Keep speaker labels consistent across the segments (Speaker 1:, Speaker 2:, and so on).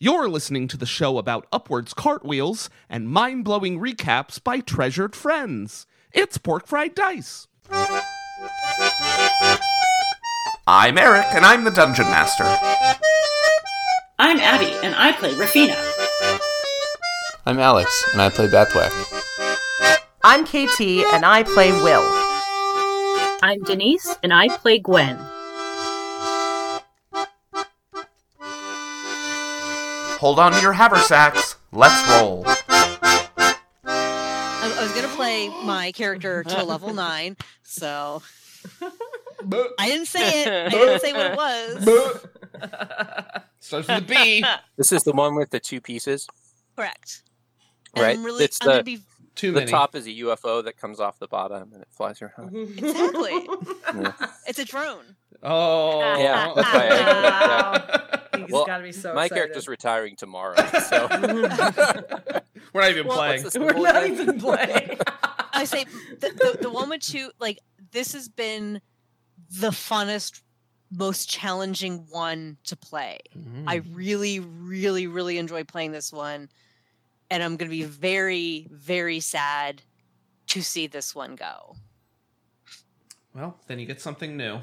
Speaker 1: You're listening to the show about upwards cartwheels and mind blowing recaps by treasured friends. It's Pork Fried Dice.
Speaker 2: I'm Eric, and I'm the Dungeon Master.
Speaker 3: I'm Abby, and I play Rafina.
Speaker 4: I'm Alex, and I play Bathwack.
Speaker 5: I'm KT and I play Will.
Speaker 6: I'm Denise, and I play Gwen.
Speaker 2: Hold on to your haversacks. Let's roll.
Speaker 7: I, I was gonna play my character to level nine, so I didn't say it. I didn't say what it was.
Speaker 1: Starts with a B.
Speaker 4: This is the one with the two pieces,
Speaker 7: Correct. And
Speaker 4: right?
Speaker 7: I'm really.
Speaker 4: it's
Speaker 7: I'm gonna
Speaker 4: the
Speaker 7: be
Speaker 1: Too
Speaker 4: the
Speaker 1: many.
Speaker 4: top is a UFO that comes off the bottom and it flies
Speaker 8: Mm-hmm.
Speaker 4: around.
Speaker 7: exactly.
Speaker 4: Yeah.
Speaker 7: It's a drone.
Speaker 1: Oh.
Speaker 4: Yeah, that's why
Speaker 8: He's
Speaker 4: Well,
Speaker 8: gotta be so
Speaker 4: My
Speaker 8: excited.
Speaker 4: character's retiring tomorrow, so
Speaker 1: We're not even
Speaker 4: Well,
Speaker 1: playing.
Speaker 4: what's this
Speaker 8: We're
Speaker 4: cool
Speaker 8: not
Speaker 4: thing?
Speaker 8: even playing.
Speaker 7: I say the, the, the woman to like this has been the funnest, most challenging one to play.
Speaker 1: Mm-hmm.
Speaker 7: I really, really, really enjoy playing this one, and I'm gonna be very, very sad to see this one go.
Speaker 1: Well, then you get something new.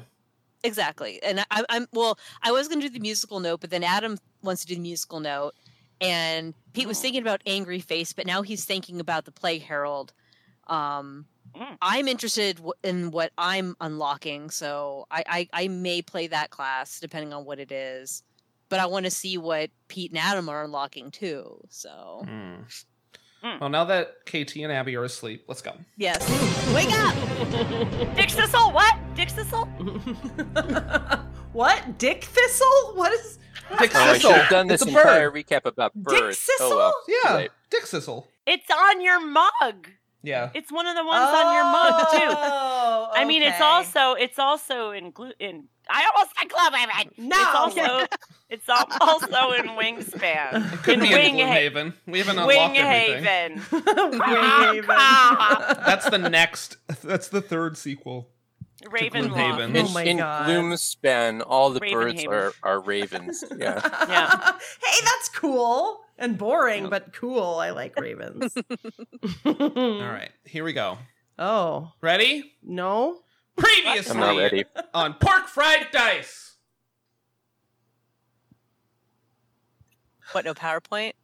Speaker 7: Exactly. And I, I'm well, I was going to do the musical note, but then Adam wants to do the musical note, and Pete was thinking about Angry Face, but now he's thinking about the Plague Herald. Um,
Speaker 6: Mm.
Speaker 7: I'm interested w- in what I'm unlocking, so I, I I may play that class depending on what it is, but I want to see what Pete and Adam are unlocking too. So
Speaker 4: Hmm.
Speaker 6: Mm.
Speaker 1: Well, now that KT and Abby are asleep, let's go.
Speaker 7: yes, wake up!
Speaker 6: Dick Sissel, what? Dick Sissel?
Speaker 8: what? Dick Thistle? What is
Speaker 1: Dick
Speaker 4: Oh, I
Speaker 1: Sissel.
Speaker 4: should have done this
Speaker 1: it's a
Speaker 4: entire
Speaker 1: bird.
Speaker 4: recap about birds.
Speaker 8: Sissel?
Speaker 4: Oh well.
Speaker 1: Yeah,
Speaker 4: Right.
Speaker 1: Dick Sissel.
Speaker 6: It's on your mug.
Speaker 1: Yeah.
Speaker 6: It's one of the ones on your mug too.
Speaker 8: Oh,
Speaker 6: I mean, it's
Speaker 8: okay.
Speaker 6: also it's also in glu- in. I almost said glove. I read.
Speaker 8: No.
Speaker 6: It's also it's al- also in Wingspan.
Speaker 1: It could
Speaker 6: in
Speaker 1: be in
Speaker 6: Wing
Speaker 1: Blue
Speaker 6: Ha-
Speaker 1: Haven. We haven't unlocked everything.
Speaker 6: Winghaven.
Speaker 8: Winghaven.
Speaker 1: That's the next. That's the third sequel.
Speaker 6: Ravenloft.
Speaker 1: Gloomhaven.
Speaker 4: In,
Speaker 8: Oh my
Speaker 4: in
Speaker 8: God.
Speaker 4: Gloomspan, all the
Speaker 6: Raven
Speaker 4: birds
Speaker 6: Haven.
Speaker 4: are, are ravens. Yeah.
Speaker 6: Yeah.
Speaker 8: hey, that's cool and boring,
Speaker 4: Yeah.
Speaker 8: but cool. I like ravens.
Speaker 1: All right, here we go.
Speaker 8: Oh
Speaker 1: Ready?
Speaker 8: no.
Speaker 1: Previously
Speaker 4: I'm not ready.
Speaker 1: on Pork Fried Dice.
Speaker 7: What no PowerPoint?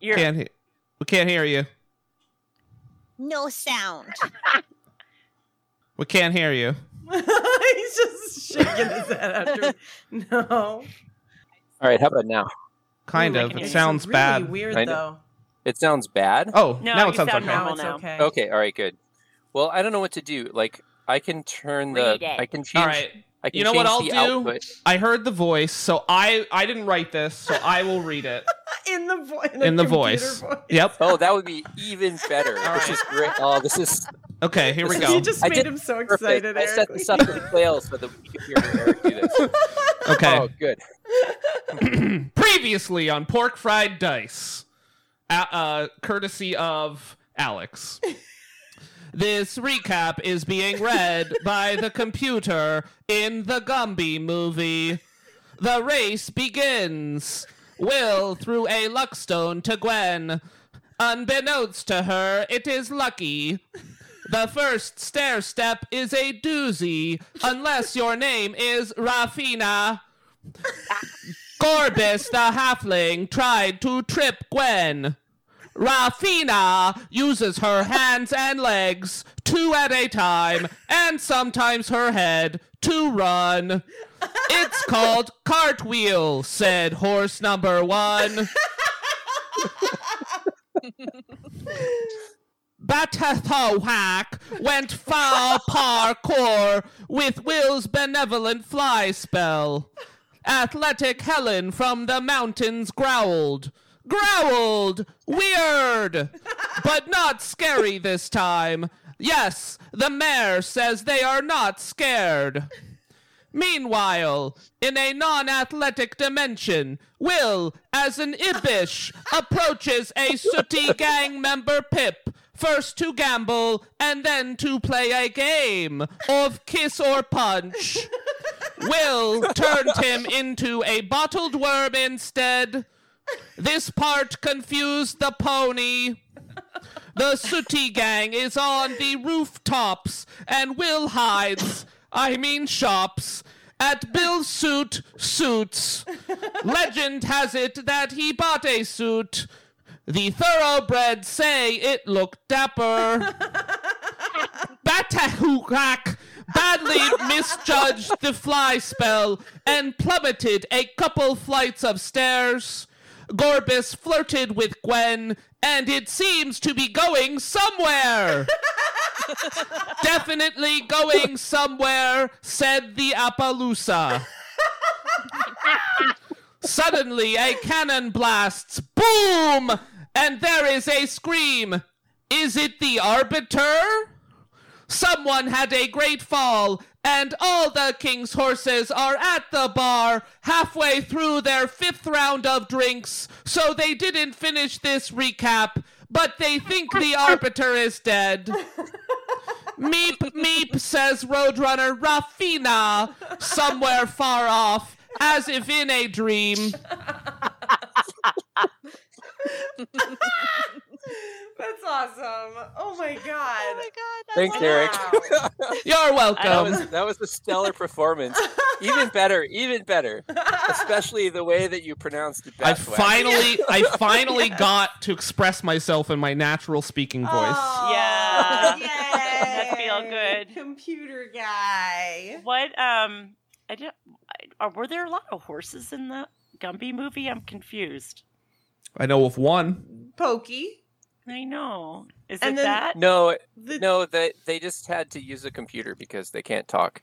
Speaker 6: You're
Speaker 1: Can't he- we can't hear you.
Speaker 7: No sound.
Speaker 1: We can't hear you.
Speaker 8: He's just shaking his head after. No.
Speaker 4: All right, how about now?
Speaker 1: Kind
Speaker 6: I
Speaker 1: of. It
Speaker 6: can hear you.
Speaker 8: It's
Speaker 1: sounds
Speaker 8: really
Speaker 1: bad.
Speaker 8: Weird
Speaker 4: I know.
Speaker 8: though.
Speaker 4: It sounds bad.
Speaker 1: Oh,
Speaker 6: No,
Speaker 1: now it
Speaker 6: you
Speaker 1: sounds
Speaker 6: sound
Speaker 1: okay.
Speaker 6: normal.
Speaker 8: it's
Speaker 6: now.
Speaker 8: okay.
Speaker 4: Okay, all right, good. Well, I don't know what to do. Like, I can turn the.
Speaker 6: Read it.
Speaker 4: I can change.
Speaker 1: All right.
Speaker 4: I can
Speaker 1: You know what
Speaker 4: change
Speaker 1: I'll
Speaker 4: the
Speaker 1: do?
Speaker 4: output.
Speaker 1: I heard the voice, so I I didn't write this, so I will read it.
Speaker 8: In the voice. In,
Speaker 1: In the
Speaker 8: the computer
Speaker 1: voice.
Speaker 8: voice.
Speaker 1: Yep.
Speaker 4: Oh, that would be even better.
Speaker 1: All right.
Speaker 4: This is great. Oh, this is
Speaker 1: Okay, here we
Speaker 4: You
Speaker 1: go.
Speaker 8: You just
Speaker 4: I
Speaker 8: made
Speaker 4: did
Speaker 8: him so
Speaker 4: perfect.
Speaker 8: excited.
Speaker 4: I set
Speaker 8: Eric.
Speaker 4: this up in Flail so that we could hear Eric do this.
Speaker 1: Okay.
Speaker 4: Oh, good.
Speaker 1: Previously on Pork Fried Dice, uh, uh, courtesy of Alex. this recap is being read by the computer in the Gumby movie. The race begins. Will threw a luckstone to Gwen. Unbeknownst to her, it is Lucky. The first stair step is a doozy, unless your name is Rafina. Gorbis the halfling tried to trip Gwen. Rafina uses her hands and legs, two at a time, and sometimes her head, to run. It's called cartwheel, said horse number one. Batathohack went foul parkour with Will's benevolent fly spell. Athletic Helen from the mountains growled. Growled! Weird! But not scary this time. Yes, the mayor says they are not scared. Meanwhile, in a non athletic dimension, Will, as an Ibish, approaches a sooty gang member Pip, first to gamble and then to play a game of kiss or punch. Will turned him into a bottled worm instead. This part confused the pony. The sooty gang is on the rooftops, and Will hides, I mean shops, at Bill Suit Suits. Legend has it that he bought a suit. The thoroughbreds say it looked dapper. Batahukak badly misjudged the fly spell and plummeted a couple flights of stairs. Gorbis flirted with Gwen, and it seems to be going somewhere. Definitely going somewhere, said the Appaloosa. Suddenly, a cannon blasts. Boom! And there is a scream. Is it the Arbiter? Someone had a great fall, and all the king's horses are at the bar halfway through their fifth round of drinks, so they didn't finish this recap, but they think the arbiter is dead. Meep, meep, says Roadrunner Rafina, somewhere far off, as if in a dream.
Speaker 8: That's awesome. Oh my god.
Speaker 7: god.
Speaker 4: Thanks, Eric.
Speaker 8: Wow.
Speaker 1: You're
Speaker 4: That
Speaker 1: welcome.
Speaker 4: was that was a stellar performance. Even better, even better. Especially the way that you pronounced it.
Speaker 1: I
Speaker 4: Best way.
Speaker 1: finally, I finally got to express myself in my natural speaking voice.
Speaker 8: Oh,
Speaker 6: Yeah.
Speaker 8: yay.
Speaker 6: That feel good.
Speaker 8: Computer guy.
Speaker 6: What? Um, I did. I, uh, were there a lot of horses in the Gumby movie? I'm confused.
Speaker 1: I know of one.
Speaker 8: Pokey.
Speaker 6: I know. Is
Speaker 8: And
Speaker 6: it
Speaker 8: then-
Speaker 6: that
Speaker 4: No,
Speaker 8: The,
Speaker 4: no, they they just had to use a computer because they can't talk.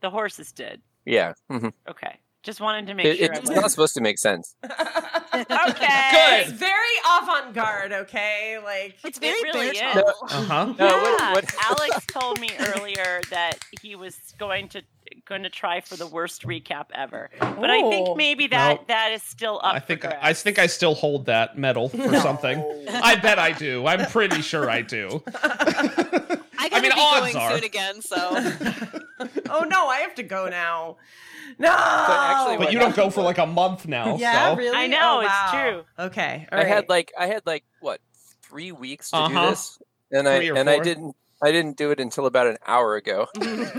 Speaker 6: the horses did?
Speaker 4: Yeah, mhm.
Speaker 6: Okay, just wanted to make
Speaker 4: It-
Speaker 6: sure. I
Speaker 4: it's
Speaker 6: was-
Speaker 4: not supposed to make sense.
Speaker 6: okay.
Speaker 8: It's very avant-garde, okay? Like
Speaker 7: It's very
Speaker 6: really
Speaker 7: Bears
Speaker 6: is.
Speaker 7: Hall.
Speaker 1: Uh huh.
Speaker 4: No, what-
Speaker 6: Yeah,
Speaker 4: what-
Speaker 6: Alex told me earlier that he was going to going to try for the worst recap ever. But I
Speaker 8: Ooh.
Speaker 6: think maybe that
Speaker 1: No.
Speaker 6: that is still up.
Speaker 1: I think
Speaker 6: for
Speaker 1: I,
Speaker 6: grabs.
Speaker 1: I think I still hold that medal for something. I bet I do. I'm pretty sure I do.
Speaker 7: I gotta
Speaker 1: I mean,
Speaker 7: be
Speaker 1: odds
Speaker 7: going
Speaker 1: are.
Speaker 7: soon again, so
Speaker 8: oh no, I have to go now. No.
Speaker 4: actually,
Speaker 1: But you don't go for like a month now.
Speaker 8: yeah,
Speaker 1: so.
Speaker 8: really?
Speaker 6: I know,
Speaker 8: Oh,
Speaker 6: it's
Speaker 8: wow.
Speaker 6: true.
Speaker 8: Okay.
Speaker 4: I had like I had like what three weeks to
Speaker 1: Uh-huh.
Speaker 4: do this, and
Speaker 1: Three or
Speaker 4: I and I
Speaker 1: four.
Speaker 4: didn't I didn't do it until about an hour ago.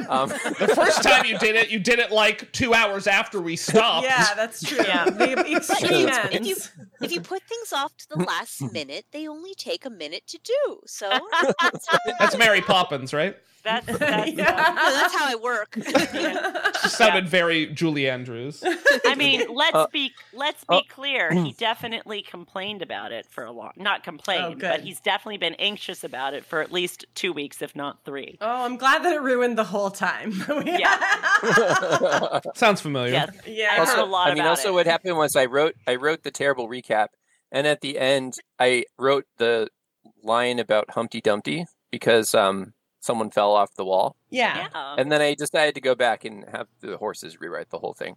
Speaker 4: um,
Speaker 1: The first time you did it, you did it like two hours after we stopped.
Speaker 8: Yeah, that's true.
Speaker 6: Yeah.
Speaker 8: The extreme
Speaker 4: If
Speaker 7: you-
Speaker 8: ends.
Speaker 7: if you put things off to the last
Speaker 1: Mm-hmm.
Speaker 7: minute, they only take a minute to do. So
Speaker 1: That's Mary Poppins, right?
Speaker 6: That's that's.
Speaker 8: Yeah.
Speaker 7: No, that's how I work.
Speaker 1: She sounded very Julie Andrews.
Speaker 6: I mean, let's
Speaker 4: Uh,
Speaker 6: be let's be
Speaker 4: uh,
Speaker 6: clear. He definitely complained about it for a long, not complained, but
Speaker 8: good.
Speaker 6: he's definitely been anxious about it for at least two weeks, if not three.
Speaker 8: Oh, I'm glad that it ruined the whole time.
Speaker 1: Sounds familiar.
Speaker 6: Yes,
Speaker 8: yeah.
Speaker 6: I heard a
Speaker 4: also,
Speaker 6: lot
Speaker 4: I mean,
Speaker 6: about
Speaker 4: also
Speaker 6: it.
Speaker 4: what happened was I wrote I wrote the terrible recap, and at the end I wrote the line about Humpty Dumpty because um someone fell off the wall,
Speaker 8: yeah.
Speaker 6: yeah.
Speaker 4: and then I decided to go back and have the horses rewrite the whole thing.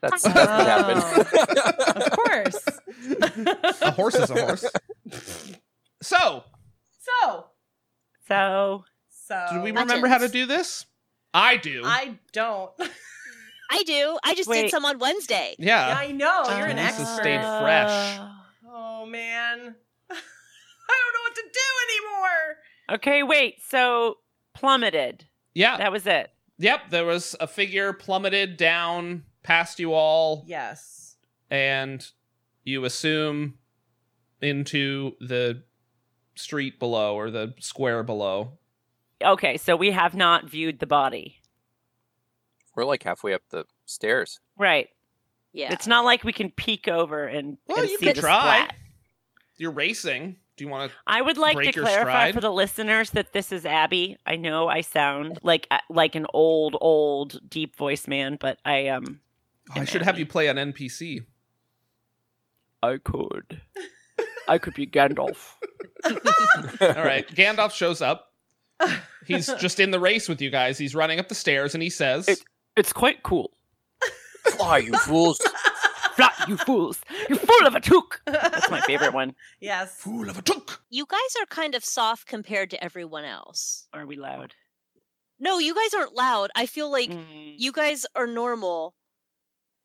Speaker 4: That's, that's
Speaker 6: Oh,
Speaker 4: what happened.
Speaker 8: Of course.
Speaker 1: A horse is a horse. So,
Speaker 8: so,
Speaker 6: so
Speaker 8: so
Speaker 1: do we remember how to do this? I do.
Speaker 8: Oh, I don't.
Speaker 7: I do. I just did
Speaker 6: Wait.
Speaker 7: some on Wednesday.
Speaker 1: yeah.
Speaker 8: I know Oh, you're an
Speaker 1: At least it
Speaker 8: expert.
Speaker 1: stayed fresh.
Speaker 8: Oh man, I don't know what to do anymore.
Speaker 6: Okay, wait. So plummeted.
Speaker 1: Yeah.
Speaker 6: That was it.
Speaker 1: Yep. There was a figure plummeted down past you all.
Speaker 8: Yes.
Speaker 1: and you assume into the street below or the square below.
Speaker 6: Okay, so we have not viewed the body.
Speaker 4: We're like halfway up the stairs.
Speaker 6: Right.
Speaker 7: Yeah.
Speaker 6: It's not like we can peek over and,
Speaker 1: Well,
Speaker 6: and
Speaker 1: you
Speaker 6: see
Speaker 1: could
Speaker 6: the
Speaker 1: try.
Speaker 6: splat.
Speaker 1: You're racing. Do you want to?
Speaker 6: I would like
Speaker 1: Break
Speaker 6: to
Speaker 1: your
Speaker 6: clarify
Speaker 1: stride.
Speaker 6: for the listeners that this is Abby. I know I sound like uh, like an old old deep voice man, but I um
Speaker 1: Oh, I should have you play an NPC.
Speaker 6: I could. I could be Gandalf.
Speaker 1: All right. Gandalf shows up. He's just in the race with you guys. He's running up the stairs and he says,
Speaker 6: It- It's quite cool.
Speaker 4: Fly, you fools!
Speaker 6: Flat, you fools. You fool of a took. That's my favorite one.
Speaker 8: Yes.
Speaker 1: Fool of a took.
Speaker 7: You guys are kind of soft compared to everyone else.
Speaker 6: Are we loud?
Speaker 7: No, you guys aren't loud. I feel like
Speaker 6: Mm.
Speaker 7: you guys are normal,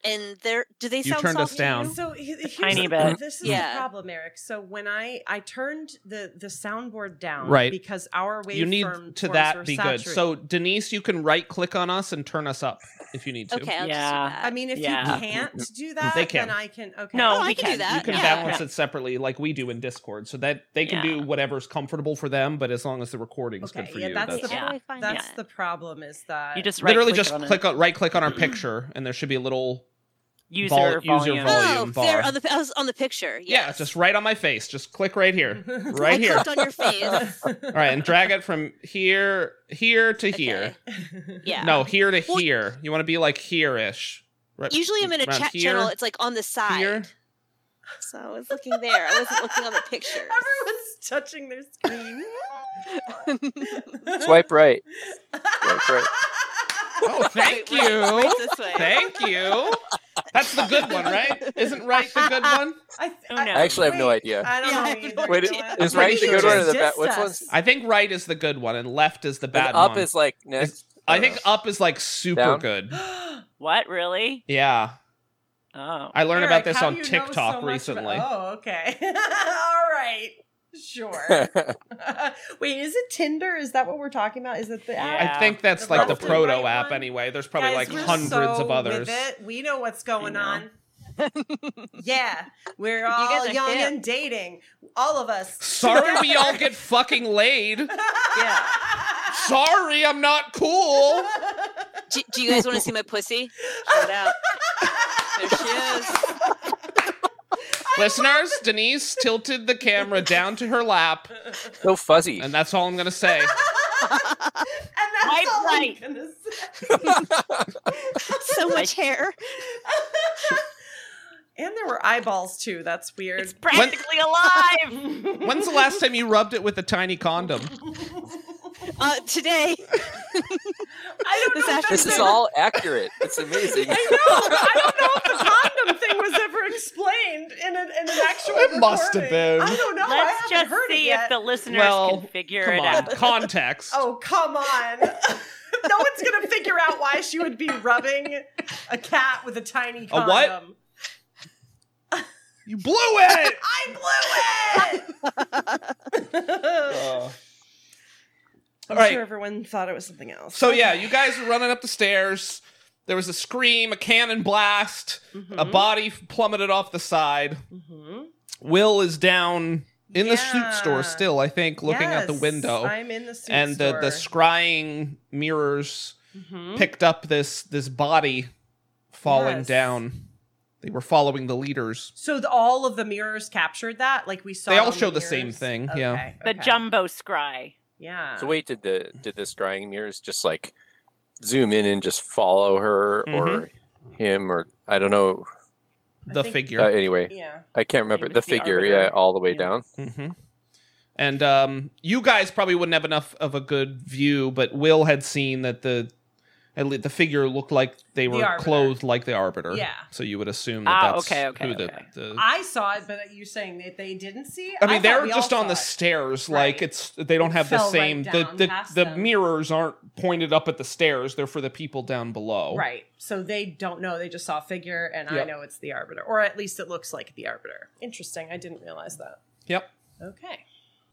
Speaker 7: and they're do they
Speaker 1: You
Speaker 7: sound
Speaker 1: turned us
Speaker 7: soft to
Speaker 1: down.
Speaker 7: you?
Speaker 8: So he- here's
Speaker 6: tiny
Speaker 8: the-
Speaker 6: bit.
Speaker 8: This is
Speaker 7: Yeah.
Speaker 8: the problem, Eric. So when I I turned the the soundboard down,
Speaker 1: Right.
Speaker 8: because our waveform
Speaker 1: you need to
Speaker 8: were
Speaker 1: that be good.
Speaker 8: saturated.
Speaker 1: So Denise, you can right click on us and turn us up if you need to.
Speaker 7: Okay, I'll
Speaker 6: Yeah.
Speaker 7: just do that.
Speaker 8: I mean, if
Speaker 6: Yeah.
Speaker 8: you can't do that,
Speaker 1: They can.
Speaker 8: then I can. Okay.
Speaker 6: No,
Speaker 7: oh, I
Speaker 6: we
Speaker 7: can do
Speaker 6: can.
Speaker 7: that.
Speaker 1: You can
Speaker 7: yeah.
Speaker 1: balance it separately, like we do in Discord, so that they can
Speaker 6: Yeah.
Speaker 1: do whatever's comfortable for them. But as long as the recording's
Speaker 8: Okay,
Speaker 1: good for
Speaker 8: yeah,
Speaker 1: you,
Speaker 8: that's
Speaker 1: that's
Speaker 8: the
Speaker 6: Yeah.
Speaker 7: I find
Speaker 8: That's
Speaker 7: that?
Speaker 8: the problem. Is that
Speaker 6: You just
Speaker 1: literally
Speaker 6: right-click
Speaker 1: just
Speaker 6: on it.
Speaker 1: click on right click on our picture, and there should be a little
Speaker 6: user
Speaker 1: vol- user
Speaker 6: volume.
Speaker 1: volume.
Speaker 7: oh, there
Speaker 1: bar.
Speaker 7: on the I was on the picture.
Speaker 1: yeah,
Speaker 7: yes.
Speaker 1: just right on my face. Just click right here,
Speaker 7: I
Speaker 1: right here.
Speaker 7: clicked on your face.
Speaker 1: All right, and drag it from here here to here.
Speaker 7: Yeah.
Speaker 1: No, here to
Speaker 7: Well-
Speaker 1: here. You want to be like here ish. Right,
Speaker 7: Usually I'm in a
Speaker 1: around
Speaker 7: chat
Speaker 1: here,
Speaker 7: channel. It's like on the side.
Speaker 1: here.
Speaker 7: So I was looking there. I wasn't looking on the picture.
Speaker 8: Everyone's touching their screen.
Speaker 4: Swipe right. right.
Speaker 1: Oh, thank you.
Speaker 7: Right this way.
Speaker 1: Thank you. That's the good one, right? Isn't right the good one?
Speaker 8: I, th-
Speaker 6: Who
Speaker 7: Oh,
Speaker 6: knows?
Speaker 4: I actually have no
Speaker 8: wait,
Speaker 4: idea.
Speaker 8: I don't
Speaker 7: Yeah, I have
Speaker 8: know.
Speaker 7: no
Speaker 8: either.
Speaker 4: Wait,
Speaker 8: You know what?
Speaker 4: is
Speaker 8: Maybe
Speaker 1: right the
Speaker 8: you
Speaker 1: good one or
Speaker 8: just
Speaker 4: the bad-
Speaker 8: dissed
Speaker 4: which
Speaker 8: us.
Speaker 4: one's-
Speaker 1: I think right is the good one and left is the bad
Speaker 4: and up
Speaker 1: one.
Speaker 4: is like next.
Speaker 1: I think up is like super
Speaker 4: Down?
Speaker 1: good.
Speaker 6: What really?
Speaker 1: Yeah.
Speaker 6: Oh,
Speaker 1: I learned about
Speaker 8: Eric,
Speaker 1: this
Speaker 8: how
Speaker 1: on
Speaker 8: do you know so
Speaker 1: TikTok
Speaker 8: much about-
Speaker 1: recently.
Speaker 8: oh, okay. All right. Sure. Wait, is it Tinder? Is that what we're talking about? Is it the app?
Speaker 6: Yeah.
Speaker 1: I think that's
Speaker 8: The
Speaker 1: like the
Speaker 8: left and
Speaker 1: proto
Speaker 8: right
Speaker 1: app
Speaker 8: one?
Speaker 1: anyway. There's probably
Speaker 8: Guys,
Speaker 1: like
Speaker 8: we're
Speaker 1: hundreds
Speaker 8: so
Speaker 1: of others.
Speaker 8: With it. We know what's going
Speaker 6: I
Speaker 8: on. yeah, we're
Speaker 7: guys
Speaker 8: all
Speaker 7: are
Speaker 8: young
Speaker 7: hip.
Speaker 8: and dating. All of us.
Speaker 1: Sorry we all get fucking laid.
Speaker 8: yeah.
Speaker 1: Sorry I'm not cool.
Speaker 7: Do, do you guys want to see my pussy? Shout out. There she is.
Speaker 1: Listeners, Denise tilted the camera down to her lap,
Speaker 4: so fuzzy.
Speaker 1: and that's all I'm gonna say.
Speaker 8: And that's
Speaker 6: Swipe
Speaker 8: all
Speaker 6: right.
Speaker 8: I'm gonna say.
Speaker 7: So much hair.
Speaker 8: And there were eyeballs too. That's weird.
Speaker 6: it's practically alive.
Speaker 1: When's the last time you rubbed it with a tiny condom?
Speaker 7: Uh, today.
Speaker 8: I don't
Speaker 7: This
Speaker 8: know. if
Speaker 7: actually-
Speaker 4: this is
Speaker 8: that's ever-
Speaker 4: all accurate. It's amazing.
Speaker 8: I know. I don't know if the condom thing was ever explained in an, in an actual.
Speaker 1: It must have
Speaker 8: recording.
Speaker 1: been.
Speaker 8: I don't know. I
Speaker 6: Let's
Speaker 8: haven't
Speaker 6: just
Speaker 8: heard it
Speaker 6: see
Speaker 8: yet.
Speaker 6: if the listeners
Speaker 1: Well,
Speaker 6: can figure
Speaker 1: Come
Speaker 6: it
Speaker 1: on,
Speaker 6: out.
Speaker 1: context.
Speaker 8: Oh come on! no one's gonna figure out why she would be rubbing a cat with a tiny
Speaker 1: A
Speaker 8: condom.
Speaker 1: what? You blew it.
Speaker 8: I blew it.
Speaker 1: All
Speaker 8: I'm
Speaker 1: right.
Speaker 8: sure everyone thought it was something else.
Speaker 1: So yeah, you guys were running up the stairs. There was a scream, a cannon blast, a
Speaker 8: Mm-hmm.
Speaker 1: body plummeted off the side.
Speaker 8: Mhm.
Speaker 1: Will is down in the suit
Speaker 8: Yeah.
Speaker 1: store still, I think, looking out the
Speaker 8: Yes,
Speaker 1: window.
Speaker 8: I'm in the suit
Speaker 1: and uh, the, the
Speaker 8: store.
Speaker 1: scrying mirrors
Speaker 8: Mhm.
Speaker 1: picked up this this body falling
Speaker 8: Yes.
Speaker 1: down. They were following the leaders.
Speaker 8: So the, all of the mirrors captured that, like we saw.
Speaker 1: They all
Speaker 8: on
Speaker 1: show the
Speaker 8: mirrors?
Speaker 1: same thing,
Speaker 8: Okay,
Speaker 1: yeah.
Speaker 6: The
Speaker 8: okay.
Speaker 6: jumbo scry.
Speaker 8: Yeah.
Speaker 4: So wait, did the did the scrying mirrors just like zoom in and just follow her or
Speaker 1: Mm-hmm.
Speaker 4: him or I don't know.
Speaker 8: I
Speaker 1: The
Speaker 8: think-
Speaker 1: figure.
Speaker 4: Uh, anyway,
Speaker 8: Yeah.
Speaker 4: I can't remember
Speaker 6: It
Speaker 4: the
Speaker 6: was the
Speaker 4: figure.
Speaker 6: arbiter.
Speaker 4: Yeah, all the way
Speaker 6: Yeah.
Speaker 4: down.
Speaker 1: hmm And um, you guys probably wouldn't have enough of a good view, but Will had seen that the at least the figure looked like they
Speaker 8: The
Speaker 1: were
Speaker 8: Arbiter.
Speaker 1: clothed like the arbiter.
Speaker 8: Yeah.
Speaker 1: So you would assume that
Speaker 6: Ah,
Speaker 1: that's
Speaker 6: okay, okay,
Speaker 1: who the.
Speaker 6: okay.
Speaker 1: the I,
Speaker 8: I saw it, but you saying that they didn't see.
Speaker 1: mean,
Speaker 8: thought
Speaker 1: they're
Speaker 8: we all
Speaker 1: just on
Speaker 8: saw
Speaker 1: the
Speaker 8: it.
Speaker 1: stairs.
Speaker 8: Right.
Speaker 1: Like it's they don't
Speaker 8: It
Speaker 1: have the
Speaker 8: fell right
Speaker 1: same.
Speaker 8: down
Speaker 1: the
Speaker 8: past
Speaker 1: the, the
Speaker 8: them.
Speaker 1: mirrors aren't pointed up at the stairs. They're for the people down below.
Speaker 8: Right. So they don't know. They just saw a figure, and I
Speaker 1: Yep.
Speaker 8: know it's the Arbiter, or at least it looks like the Arbiter. Interesting. I didn't realize that.
Speaker 1: Yep.
Speaker 8: Okay.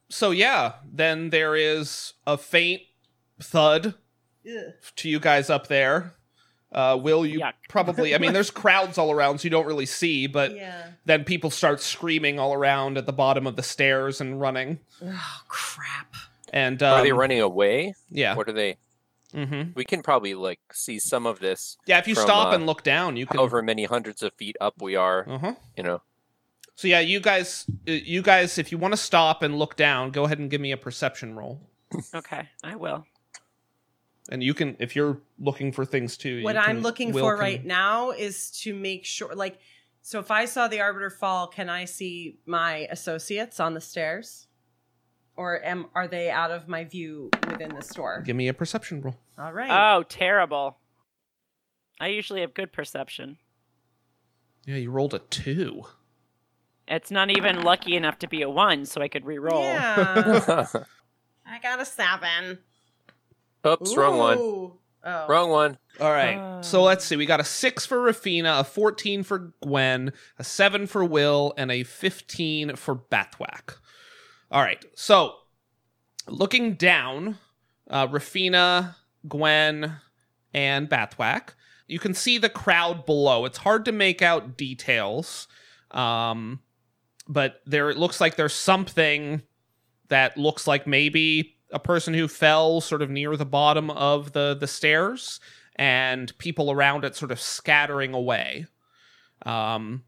Speaker 1: So yeah, then there is a faint thud
Speaker 8: Ugh.
Speaker 1: to you guys up there. Uh, Will you
Speaker 6: Yuck.
Speaker 1: probably? I mean, there's crowds all around, so you don't really see. But
Speaker 8: Yeah.
Speaker 1: then people start screaming all around at the bottom of the stairs and running.
Speaker 8: Oh crap.
Speaker 1: And um,
Speaker 4: are they running away?
Speaker 1: Yeah.
Speaker 4: What are they?
Speaker 1: hmm
Speaker 4: We can probably like see some of this.
Speaker 1: Yeah. If you
Speaker 4: From,
Speaker 1: stop
Speaker 4: uh,
Speaker 1: and look down, you can.
Speaker 4: However many hundreds of feet up we are,
Speaker 1: Uh-huh.
Speaker 4: you know.
Speaker 1: So yeah, you guys, uh, you guys, if you want to stop and look down, go ahead and give me a perception roll.
Speaker 6: Okay, I will.
Speaker 1: And you can, if you're looking for things too. you
Speaker 8: What
Speaker 1: can-
Speaker 8: I'm looking
Speaker 1: Will
Speaker 8: for
Speaker 1: can-
Speaker 8: right now is to make sure, like, so if I saw the Arbiter fall, can I see my associates on the stairs, or am are they out of my view within the store?
Speaker 1: Give me a perception roll.
Speaker 8: All right.
Speaker 6: Oh, terrible. I usually have good perception.
Speaker 1: Yeah, you rolled a two.
Speaker 6: It's not even lucky enough to be a one, so I could re-roll.
Speaker 8: Yeah. I got a seven.
Speaker 4: Oops, wrong one.
Speaker 8: Ooh. Oh.
Speaker 4: Wrong one.
Speaker 1: All right. so
Speaker 6: Oh.
Speaker 1: let's see. We got a six for Rafina, a 14 for Gwen, a seven for Will, and a 15 for Bathwack. All right. So looking down, uh, Rafina, Gwen, and Bathwack, you can see the crowd below. It's hard to make out details, um, but there it looks like there's something that looks like maybe a person who fell sort of near the bottom of the the stairs and people around it sort of scattering away. Um,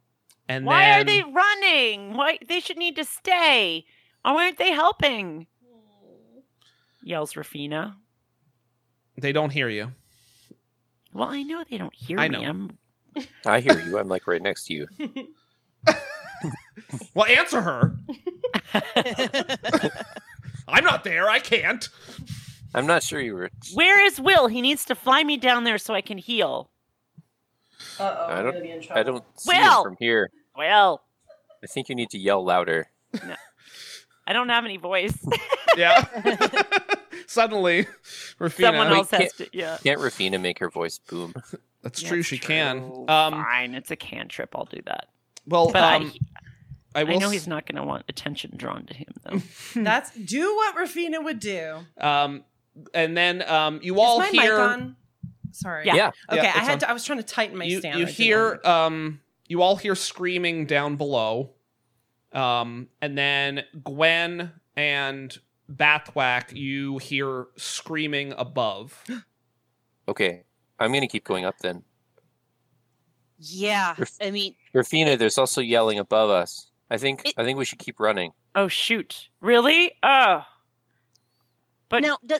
Speaker 1: and
Speaker 6: Why
Speaker 1: then,
Speaker 6: are they running? Why they should need to stay? Why aren't they helping? Yells Rafina.
Speaker 1: They don't hear you.
Speaker 6: Well, I know they don't hear
Speaker 1: I know.
Speaker 6: me. I'm
Speaker 4: I hear you. I'm like right next to you.
Speaker 1: Well, answer her. I'm not there. I can't.
Speaker 4: I'm not sure you were.
Speaker 6: Where is Will? He needs to fly me down there so I can heal.
Speaker 8: Uh-oh,
Speaker 4: I
Speaker 8: I'm
Speaker 4: don't-
Speaker 8: gonna be in trouble.
Speaker 4: I don't see
Speaker 6: Will!
Speaker 4: it from here.
Speaker 6: Will,
Speaker 4: I think you need to yell louder.
Speaker 6: I don't have any voice.
Speaker 1: Yeah. Suddenly, Rafina.
Speaker 6: Someone else
Speaker 4: Wait,
Speaker 6: has to. Yeah.
Speaker 4: Can't Rafina make her voice boom?
Speaker 1: That's
Speaker 6: Yeah,
Speaker 1: true.
Speaker 6: it's
Speaker 1: She can.
Speaker 6: true.
Speaker 1: Um,
Speaker 6: Fine, it's a cantrip. I'll do that.
Speaker 1: well,
Speaker 6: But I-
Speaker 1: um, I,
Speaker 6: I,
Speaker 1: will.
Speaker 6: know
Speaker 1: s-
Speaker 6: he's not going to want attention drawn to him, though.
Speaker 8: That's do what Rafina would do.
Speaker 1: Um, and then um, you
Speaker 8: Is
Speaker 1: all
Speaker 8: my
Speaker 1: hear.
Speaker 8: mic on? Sorry.
Speaker 6: Yeah.
Speaker 4: Yeah.
Speaker 8: Okay,
Speaker 1: Yeah, it's
Speaker 8: I had
Speaker 1: on.
Speaker 8: to, I was trying to tighten my
Speaker 1: you,
Speaker 8: stand.
Speaker 1: you
Speaker 8: I didn't
Speaker 1: hear
Speaker 8: want it.
Speaker 1: um you all hear screaming down below um and then gwen and bathwack you hear screaming above
Speaker 4: Okay. I'm gonna keep going up then.
Speaker 7: yeah. I mean,
Speaker 4: Rafina, there's also yelling above us. I think
Speaker 7: It-
Speaker 4: I think we should keep running.
Speaker 6: Oh, shoot. Really? Oh. But-
Speaker 7: now, the,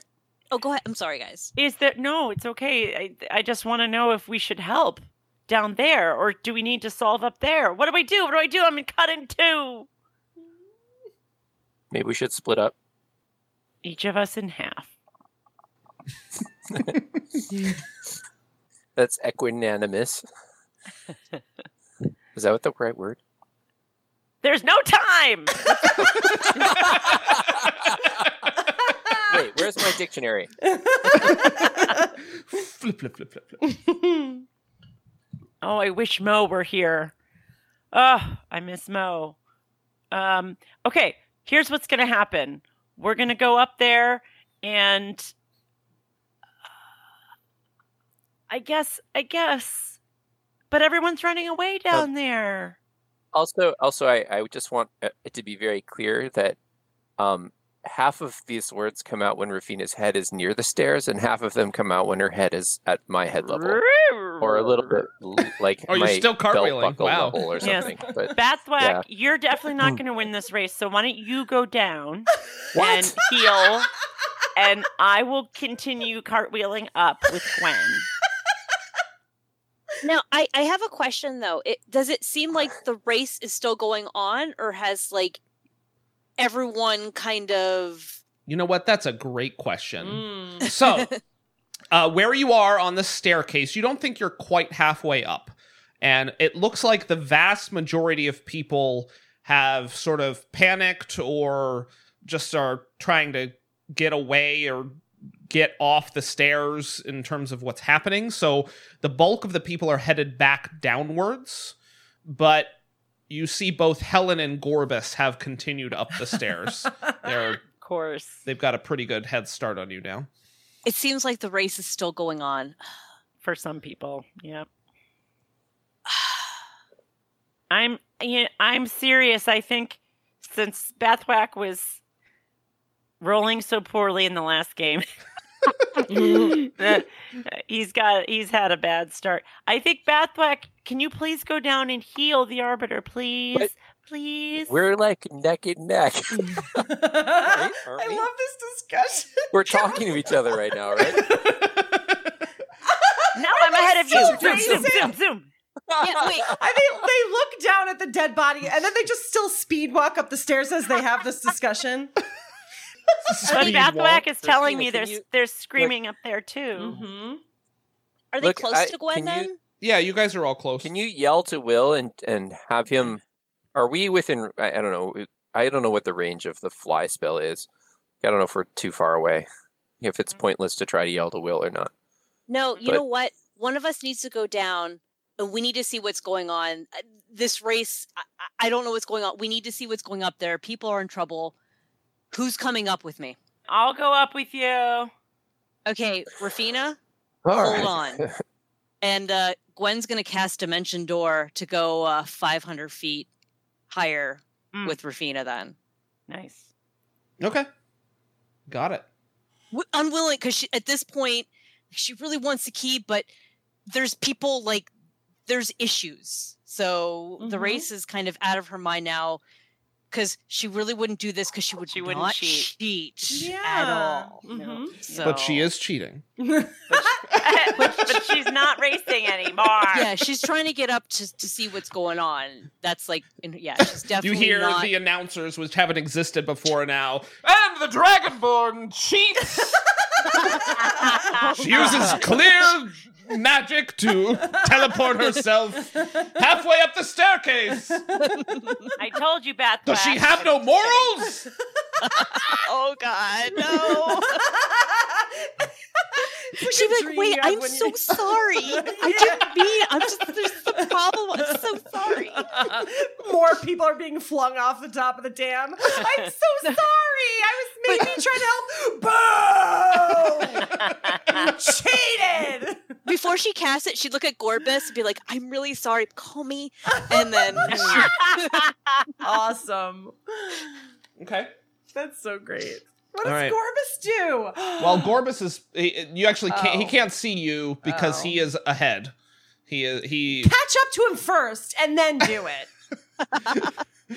Speaker 7: oh, go ahead. I'm sorry, guys.
Speaker 6: Is there. No, it's okay. I, I just want to know if we should help down there or do we need to solve up there? What do I do? What do I do? I'm in cut in two.
Speaker 4: Maybe we should split up.
Speaker 6: Each of us in half.
Speaker 4: That's equinanimous. Is that what the right word?
Speaker 6: There's no time.
Speaker 4: Wait, where's my dictionary?
Speaker 1: flip flip flip flip flip
Speaker 6: oh, I wish Mo were here. Oh, I miss Mo. Um, okay, here's what's going to happen. We're going to go up there and uh, I guess I guess but everyone's running away down there.
Speaker 4: Also, also, I, I would just want uh, it to be very clear that um, half of these words come out when Rafina's head is near the stairs, and half of them come out when her head is at my head level, or a little bit l- like
Speaker 1: Oh, you're
Speaker 4: my
Speaker 1: still
Speaker 4: belt
Speaker 1: cartwheeling.
Speaker 4: buckle
Speaker 1: Wow.
Speaker 4: level or
Speaker 6: Yes.
Speaker 4: something. But
Speaker 6: Bathwack,
Speaker 4: Yeah.
Speaker 6: you're definitely not going to win this race, so why don't you go down and
Speaker 4: what?
Speaker 6: heal and I will continue cartwheeling up with Gwen.
Speaker 7: Now, I, I have a question though. It does it seem like the race is still going on, or has like everyone kind of?
Speaker 1: you know what that's a great question
Speaker 8: Mm.
Speaker 1: so uh, where you are on the staircase you don't think you're quite halfway up and it looks like the vast majority of people have sort of panicked or just are trying to get away or get off the stairs in terms of what's happening so the bulk of the people are headed back downwards but you see both helen and gorbis have continued up the stairs they're
Speaker 6: Of course.
Speaker 1: they've got a pretty good head start on you now
Speaker 7: It seems like the race is still going on.
Speaker 6: for some people. Yeah. I'm yeah, I'm serious. I think since Bathwack was rolling so poorly in the last game, that uh, he's got he's had a bad start. I think Bathwack, can you please go down and heal the arbiter, please?
Speaker 4: What?
Speaker 6: Please.
Speaker 4: We're like neck and neck.
Speaker 8: I
Speaker 4: Are we?
Speaker 8: love this
Speaker 4: We're talking to each other right now, right?
Speaker 6: now I'm ahead of you.
Speaker 8: So
Speaker 6: Zoom, zoom,
Speaker 8: racist.
Speaker 6: zoom, zoom.
Speaker 7: Yeah, wait.
Speaker 8: I mean, they look down at the dead body and then they just still speed walk up the stairs as they have this discussion.
Speaker 6: But
Speaker 1: Speed walk.
Speaker 6: Bathwack is telling
Speaker 4: Christina,
Speaker 6: me
Speaker 4: can
Speaker 6: there's
Speaker 4: you- Mm-hmm.
Speaker 6: there's screaming up there too.
Speaker 8: Mm-hmm.
Speaker 7: Are they
Speaker 4: Look,
Speaker 7: close
Speaker 4: I-
Speaker 7: to
Speaker 4: can
Speaker 7: Gwen
Speaker 4: you-
Speaker 7: then?
Speaker 1: Yeah, you guys are all close.
Speaker 4: Can you yell to Will and and have him? Are we within? I, I don't know. I don't know what the range of the fly spell is. I don't know if we're too far away. if
Speaker 7: Mm.
Speaker 4: it's pointless to try to yell to Will or not.
Speaker 7: No, you
Speaker 4: But-
Speaker 7: know what? One of us needs to go down and we need to see what's going on. Uh, This race, I, I- I don't know what's going on. We need to see what's going up there. People are in trouble. Who's coming up with me?
Speaker 6: I'll go up with you.
Speaker 7: Okay, Rafina
Speaker 4: All
Speaker 7: Hold on. and uh, Gwen's going to cast Dimension Door to go uh, 500 feet higher
Speaker 6: Mm.
Speaker 7: with Rafina then.
Speaker 6: Nice.
Speaker 1: Okay. Got it.
Speaker 7: w- unwilling because at this point she really wants the key but there's people like there's issues so the
Speaker 6: Mhm.
Speaker 7: race is kind of out of her mind now because she really wouldn't do this because she would
Speaker 6: She wouldn't
Speaker 7: not
Speaker 6: cheat.
Speaker 7: at
Speaker 8: Yeah.
Speaker 7: all
Speaker 6: Mhm.
Speaker 7: so,
Speaker 1: But she is cheating.
Speaker 6: but, but she's not racing anymore.
Speaker 7: yeah she's trying to get up to, to see what's going on that's like in, yeah she's
Speaker 1: You
Speaker 7: definitely
Speaker 1: hear
Speaker 7: not,
Speaker 1: the announcers, which haven't existed before now. And the Dragonborn cheats. she uses clear magic to teleport herself halfway up the staircase.
Speaker 6: I told you, Beth.
Speaker 1: Does she
Speaker 6: Black.
Speaker 1: have no morals?
Speaker 7: oh god no She's like, wait, I'm so sorry. I didn't mean. I'm just there's the problem. I'm so sorry.
Speaker 8: More people are being flung off the top of the dam. I'm so sorry. I was maybe trying to help. Boo! Cheated.
Speaker 7: Before she casts it, she'd look at Gorbis and be like, I'm really sorry, call me. And then hmm,
Speaker 8: Awesome.
Speaker 1: Okay.
Speaker 8: That's so great. What
Speaker 1: All
Speaker 8: does
Speaker 1: right.
Speaker 8: Gorbus do?
Speaker 1: Well, Gorbis is. He, you actually can't. He
Speaker 8: Oh.
Speaker 1: can't see you because
Speaker 8: Oh.
Speaker 1: he is ahead. He is. He
Speaker 8: catch up to him first and then do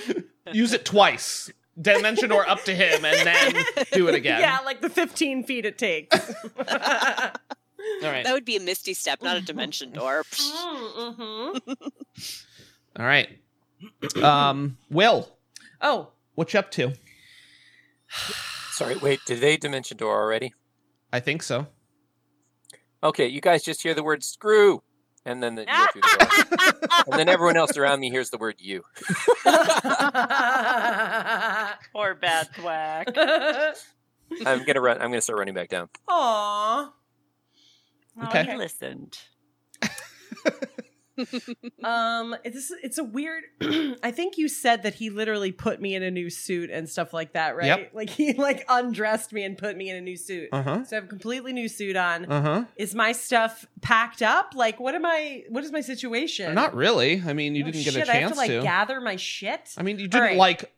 Speaker 8: it.
Speaker 1: use it twice. Dimension or up to him, and then do it again.
Speaker 8: Yeah, like the 15 feet it takes.
Speaker 1: All right.
Speaker 7: that would be a misty step, not a dimension door. Psh.
Speaker 8: Mm-hmm.
Speaker 1: All right. Um. Will,
Speaker 8: Oh,
Speaker 1: what you up to?
Speaker 4: Sorry, wait, did they dimension door already?
Speaker 1: I think so.
Speaker 4: Okay, you guys just hear the word screw, and then the, you're through the door. and then everyone else around me hears the word you.
Speaker 6: Poor Beth Black.
Speaker 4: I'm gonna run. I'm gonna start running back down.
Speaker 8: Aw.
Speaker 1: Okay.
Speaker 6: Oh, I listened.
Speaker 8: Um, it's it's a weird. I think you said that he literally put me in a new suit and stuff like that, right?
Speaker 1: Yep.
Speaker 8: Like he like undressed me and put me in a new suit.
Speaker 1: Uh huh.
Speaker 8: So I have a completely new suit on.
Speaker 1: Uh huh.
Speaker 8: Is my stuff packed up? Like, what am I? What is my situation?
Speaker 1: Not really. I mean, you
Speaker 8: Oh,
Speaker 1: didn't get a
Speaker 8: shit,
Speaker 1: chance
Speaker 8: I have to like gather my shit.
Speaker 1: I mean, you didn't
Speaker 8: right.
Speaker 1: like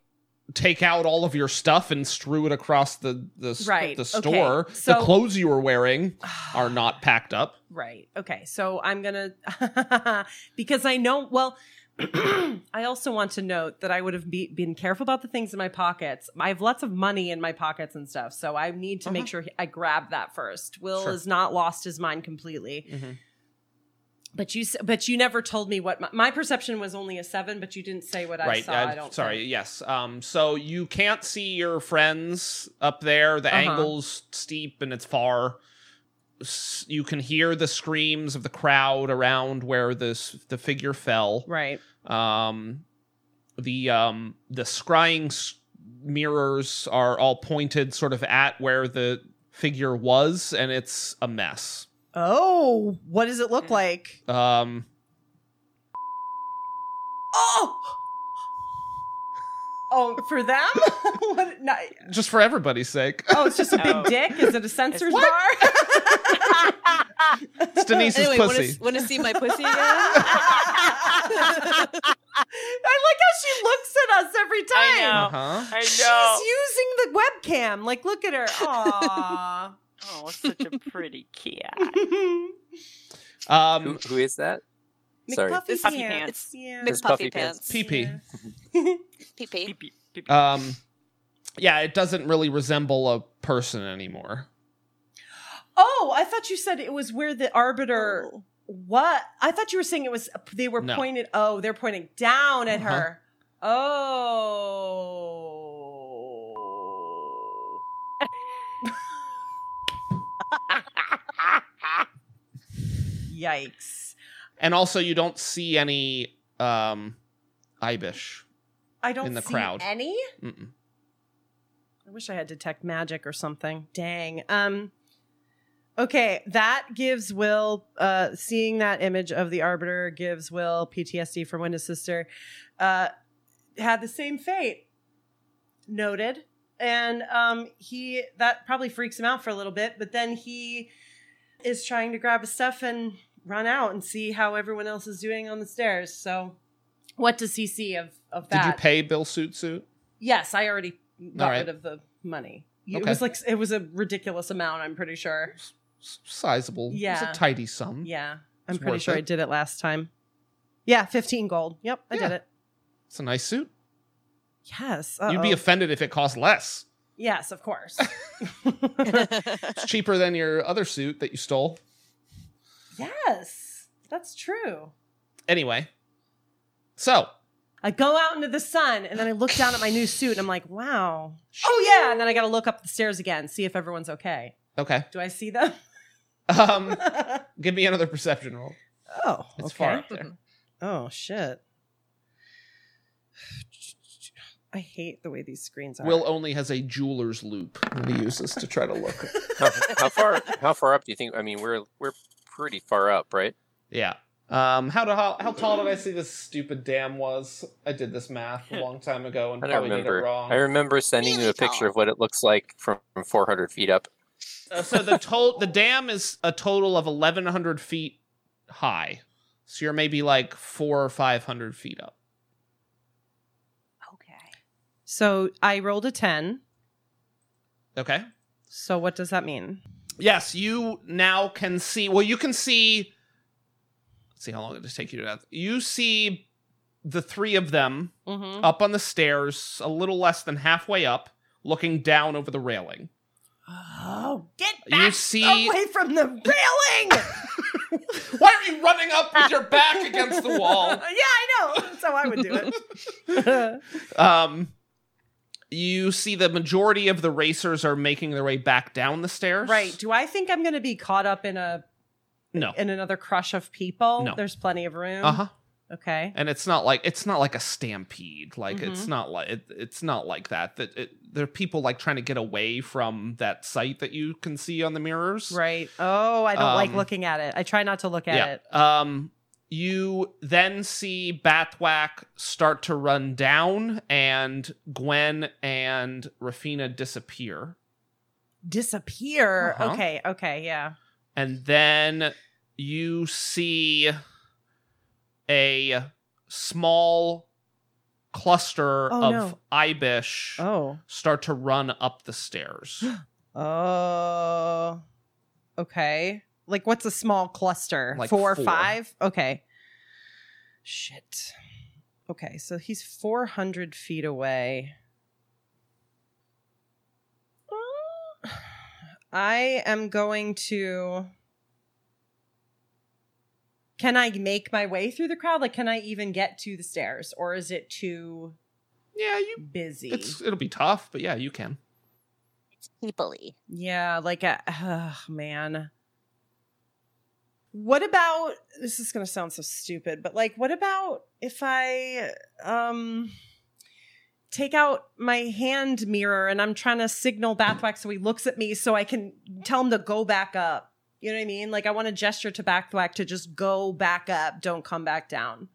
Speaker 1: take out all of your stuff and strew it across the the, s-
Speaker 8: Right,
Speaker 1: the
Speaker 8: okay,
Speaker 1: store. the
Speaker 8: so-
Speaker 1: clothes you were wearing are not packed up.
Speaker 8: Right. Okay. So I'm going to, because I know, well, I also want to note that I would have be, been careful about the things in my pockets. I have lots of money in my pockets and stuff. So I need to make sure I grab that first. Will
Speaker 1: Sure.
Speaker 8: has not lost his mind completely. But you, s- but you never told me what my, my perception was only a seven, but you didn't say what I
Speaker 1: right.
Speaker 8: saw.
Speaker 1: uh,
Speaker 8: I don't
Speaker 1: sorry.
Speaker 8: think.
Speaker 1: Yes. Um. So you can't see your friends up there. The
Speaker 8: Uh-huh.
Speaker 1: angles steep and it's far. S- You can hear the screams of the crowd around where this the figure fell.
Speaker 8: Right.
Speaker 1: Um, the um the scrying s- mirrors are all pointed sort of at where the figure was, and it's a mess.
Speaker 8: Oh, what does it look like?
Speaker 1: Um,
Speaker 8: Oh, oh, for them? what? Not,
Speaker 1: just for everybody's sake,
Speaker 8: Oh, it's just a big
Speaker 6: Oh.
Speaker 8: dick? Is it a censored
Speaker 6: What?
Speaker 8: bar?
Speaker 1: it's Denise's
Speaker 7: Anyway,
Speaker 1: pussy.
Speaker 7: want to see my pussy again?
Speaker 8: I like how she looks at us every time.
Speaker 6: I know.
Speaker 1: Uh-huh.
Speaker 6: I
Speaker 8: She's
Speaker 6: know.
Speaker 8: using the webcam. Like, look at her. Aww.
Speaker 6: Oh, such a pretty cat.
Speaker 1: Um,
Speaker 4: Who, who is that? Sorry.
Speaker 8: McPuffy
Speaker 6: Puffy
Speaker 8: pants.
Speaker 6: pants.
Speaker 8: Yeah.
Speaker 4: Mc- There's
Speaker 7: McPuffy
Speaker 4: puffy pants.
Speaker 7: pants.
Speaker 1: pee pee.
Speaker 7: Pee pee.
Speaker 6: Beep, beep, beep, beep.
Speaker 1: Um, yeah, it doesn't really resemble a person anymore.
Speaker 8: Oh, I thought you said it was where the arbiter. What? I thought you were saying it was they were
Speaker 1: No.
Speaker 8: pointed. Oh, they're pointing down at
Speaker 1: Uh-huh.
Speaker 8: her. Oh. Yikes.
Speaker 1: And also, you don't see any um, Ibish.
Speaker 8: I don't
Speaker 1: In the
Speaker 8: see
Speaker 1: crowd.
Speaker 8: any.
Speaker 1: Mm-mm.
Speaker 8: I wish I had detect magic or something. Dang. Um Okay, that gives Will uh seeing that image of the arbiter gives Will PTSD from when his sister uh had the same fate. Noted. And um he that probably freaks him out for a little bit, but then he is trying to grab his stuff and run out and see how everyone else is doing on the stairs. So what does he see of of that?
Speaker 1: Did you pay Bill Suit Suit?
Speaker 8: Yes, I already got
Speaker 1: All right.
Speaker 8: rid of the money. You- It
Speaker 1: Okay.
Speaker 8: was like it was a ridiculous amount. I'm pretty sure.
Speaker 1: S- Sizable.
Speaker 8: Yeah.
Speaker 1: It's a tidy sum.
Speaker 8: Yeah, I'm
Speaker 1: It's
Speaker 8: pretty
Speaker 1: worth
Speaker 8: sure I
Speaker 1: it.
Speaker 8: did it last time. Yeah, 15 gold. Yep, I did
Speaker 1: Yeah.
Speaker 8: it.
Speaker 1: It's a nice suit.
Speaker 8: Yes.
Speaker 1: You'd be
Speaker 8: uh-oh.
Speaker 1: offended if it cost less.
Speaker 8: yes, of course.
Speaker 1: It's cheaper than your other suit that you stole.
Speaker 8: yes, that's true.
Speaker 1: Anyway. So,
Speaker 8: I go out into the sun and then I look down at my new suit and I'm like, wow. Oh yeah, and then I got to look up the stairs again, see if everyone's okay.
Speaker 1: okay.
Speaker 8: Do I see them?
Speaker 1: Um,
Speaker 8: oh,
Speaker 1: give me another perception roll. It's far up there.
Speaker 8: Oh shit. I hate the way these screens are.
Speaker 1: Will only has a jeweler's loop that he uses to try to look.
Speaker 4: How, how far? How far up do you think? I mean, we're we're pretty far up, right?
Speaker 1: yeah. Um, how, to, how how tall did I see this stupid dam was? I did this math a long time ago and
Speaker 4: I don't
Speaker 1: probably did it
Speaker 4: remember.
Speaker 1: wrong.
Speaker 4: I remember sending you a picture of what it looks like from, from 400 feet up.
Speaker 1: Uh, so the total the dam is a total of 1100 feet high so you're maybe like four or five hundred feet up
Speaker 7: Okay.
Speaker 8: So I rolled a 10.
Speaker 1: okay
Speaker 8: So what does that mean?
Speaker 1: yes you now can see well you can see let's see how long it just take you to that you see the three of them
Speaker 8: Mm-hmm.
Speaker 1: up on the stairs a little less than halfway up looking down over the railing
Speaker 8: Oh, get
Speaker 1: You see-
Speaker 8: away from the railing!
Speaker 1: why are you running up with your back against the wall
Speaker 8: yeah, I know. That's how I would do it.
Speaker 1: Um, you see the majority of the racers are making their way back down the stairs.
Speaker 8: right. Do I think I'm going to be caught up in a
Speaker 1: No.
Speaker 8: in another crush of people?
Speaker 1: No.
Speaker 8: There's plenty of room.
Speaker 1: Uh huh.
Speaker 8: Okay.
Speaker 1: And it's not like it's not like a stampede. Like
Speaker 8: Mhm.
Speaker 1: it's not like it, it's not like that. That it, there are people like trying to get away from that sight that you can see on the mirrors.
Speaker 8: Right. Oh, I don't like
Speaker 1: Um,
Speaker 8: looking at it. I try not to look at it.
Speaker 1: Um, you then see Bathwack start to run down, and Gwen and Rafina disappear.
Speaker 8: Disappear.
Speaker 1: Uh-huh.
Speaker 8: Okay. Okay. Yeah.
Speaker 1: and then you see a small cluster
Speaker 8: Oh,
Speaker 1: of
Speaker 8: no.
Speaker 1: ibish
Speaker 8: Oh.
Speaker 1: start to run up the stairs.
Speaker 8: Oh. Okay. Like what's a small cluster?
Speaker 1: Like
Speaker 8: four,
Speaker 1: four.
Speaker 8: five? Okay. Shit. Okay, so he's 400 feet away. Uh, I am going to. Can I make my way through the crowd? Like, can I even get to the stairs, or is it too
Speaker 1: yeah, you.
Speaker 8: busy?
Speaker 1: It's it'll be tough, but yeah, you can.
Speaker 7: Peoply.
Speaker 8: Yeah, like a oh, man. What about this is going to sound so stupid, but like what about if I um take out my hand mirror and I'm trying to signal Bathwack so he looks at me so I can tell him to go back up. You know what I mean? Like I want to gesture to Bathwack to just go back up, don't come back down.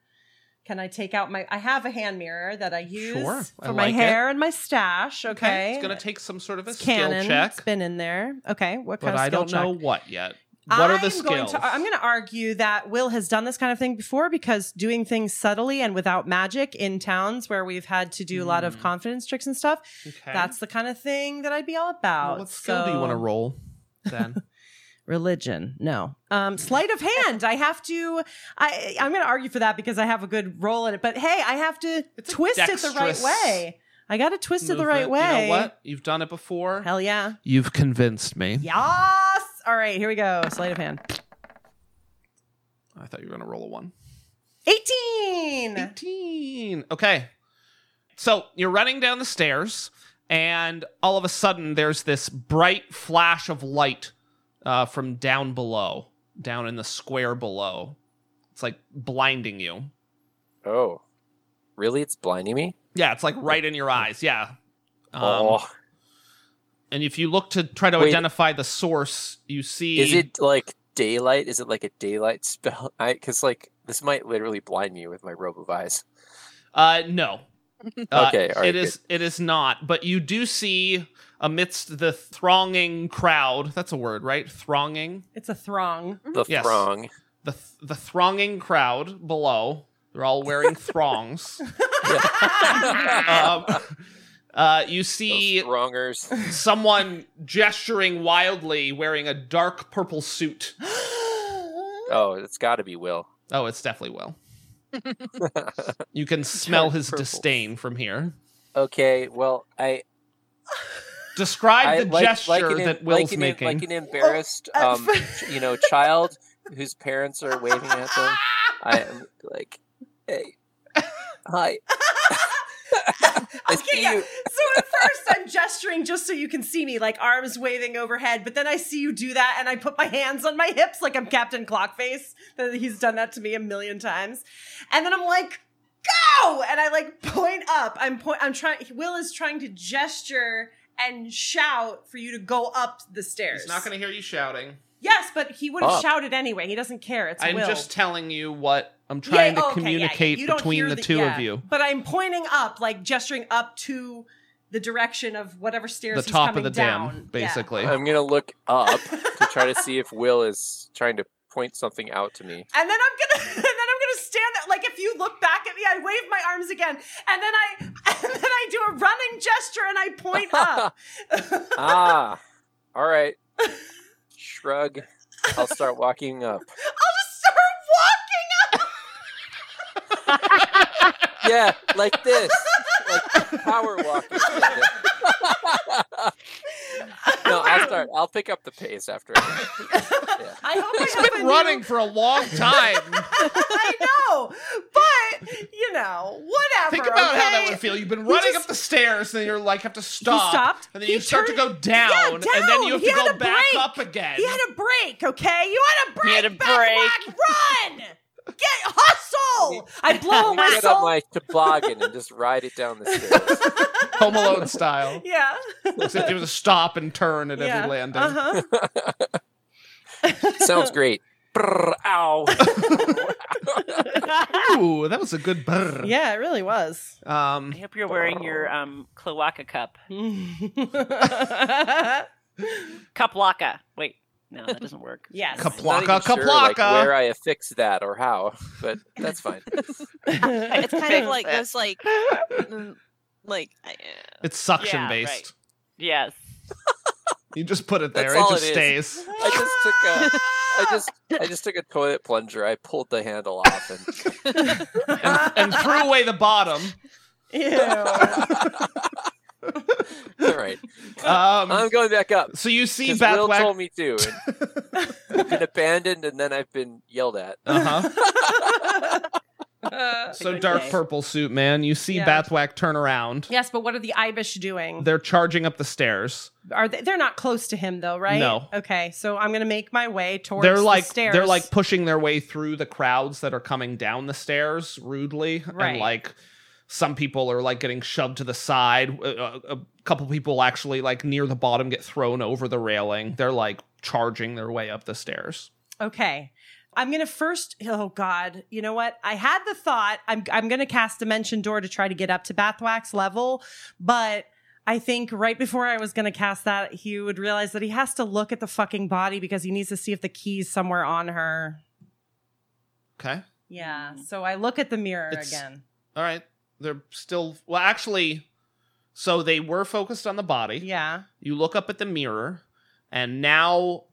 Speaker 8: Can I take out my I have a hand mirror that I use
Speaker 1: Sure, I
Speaker 8: for my
Speaker 1: like it.
Speaker 8: hair and my stash, okay?
Speaker 1: it's gonna take some sort of a
Speaker 8: It's
Speaker 1: skill
Speaker 8: canon. It's
Speaker 1: check,
Speaker 8: been in there. Okay, what kind
Speaker 1: but
Speaker 8: of
Speaker 1: I
Speaker 8: skill
Speaker 1: don't
Speaker 8: check?
Speaker 1: know what yet. What are the
Speaker 8: I'm going
Speaker 1: skills?
Speaker 8: to- I'm going to argue that Will has done this kind of thing before because doing things subtly and without magic in towns where we've had to do a lot of
Speaker 1: Hmm.
Speaker 8: confidence tricks and stuff.
Speaker 1: Okay.
Speaker 8: That's the kind of thing that I'd be all about.
Speaker 1: Well, what skill do you want to
Speaker 8: So-
Speaker 1: roll then?
Speaker 8: Religion, no. Um, sleight of hand. I have to. I I'm going to argue for that because I have a good roll at it. But hey, I have to
Speaker 1: It's a
Speaker 8: twist it the right
Speaker 1: dexterous
Speaker 8: way. I got to twist it the right
Speaker 1: Movement.
Speaker 8: way.
Speaker 1: You know what? You've done it before.
Speaker 8: Hell yeah.
Speaker 1: You've convinced me.
Speaker 8: Yes. All right, here we go. Sleight of hand.
Speaker 1: I thought you were gonna roll a one.
Speaker 8: 18.
Speaker 1: 18. Okay. So you're running down the stairs, and all of a sudden, there's this bright flash of light uh, from down below, down in the square below. It's like blinding you.
Speaker 4: Oh, really? It's blinding me.
Speaker 1: Yeah, it's like right in your eyes. Yeah. Um,
Speaker 4: oh,
Speaker 1: And if you look to try to
Speaker 4: Wait.
Speaker 1: identify the source, you see
Speaker 4: Is it like daylight? Is it like a daylight spell? I Because like this might literally blind me with my robe of eyes.
Speaker 1: Uh, no. Uh,
Speaker 4: Okay, all right,
Speaker 1: it is. It is not. But you do see amidst the thronging crowd. That's a word, right? Thronging
Speaker 8: It's a throng.
Speaker 4: The
Speaker 1: Yes.
Speaker 4: throng.
Speaker 1: the th- the thronging crowd below. They're all wearing throngs. Um, uh, you see
Speaker 4: Those throngers.
Speaker 1: someone gesturing wildly, wearing a dark purple suit.
Speaker 8: Uh,
Speaker 4: Oh, it's got to be Will.
Speaker 1: Oh, it's definitely Will. You can smell his
Speaker 4: purple.
Speaker 1: disdain from here.
Speaker 4: okay, well, I
Speaker 1: Describe
Speaker 4: I
Speaker 1: the
Speaker 4: like,
Speaker 1: gesture
Speaker 4: like an,
Speaker 1: that
Speaker 4: like
Speaker 1: Will's
Speaker 4: an,
Speaker 1: making.
Speaker 4: like an embarrassed,
Speaker 8: uh,
Speaker 4: um, ch- you know, child whose parents are waving at them. I am like, hey, hi. I see
Speaker 8: yeah.
Speaker 4: you.
Speaker 8: So at first I'm gesturing just so you can see me, like arms waving overhead, but then I see you do that and I put my hands on my hips like I'm Captain Clockface. That He's done that to me a million times. And then I'm like, go! And I like point up. I'm point I'm trying Will is trying to gesture and shout for you to go up the stairs.
Speaker 1: He's not going to hear you shouting.
Speaker 8: Yes, but he would have
Speaker 4: Up.
Speaker 8: shouted anyway. He doesn't care. It's
Speaker 1: I'm
Speaker 8: Will.
Speaker 1: just telling you what I'm trying
Speaker 8: Yeah,
Speaker 1: to
Speaker 8: okay, yeah, yeah.
Speaker 1: communicate
Speaker 8: You don't
Speaker 1: between
Speaker 8: hear
Speaker 1: the, two
Speaker 8: yeah.
Speaker 1: of you.
Speaker 8: But I'm pointing up, like gesturing up to the direction of whatever stairs.
Speaker 1: The
Speaker 8: he's
Speaker 1: top of
Speaker 8: coming
Speaker 1: the
Speaker 8: down.
Speaker 1: dam,
Speaker 8: Yeah.
Speaker 1: basically.
Speaker 4: I'm gonna look up to try to see if Will is trying to point something out to me.
Speaker 8: And then I'm gonna, and then I'm gonna stand there. Like if you look back at me, I wave my arms again, and then I, and then I do a running gesture and I point up.
Speaker 4: Ah, all right. Shrug. I'll start walking up.
Speaker 8: I'll just start walking up.
Speaker 4: Yeah, like this. Like power walking. no, I'll start. I'll pick up the pace after.
Speaker 8: I hope I
Speaker 1: He's
Speaker 8: have
Speaker 1: been
Speaker 8: a
Speaker 1: running
Speaker 8: New,
Speaker 1: for a long time.
Speaker 8: I know, but you know, whatever.
Speaker 1: Think about how that
Speaker 8: okay?
Speaker 1: would feel. You've been running
Speaker 8: just-
Speaker 1: up the stairs, and then you're like, have to stop.
Speaker 8: stopped.
Speaker 1: And then
Speaker 8: He
Speaker 1: you start to
Speaker 8: turned-
Speaker 1: go down,
Speaker 8: Yeah,
Speaker 1: and then
Speaker 8: down.
Speaker 1: you have
Speaker 8: He
Speaker 1: to
Speaker 8: had
Speaker 1: go
Speaker 8: a
Speaker 1: back
Speaker 8: break.
Speaker 1: up again.
Speaker 8: He had a break, okay? You had a break.
Speaker 6: had a
Speaker 8: Backwag. Run. Get hustle. I blow a
Speaker 4: Get on
Speaker 8: whistle.
Speaker 4: my toboggan and just ride it down the stairs.
Speaker 1: Home Alone style.
Speaker 8: yeah.
Speaker 1: Except it was a stop and turn at
Speaker 8: yeah.
Speaker 1: every landing.
Speaker 8: Uh-huh.
Speaker 4: Sounds great. Brr, ow.
Speaker 8: Uh-huh.
Speaker 1: Ooh, that was a good brr.
Speaker 8: Yeah, it really was.
Speaker 1: Um,
Speaker 6: I hope you're wearing your
Speaker 1: Oh.
Speaker 6: um, cloaca cup. Cuplaka. Wait, no, that doesn't work.
Speaker 8: yes.
Speaker 4: Not even
Speaker 1: kaplaka,
Speaker 4: sure, like,
Speaker 1: kaplaka.
Speaker 4: where I affix that or how, but that's fine.
Speaker 7: It's kind of like those like mm, like I-
Speaker 1: it's suction
Speaker 6: Yeah,
Speaker 1: based.
Speaker 6: right. Yes.
Speaker 1: You just put it
Speaker 4: That's
Speaker 1: there.
Speaker 4: all
Speaker 1: it just
Speaker 4: it
Speaker 1: stays.
Speaker 4: I just took a, I just, I just took a toilet plunger. I pulled the handle off, and
Speaker 1: and, and threw away the bottom.
Speaker 4: all right, I'm
Speaker 1: Um,
Speaker 4: going back up.
Speaker 1: so you see
Speaker 4: 'Cause Will told
Speaker 1: Bathwack.
Speaker 4: me to. And I've been abandoned, and then I've been yelled at.
Speaker 1: Uh huh. So
Speaker 6: Okay.
Speaker 1: dark purple suit, man. You see
Speaker 8: Yeah.
Speaker 1: Bathwack turn around.
Speaker 8: Yes, but what are the Ibish doing?
Speaker 1: They're charging up the stairs.
Speaker 8: Are they? They're not close to him, though, right?
Speaker 1: No.
Speaker 8: Okay, so I'm gonna make my way towards.
Speaker 1: they're like
Speaker 8: the stairs.
Speaker 1: they're like pushing their way through the crowds that are coming down the stairs rudely,
Speaker 8: Right.
Speaker 1: and like some people are like getting shoved to the side. A, a- a couple people actually like near the bottom get thrown over the railing. They're like charging their way up the stairs.
Speaker 8: Okay. I'm gonna first. Oh God, you know what? I had the thought. I'm I'm gonna cast Dimension Door to try to get up to Bathwax level, but I think right before I was gonna cast that, he would realize that he has to look at the fucking body because he needs to see if the key's somewhere on her.
Speaker 1: Okay.
Speaker 8: Yeah. So I look at the mirror
Speaker 1: Mm. It's-
Speaker 8: again.
Speaker 1: All right. They're still well actually so they were focused on the body.
Speaker 8: Yeah.
Speaker 1: You look up at the mirror and now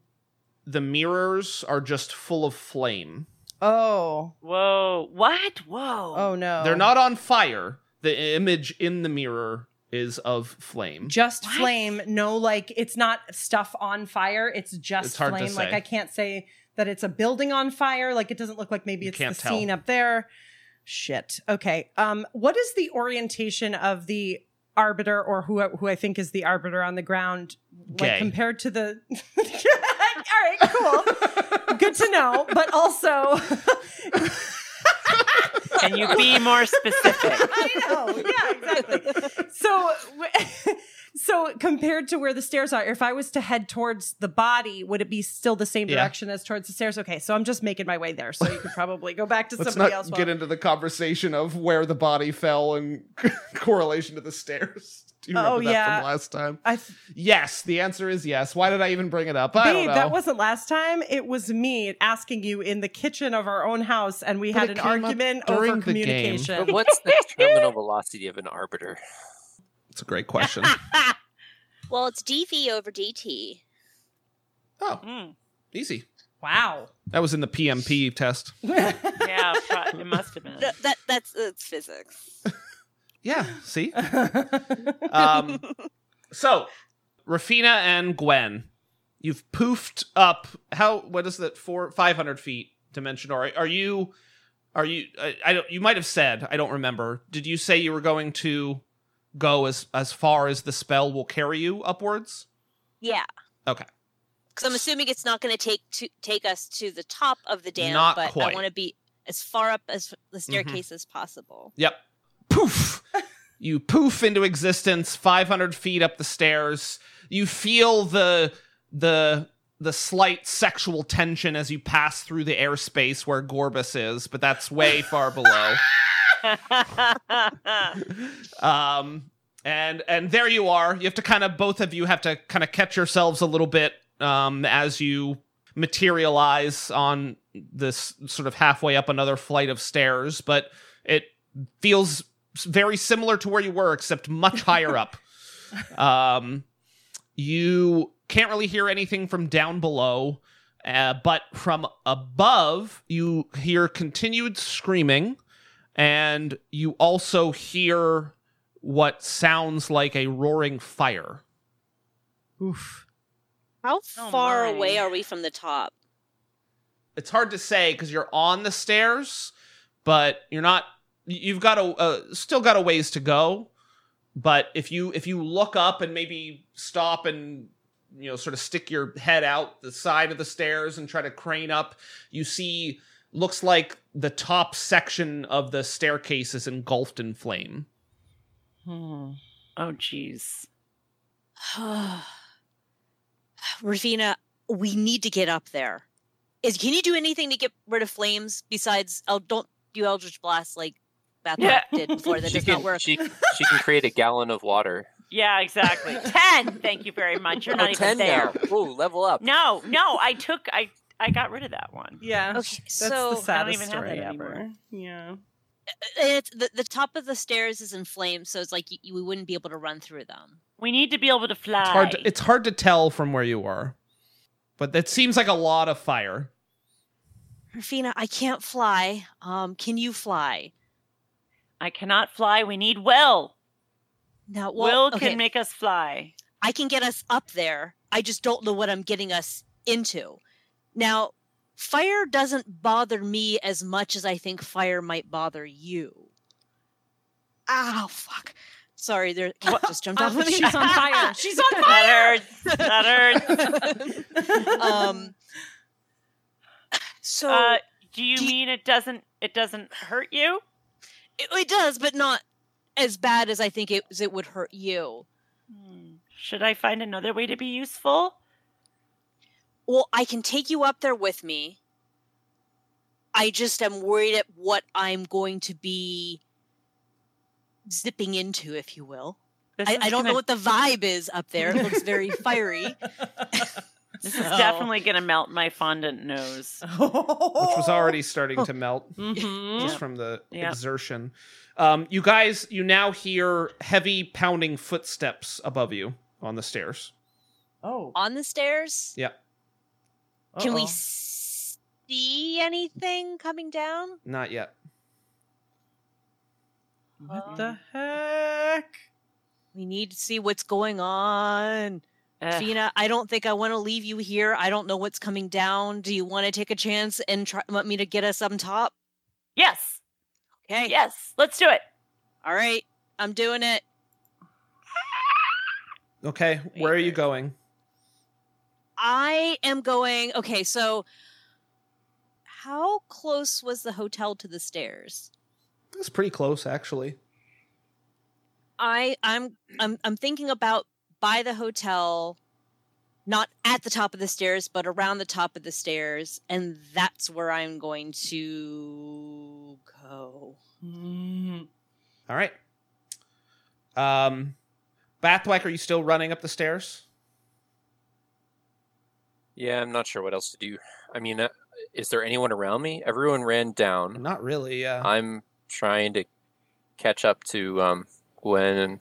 Speaker 1: the mirrors are just full of flame.
Speaker 8: Oh.
Speaker 6: Whoa. What? Whoa.
Speaker 8: Oh no.
Speaker 1: They're not on fire. The image in the mirror is of flame.
Speaker 8: just
Speaker 6: What?
Speaker 8: flame. No, like it's not stuff on fire. It's just
Speaker 1: It's hard to
Speaker 8: flame. Like
Speaker 1: say.
Speaker 8: I can't say that it's a building on fire. Like it doesn't look like maybe
Speaker 1: You
Speaker 8: it's the
Speaker 1: can't tell.
Speaker 8: scene up there. Shit. Okay. Um, what is the orientation of the arbiter or who who I think is the arbiter on the ground
Speaker 1: Gay.
Speaker 8: like compared to the All right, cool. Good to know, but also
Speaker 6: Can you be more specific?
Speaker 8: I know. Yeah, exactly. So, w- So compared to where the stairs are, if I was to head towards the body, would it be still the same
Speaker 1: Yeah.
Speaker 8: direction as towards the stairs? Okay, so I'm just making my way there. So you could probably go back to
Speaker 9: Let's
Speaker 8: somebody
Speaker 9: not
Speaker 8: else.
Speaker 9: get
Speaker 8: while-
Speaker 9: into the conversation of where the body fell and correlation to the stairs. Do you remember
Speaker 8: Oh,
Speaker 9: that
Speaker 8: yeah.
Speaker 9: from last time?
Speaker 8: I th-
Speaker 9: Yes, the answer is yes. Why did I even bring it up? I don't
Speaker 8: Babe,
Speaker 9: know.
Speaker 8: that wasn't last time. It was me asking you in the kitchen of our own house, and we
Speaker 9: But
Speaker 8: had
Speaker 9: it came
Speaker 8: an
Speaker 9: up
Speaker 8: argument
Speaker 9: during
Speaker 8: over
Speaker 9: the game.
Speaker 8: communication.
Speaker 4: But what's the terminal velocity of an arbiter?
Speaker 9: It's a great question.
Speaker 7: Well, it's DV over DT.
Speaker 9: oh,
Speaker 6: Mm,
Speaker 9: easy.
Speaker 8: wow.
Speaker 9: That was in the PMP test.
Speaker 6: yeah, pro- it must have been.
Speaker 7: Th- that that's it's physics.
Speaker 9: Yeah, see?
Speaker 8: That's
Speaker 1: Um, so, Rafina and Gwen, you've poofed up. How? What is that? Four, five hundred feet dimension? Or are you? Are you? I, I don't. You might have said. I don't remember. Did you say you were going to go as as far as the spell will carry you upwards?
Speaker 7: Yeah.
Speaker 1: Okay.
Speaker 7: Because I'm assuming it's not going to take to take us to the top of the dam,
Speaker 1: Not
Speaker 7: but
Speaker 1: quite. Mm-hmm.
Speaker 7: I want to be as far up as the staircase as possible.
Speaker 1: Yep. Poof! you poof into existence 500 feet up the stairs. You feel the the the slight sexual tension as you pass through the airspace where Gorbus is, but that's way far below. Um and and there you are. You have to kind of both of you have to kind of catch yourselves a little bit um as you materialize on this sort of halfway up another flight of stairs, but it feels s- very similar to where you were, except much higher up. Um, you can't really hear anything from down below, uh, but from above, you hear continued screaming, and you also hear what sounds like a roaring fire.
Speaker 8: Oof.
Speaker 7: How
Speaker 6: Oh
Speaker 7: far
Speaker 6: my.
Speaker 7: away are we from the top?
Speaker 1: it's hard to say because you're on the stairs, but you're not. You've got a uh, still got a ways to go. But if you if you look up and maybe stop and you know sort of stick your head out the side of the stairs and try to crane up, you see looks like the top section of the staircase is engulfed in flame.
Speaker 6: Hmm. Oh, jeez.
Speaker 7: Ravina, we need to get up there. Is can you do anything to get rid of flames besides? Oh, don't do Eldritch Blast like Bathrock
Speaker 6: Yeah.
Speaker 7: did before. That
Speaker 4: She
Speaker 7: does
Speaker 4: can,
Speaker 7: not work.
Speaker 4: She, she can create a gallon of water.
Speaker 6: Yeah, exactly. Ten. Thank you very much. You're not
Speaker 4: oh,
Speaker 6: even
Speaker 4: 10
Speaker 6: there.
Speaker 4: now. Ooh, level up.
Speaker 6: No, no. I took. I I got rid of that one.
Speaker 8: Yeah.
Speaker 7: Okay,
Speaker 8: That's the
Speaker 7: so
Speaker 6: I don't
Speaker 8: saddest
Speaker 6: even have
Speaker 8: story
Speaker 6: that
Speaker 8: ever.
Speaker 6: anymore.
Speaker 8: Yeah.
Speaker 7: it's the, the top of the stairs is in flames, so it's like y- you, we wouldn't be able to run through them.
Speaker 6: We need to be able to fly.
Speaker 1: It's hard. To, it's hard to tell from where you are, but that seems like a lot of fire.
Speaker 7: Rafina, I can't fly. Um, can you fly?
Speaker 6: I cannot fly. We need will.
Speaker 7: Now, well,
Speaker 6: will
Speaker 7: okay,
Speaker 6: can make us fly.
Speaker 7: I can get us up there. I just don't know what I'm getting us into. Now, fire doesn't bother me as much as I think fire might bother you. Ow, fuck. Sorry, there cat just jumped off
Speaker 8: Oh,
Speaker 7: of me.
Speaker 8: she's on fire. She's on fire.
Speaker 6: That hurts. That hurts.
Speaker 7: um, so
Speaker 6: Uh, do you
Speaker 7: Do you-
Speaker 6: mean it doesn't? It doesn't hurt you?
Speaker 7: It, it does, but not as bad as I think it as it would hurt you.
Speaker 6: Hmm. Should I find another way to be useful?
Speaker 7: Well, I can take you up there with me. I just am worried at what I'm going to be zipping into, if you will.
Speaker 6: This
Speaker 7: I,
Speaker 6: is
Speaker 7: I don't
Speaker 6: gonna-
Speaker 7: know what the vibe is up there. It looks very fiery.
Speaker 6: This is definitely going to melt my fondant nose.
Speaker 1: which was already starting to melt
Speaker 6: Mm-hmm.
Speaker 8: Mhm.
Speaker 1: just from the
Speaker 6: Yeah.
Speaker 1: exertion. Um, you guys, you now hear heavy pounding footsteps above you on the stairs.
Speaker 8: Oh.
Speaker 7: On the stairs,
Speaker 1: Yeah,
Speaker 7: can we
Speaker 8: Uh-oh.
Speaker 7: see anything coming down?
Speaker 1: not yet.
Speaker 6: Um,
Speaker 8: What the heck?
Speaker 7: We need to see what's going on.
Speaker 6: Ugh.
Speaker 7: Fina, I don't think I want to leave you here. I don't know what's coming down. Do you want to take a chance and try want me to get us on top?
Speaker 6: Yes,
Speaker 7: Okay.
Speaker 6: yes, let's do it.
Speaker 7: All right. I'm doing it.
Speaker 1: Okay, where are you going?
Speaker 7: I am going. Okay, so how close was the hotel to the stairs?
Speaker 1: It's pretty close, actually.
Speaker 7: I I'm I'm I'm thinking about by the hotel, not at the top of the stairs, but around the top of the stairs, and that's where I'm going to go.
Speaker 8: Mm.
Speaker 1: All right. Um, Bathwack, are you still running up the stairs?
Speaker 4: Yeah, I'm not sure what else to do. I mean, uh, is there anyone around me? Everyone ran down.
Speaker 1: Not really. Yeah.
Speaker 4: I'm trying to catch up to um, Gwen and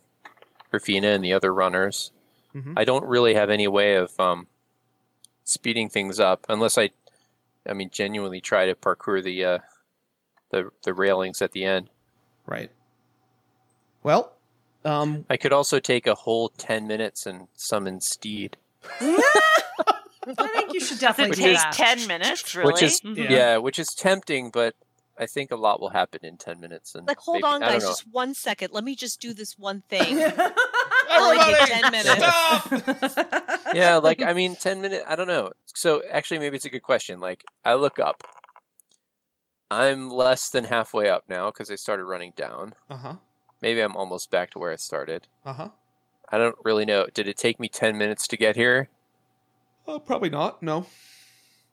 Speaker 4: Rafina and the other runners.
Speaker 1: Mhm.
Speaker 4: I don't really have any way of um, speeding things up unless I, I mean, genuinely try to parkour the uh, the the railings at the end.
Speaker 1: Right. Well, um,
Speaker 4: I could also take a whole ten minutes and summon Steed,
Speaker 8: I think you should
Speaker 6: Does it
Speaker 8: definitely do
Speaker 6: take
Speaker 8: that.
Speaker 6: ten minutes? Really?
Speaker 4: which is
Speaker 1: Mhm.
Speaker 4: yeah. which is tempting, but I think a lot will happen in ten minutes. And
Speaker 7: Like, hold
Speaker 4: maybe-
Speaker 7: on,
Speaker 4: I don't
Speaker 7: guys,
Speaker 4: know.
Speaker 7: just one second. Let me just do this one thing. Only take
Speaker 10: Everybody,
Speaker 7: 10 minutes.
Speaker 10: stop!
Speaker 4: yeah, like I mean, ten minutes. I don't know. So actually, maybe it's a good question. Like I look up. I'm less than halfway up now because I started running down.
Speaker 1: uh huh.
Speaker 4: Maybe I'm almost back to where I started.
Speaker 1: Uh huh.
Speaker 4: I don't really know. Did it take me ten minutes to get here?
Speaker 1: Uh, probably not. No.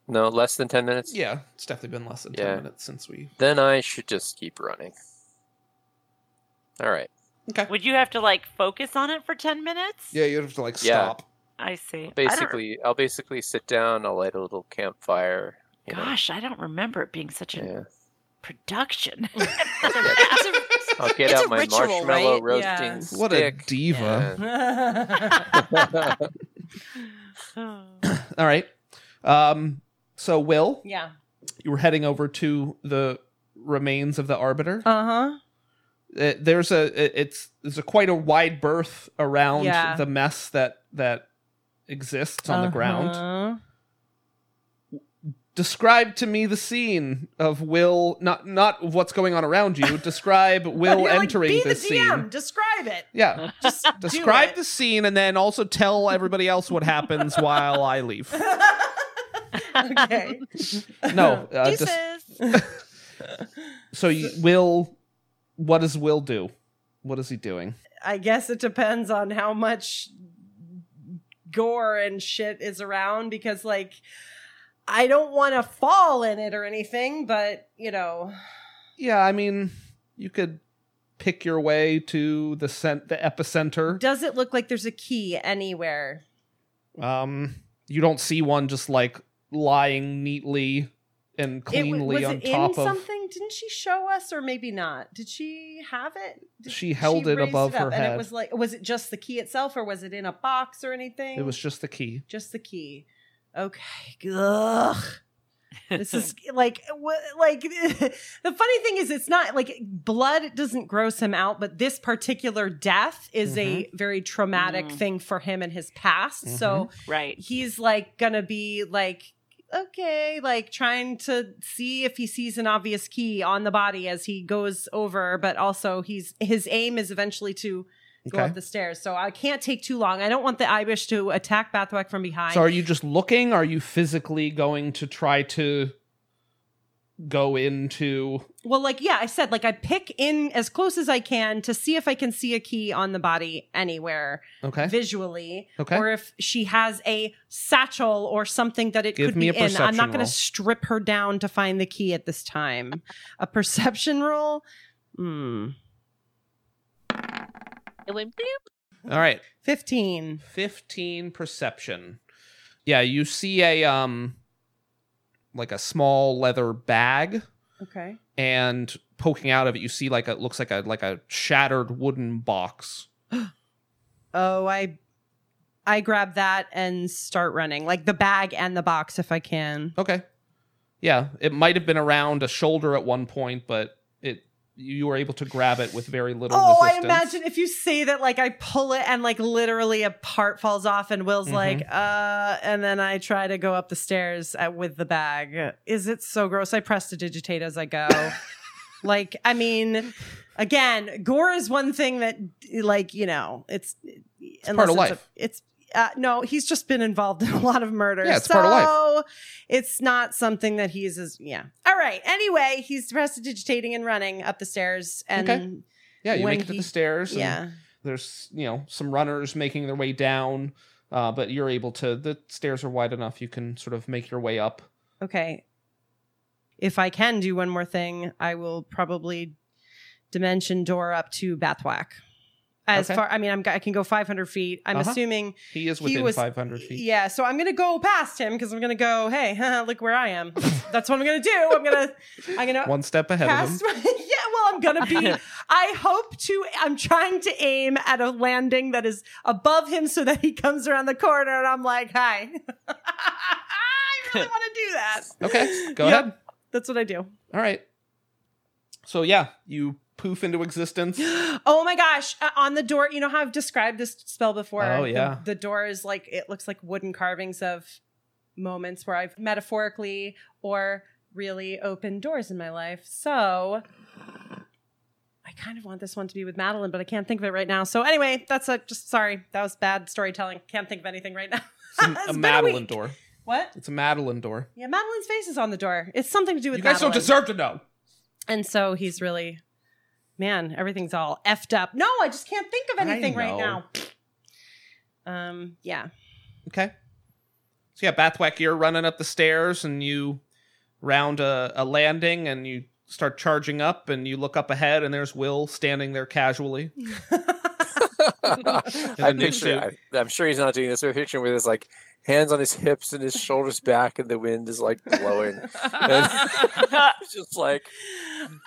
Speaker 4: No, less than ten minutes.
Speaker 1: Yeah, it's definitely been less than
Speaker 4: Yeah.
Speaker 1: ten minutes since we.
Speaker 4: Then I should just keep running. All right.
Speaker 1: Okay.
Speaker 6: Would you have to like focus on it for ten minutes?
Speaker 10: Yeah, you'd have to like
Speaker 4: Yeah.
Speaker 10: stop.
Speaker 6: I see. I don't-
Speaker 4: Basically, I'll basically sit down. I'll light a little campfire. You know.
Speaker 6: gosh, I don't remember it being such a
Speaker 4: Yeah.
Speaker 6: production.
Speaker 7: It's a-
Speaker 4: I'll get
Speaker 7: It's
Speaker 4: out
Speaker 7: a
Speaker 4: my
Speaker 7: ritual,
Speaker 4: marshmallow
Speaker 7: right?
Speaker 4: roasting
Speaker 8: Yeah.
Speaker 4: stick.
Speaker 1: What a diva.
Speaker 4: Yeah.
Speaker 1: All right. Um. So, Will,
Speaker 8: yeah.
Speaker 1: you were heading over to the remains of the Arbiter.
Speaker 8: Uh huh.
Speaker 1: Uh, there's a it- it's there's a quite a wide berth around
Speaker 8: Yeah.
Speaker 1: the mess that that exists
Speaker 8: Uh-huh.
Speaker 1: on the ground. Describe to me the scene of Will not not what's going on around you. Describe Will entering
Speaker 8: like, be
Speaker 1: this
Speaker 8: the DM.
Speaker 1: scene.
Speaker 8: Describe it.
Speaker 1: Yeah.
Speaker 8: Just do
Speaker 1: Describe
Speaker 8: it.
Speaker 1: the scene and then also tell everybody else what happens while I leave.
Speaker 8: okay.
Speaker 1: No, uh,
Speaker 7: Deuces.
Speaker 1: des- so you, Will, what does Will do? What is he doing?
Speaker 8: I guess it depends on how much gore and shit is around because, like, I don't want to fall in it or anything, but you know,
Speaker 1: Yeah, I mean, you could pick your way to the cent- the epicenter.
Speaker 8: does it look like there's a key anywhere?
Speaker 1: Um, you don't see one just like lying neatly and
Speaker 8: It w-
Speaker 1: cleanly
Speaker 8: was
Speaker 1: on
Speaker 8: it
Speaker 1: top
Speaker 8: in
Speaker 1: of.
Speaker 8: something? Didn't she show us, or maybe not? Did she have it? Did
Speaker 1: She held it
Speaker 8: raised
Speaker 1: above
Speaker 8: up
Speaker 1: her
Speaker 8: and
Speaker 1: head.
Speaker 8: It was like, was it just the key itself, or was it in a box or anything?
Speaker 1: It was just the key.
Speaker 8: just the key. Okay. Ugh. This is like what like the funny thing is it's not like blood doesn't gross him out but this particular death is a very traumatic
Speaker 6: Mm.
Speaker 8: thing for him in his past so
Speaker 6: right.
Speaker 8: he's like going to be like okay like trying to see if he sees an obvious key on the body as he goes over but also he's his aim is eventually to go
Speaker 1: Okay.
Speaker 8: up the stairs so I can't take too long I don't want the Ibish to attack Bathwack from behind
Speaker 1: So are you just looking? Are you physically going to try to go into?
Speaker 8: Well, like, yeah, I said, like, I pick in as close as I can to see if I can see a key on the body anywhere
Speaker 1: Okay.
Speaker 8: visually,
Speaker 1: Okay.
Speaker 8: or if she has a satchel or something that it
Speaker 1: Give
Speaker 8: could
Speaker 1: me
Speaker 8: be
Speaker 1: a
Speaker 8: in. I'm
Speaker 1: perception
Speaker 8: not going
Speaker 1: roll.
Speaker 8: to strip her down to find the key at this time. a perception roll? Hmm.
Speaker 7: It went bloop.
Speaker 1: All right.
Speaker 8: 15.
Speaker 1: 15 perception. Yeah, you see a um like a small leather bag
Speaker 8: Okay.
Speaker 1: and poking out of it you see like a looks like a like a shattered wooden box.
Speaker 8: Oh, I. I grab that and start running, like the bag and the box if I can.
Speaker 1: Okay. Yeah, it might have been around a shoulder at one point, but it you were able to grab it with very little
Speaker 8: Oh,
Speaker 1: resistance.
Speaker 8: I imagine if you say that, like I pull it and like literally a part falls off, and Will's
Speaker 1: Mhm.
Speaker 8: like, uh, and then I try to go up the stairs uh with the bag. Is it so gross? I press to digitate as I go. like, I mean, again, gore is one thing that, like, you know, it's, it's
Speaker 1: part of life.
Speaker 8: It's uh, no, he's just been involved in a lot of murder.
Speaker 1: Yeah, it's
Speaker 8: so
Speaker 1: part of life.
Speaker 8: it's not something that he's as yeah. All right. Anyway, he's prestidigitating and running up the stairs and
Speaker 1: Okay. Yeah, you
Speaker 8: when
Speaker 1: make it to
Speaker 8: he-
Speaker 1: the stairs. and
Speaker 8: yeah.
Speaker 1: There's you know some runners making their way down, uh, but you're able to. The stairs are wide enough; you can sort of make your way up.
Speaker 8: Okay. If I can do one more thing, I will probably dimension door up to Bathwack. As
Speaker 1: Okay.
Speaker 8: far, I mean, I'm, I can go 500 feet. I'm
Speaker 1: Uh-huh.
Speaker 8: assuming,
Speaker 1: He is
Speaker 8: He
Speaker 1: within
Speaker 8: was-
Speaker 1: 500 feet.
Speaker 8: yeah. So I'm gonna go past him because I'm gonna go, hey, look where I am. That's what I'm gonna do. I'm gonna, I'm gonna
Speaker 1: One step ahead of him.
Speaker 8: Cast my- yeah, well, I'm gonna be. I hope to. I'm trying to aim at a landing that is above him so that he comes around the corner and I'm like, "Hi." I really want to do that.
Speaker 1: Okay, go
Speaker 8: Yep.
Speaker 1: ahead.
Speaker 8: That's what I do.
Speaker 1: All right. So yeah, you poof into existence.
Speaker 8: Oh my gosh! Uh, on the door, you know how I've described this spell before.
Speaker 1: Oh,
Speaker 8: The-
Speaker 1: yeah.
Speaker 8: the door is like it looks like wooden carvings of moments where I've metaphorically or really opened doors in my life. So I kind of want this one to be with Madeline, but I can't think of it right now. So anyway, that's a just sorry. That was bad storytelling. Can't think of anything right now.
Speaker 1: It's an-
Speaker 8: It's
Speaker 1: a
Speaker 8: been a
Speaker 1: Madeline
Speaker 8: week.
Speaker 1: door.
Speaker 8: What?
Speaker 1: It's a Madeline door.
Speaker 8: Yeah, Madeline's face is on the door. It's something to do
Speaker 1: You
Speaker 8: with
Speaker 1: guys
Speaker 8: Madeline.
Speaker 1: don't deserve to know.
Speaker 8: And so he's really, man, everything's all effed up. No, I just can't think of
Speaker 1: I
Speaker 8: anything right
Speaker 1: know.
Speaker 8: now. Um, yeah.
Speaker 1: Okay. So yeah, Bathwack, you're running up the stairs and you round a, a landing and you start charging up and you look up ahead and there's Will standing there casually.
Speaker 4: I
Speaker 1: new
Speaker 4: picture, I, I'm sure he's not doing this. But I picture him with his like hands on his hips and his shoulders back, and the wind is like blowing. And he's just like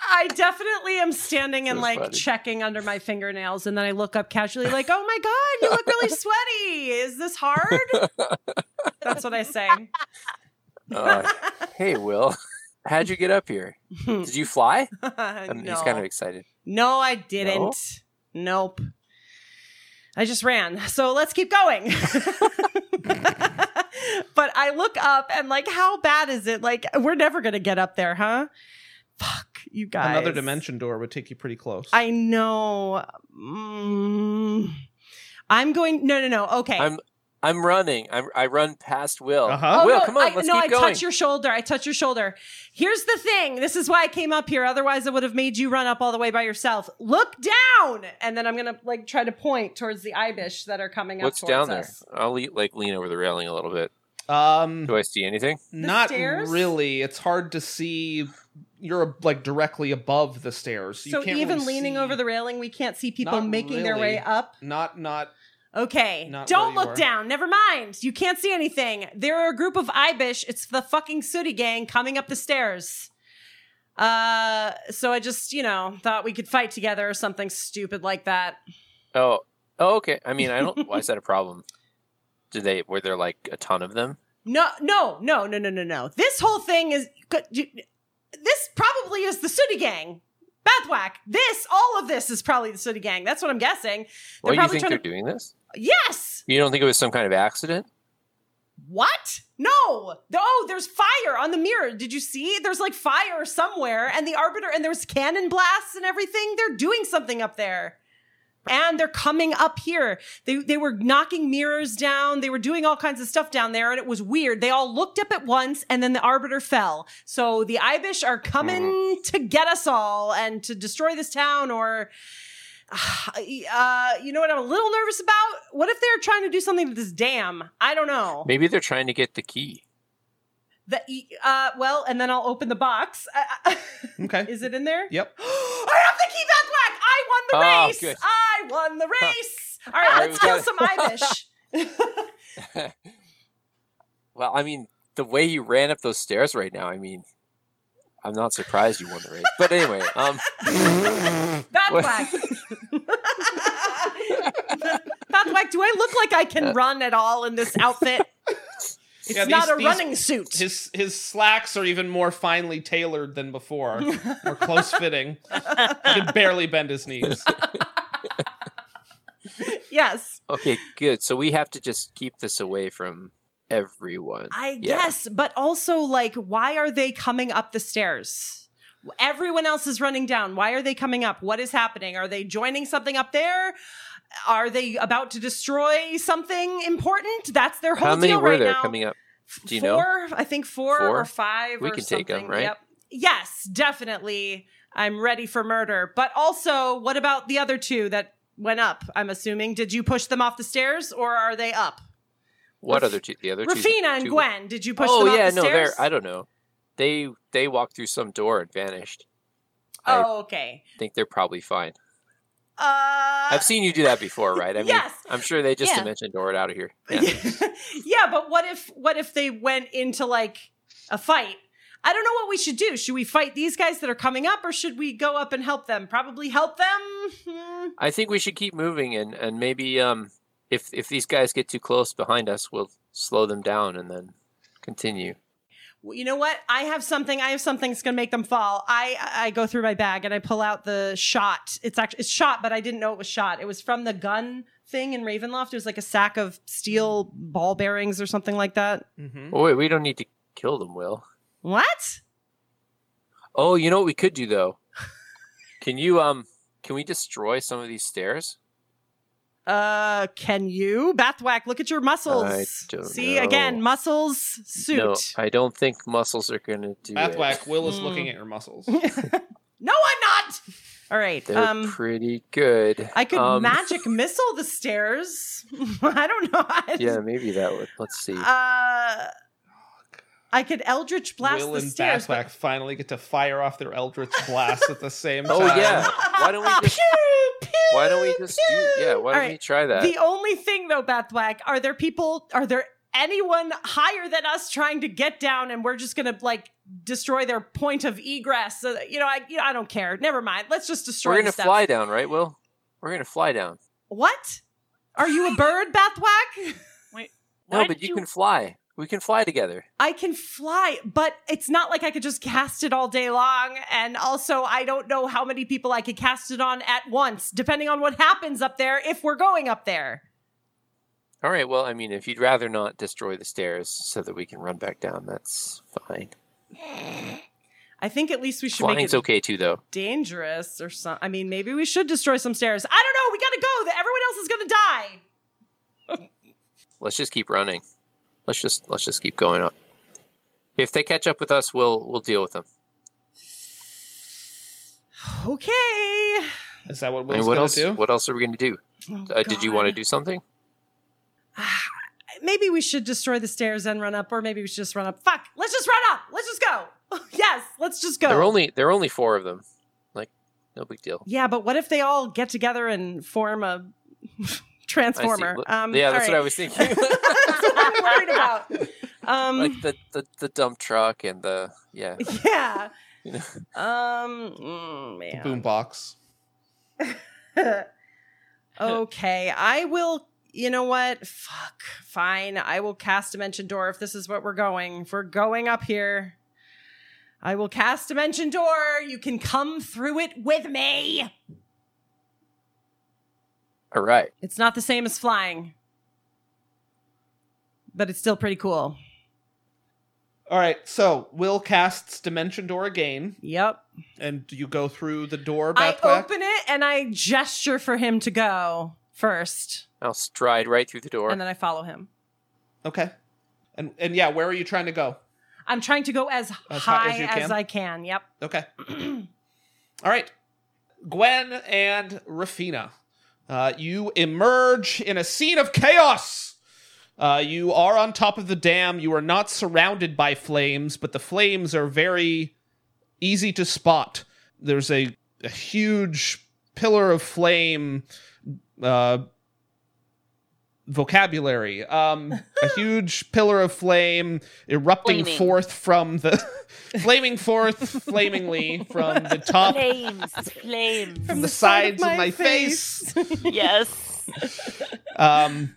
Speaker 8: I definitely am standing and
Speaker 4: So
Speaker 8: like
Speaker 4: funny.
Speaker 8: checking under my fingernails, and then I look up casually, like, "Oh my god, you look really sweaty. Is this hard?" That's what I say.
Speaker 4: Uh, hey, Will, how'd you get up here? Did you fly? I mean,
Speaker 8: Uh, no.
Speaker 4: He's kind of excited.
Speaker 8: no, I didn't. Nope. I just ran. So let's keep going. but I look up and like, how bad is it? Like, we're never gonna get up there, huh? Fuck you guys.
Speaker 1: Another dimension door would take you pretty close.
Speaker 8: I know. Mm. I'm going. No, no, no. Okay.
Speaker 4: I'm- I'm running. I'm, I run past Will.
Speaker 1: Uh-huh.
Speaker 4: Oh, Will,
Speaker 8: Oh, no,
Speaker 4: come on,
Speaker 8: I,
Speaker 4: let's
Speaker 8: no,
Speaker 4: keep
Speaker 8: I
Speaker 4: going.
Speaker 8: touch your shoulder. I touch your shoulder. Here's the thing. This is why I came up here. Otherwise, I would have made you run up all the way by yourself. Look down, and then I'm gonna like try to point towards the ibish that are coming up.
Speaker 4: What's
Speaker 8: towards
Speaker 4: down there?
Speaker 8: us.
Speaker 4: I'll le- like lean over the railing a little bit.
Speaker 1: um
Speaker 4: Do I see anything?
Speaker 1: not
Speaker 8: stairs?
Speaker 1: really. It's hard to see you're like directly above the stairs. You
Speaker 8: So
Speaker 1: can't
Speaker 8: even
Speaker 1: really
Speaker 8: leaning
Speaker 1: see-
Speaker 8: over the railing, we can't see people
Speaker 1: Not
Speaker 8: making their
Speaker 1: really.
Speaker 8: way up.
Speaker 1: not not
Speaker 8: Okay.
Speaker 1: Not
Speaker 8: Don't
Speaker 1: where you
Speaker 8: look
Speaker 1: are.
Speaker 8: down. Never mind. You can't see anything. There are a group of Ibish. It's the fucking Sooty gang coming up the stairs. Uh, so I just, you know, thought we could fight together or something stupid like that.
Speaker 4: Oh, oh okay. I mean, I don't. why is that a problem? Do they? Were there like a ton of them?
Speaker 8: No, no, no, no, no, no, no. This whole thing is. This probably is the Sooty gang. Bathwack. This, all of this is probably the Sooty gang. That's what I'm guessing.
Speaker 4: Why do you
Speaker 8: probably
Speaker 4: think
Speaker 8: trying
Speaker 4: they're
Speaker 8: to-
Speaker 4: doing this?
Speaker 8: Yes.
Speaker 4: You don't think it was some kind of accident?
Speaker 8: What? No. The- oh, there's fire on the mirror. Did you see? There's like fire somewhere, and the arbiter, and there's cannon blasts and everything. They're doing something up there. And they're coming up here. They, they were knocking mirrors down. They were doing all kinds of stuff down there, and it was weird. They all looked up at once, and then the arbiter fell. So the Ibish are coming to get us all and to destroy this town, or uh, you know what I'm a little nervous about? What if they're trying to do something to this dam? I don't know.
Speaker 4: Maybe they're trying to get the key.
Speaker 8: The e- uh, well, and then I'll open the box. I- I-
Speaker 1: Okay.
Speaker 8: Is it in there?
Speaker 1: Yep.
Speaker 8: I have the key back whack. I won the
Speaker 4: Oh,
Speaker 8: race.
Speaker 4: good.
Speaker 8: I won the race. All right,
Speaker 4: All right,
Speaker 8: let's
Speaker 4: we
Speaker 8: kill some
Speaker 4: got
Speaker 8: Ibish.
Speaker 4: Well, I mean, the way you ran up those stairs right now, I mean, I'm not surprised you won the race. But anyway, um,
Speaker 8: Back
Speaker 4: What?
Speaker 8: whack. back whack. Do I look like I can run at all in this outfit? It's
Speaker 1: Yeah,
Speaker 8: not
Speaker 1: these-
Speaker 8: a
Speaker 1: these-
Speaker 8: running suit.
Speaker 1: His his slacks are even more finely tailored than before. More close fitting. He can barely bend his knees.
Speaker 8: yes.
Speaker 4: okay, good. So we have to just keep this away from everyone.
Speaker 8: I
Speaker 4: Yeah.
Speaker 8: guess, but also like, why are they coming up the stairs? Everyone else is running down. Why are they coming up? What is happening? Are they joining something up there? Are they about to destroy something important? That's their whole
Speaker 4: How many
Speaker 8: deal
Speaker 4: were
Speaker 8: right
Speaker 4: there
Speaker 8: now.
Speaker 4: coming up? Do you know?
Speaker 8: four, I think four,
Speaker 4: Four?
Speaker 8: or five.
Speaker 4: We
Speaker 8: or
Speaker 4: can take 'em,
Speaker 8: something.
Speaker 4: right?
Speaker 8: Yep. Yes, definitely. I'm ready for murder, but also, what about the other two that went up, I'm assuming. Did you push them off the stairs or are they up?
Speaker 4: What other two? The other two.
Speaker 8: Rafina and
Speaker 4: two-
Speaker 8: Gwen, did you push
Speaker 4: Oh
Speaker 8: them off
Speaker 4: yeah,
Speaker 8: the
Speaker 4: no,
Speaker 8: stairs?
Speaker 4: they're I don't know. They they walked through some door and vanished. I-
Speaker 8: Oh, okay.
Speaker 4: think they're probably fine.
Speaker 8: Uh,
Speaker 4: I've seen you do that before, right? I mean,
Speaker 8: yes.
Speaker 4: I'm sure they just
Speaker 11: Yeah.
Speaker 4: dimension door it out of here. Yeah.
Speaker 8: yeah, but what if what if they went into like a fight? I don't know what we should do. Should we fight these guys that are coming up, or should we go up and help them? Probably help them. Hmm.
Speaker 4: I think we should keep moving and and maybe um if if these guys get too close behind us, we'll slow them down and then continue.
Speaker 8: Mm-hmm. Well, You know what? I have something. I have something that's gonna make them fall. I I go through my bag and I pull out the shot. It's actually it's shot, but I didn't know it was shot. It was from the gun thing in Ravenloft. It was like a sack of steel ball bearings or something like that.
Speaker 1: Mm-hmm.
Speaker 4: Oh wait, we don't need to kill them, Will.
Speaker 8: What?
Speaker 4: Oh, you know what we could do though? Can you um can we destroy some of these stairs?
Speaker 8: Uh, can you, Bathwack? Look at your muscles.
Speaker 4: I don't
Speaker 8: See
Speaker 4: know.
Speaker 8: again, muscles suit.
Speaker 4: No, I don't think muscles are gonna do it.
Speaker 1: Bathwack, Will is
Speaker 8: Mm.
Speaker 1: looking at your muscles.
Speaker 8: No, I'm not. All right.
Speaker 4: They're
Speaker 8: um,
Speaker 4: pretty good.
Speaker 8: I could
Speaker 4: Um,
Speaker 8: magic missile the stairs. I don't know. I-
Speaker 4: Yeah, maybe that would. Let's see.
Speaker 8: Uh, I could Eldritch blast
Speaker 1: Will
Speaker 8: the
Speaker 1: and
Speaker 8: stairs. but-
Speaker 1: Bathwack finally get to fire off their Eldritch blasts at the same time.
Speaker 4: Oh, yeah. Why don't we just-
Speaker 8: Pew, pew,
Speaker 4: Why don't we just do?
Speaker 8: pew.
Speaker 4: Yeah, why
Speaker 8: All
Speaker 4: don't
Speaker 8: right.
Speaker 4: we try that?
Speaker 8: The only thing though, Bathwack, are there people? Are there anyone higher than us trying to get down, and we're just gonna like destroy their point of egress? So that, you know, I you know, I don't care. Never mind. Let's just destroy.
Speaker 4: We're
Speaker 8: the
Speaker 4: gonna
Speaker 8: stuff.
Speaker 4: fly down, right, Will? We're gonna fly down.
Speaker 8: What? Are you a bird, Bathwack?
Speaker 6: Why
Speaker 4: no, but
Speaker 6: did
Speaker 4: you, can fly. We can fly together.
Speaker 8: I can fly, but it's not like I could just cast it all day long. And also, I don't know how many people I could cast it on at once, depending on what happens up there, if we're going up there.
Speaker 4: All right. Well, I mean, if you'd rather not destroy the stairs so that we can run back down, that's fine.
Speaker 8: I think at least we should make
Speaker 4: Flying's
Speaker 8: it
Speaker 4: okay too, though.
Speaker 8: dangerous or something. I mean, maybe we should destroy some stairs. I don't know. We gotta go. That Everyone else is gonna die.
Speaker 4: Let's just keep running. Let's just let's just keep going up. If they catch up with us, we'll we'll deal with them.
Speaker 8: Okay.
Speaker 1: Is that what
Speaker 4: I
Speaker 1: Will's
Speaker 4: mean, what
Speaker 1: gonna
Speaker 4: else?
Speaker 1: do?
Speaker 4: What else are we gonna do?
Speaker 8: Oh,
Speaker 4: Uh, did you want to
Speaker 8: God.
Speaker 4: do something?
Speaker 8: Ah, maybe we should destroy the stairs and run up, or maybe we should just run up. Fuck. Let's just run up. Let's just go. yes. Let's just go.
Speaker 4: There are only there are only four of them. Like, no big deal.
Speaker 8: Yeah, but what if they all get together and form a
Speaker 4: I see.
Speaker 8: transformer? Um,
Speaker 4: Well, yeah, that's what I
Speaker 8: all
Speaker 4: was thinking.
Speaker 8: right. that's what I'm worried about. Um,
Speaker 4: like the, the the dump truck and the yeah.
Speaker 8: yeah.
Speaker 4: You know.
Speaker 8: Um, mm,
Speaker 1: The
Speaker 8: man.
Speaker 1: boombox.
Speaker 8: okay, I will. You know what? Fuck. Fine. I will cast Dimension Door if this is what we're going. If we're going up here, I will cast Dimension Door. You can come through it with me.
Speaker 4: All right.
Speaker 8: It's not the same as flying, but it's still pretty cool.
Speaker 1: All right, so Will casts Dimension Door again,
Speaker 8: Yep.
Speaker 1: and you go through the door.
Speaker 8: I
Speaker 1: Bathwack.
Speaker 8: open it and I gesture for him to go first,
Speaker 4: I'll stride right through the door.
Speaker 8: and then I follow him.
Speaker 1: Okay, and and yeah, where are you trying to go?
Speaker 8: I'm trying to go as,
Speaker 1: high
Speaker 8: high
Speaker 1: as
Speaker 8: as,
Speaker 1: you can?
Speaker 8: I can. Yep.
Speaker 1: Okay. All right. Gwen and Rafina, uh, you emerge in a scene of chaos. Uh, you are on top of the dam. You are not surrounded by flames, but the flames are very easy to spot. There's a, a huge pillar of flame uh, vocabulary. Um, a huge pillar of flame erupting
Speaker 11: Flaming.
Speaker 1: forth from the flaming forth flamingly from the top
Speaker 6: Flames, flames.
Speaker 1: from the, sides of my, face.
Speaker 6: yes.
Speaker 1: um,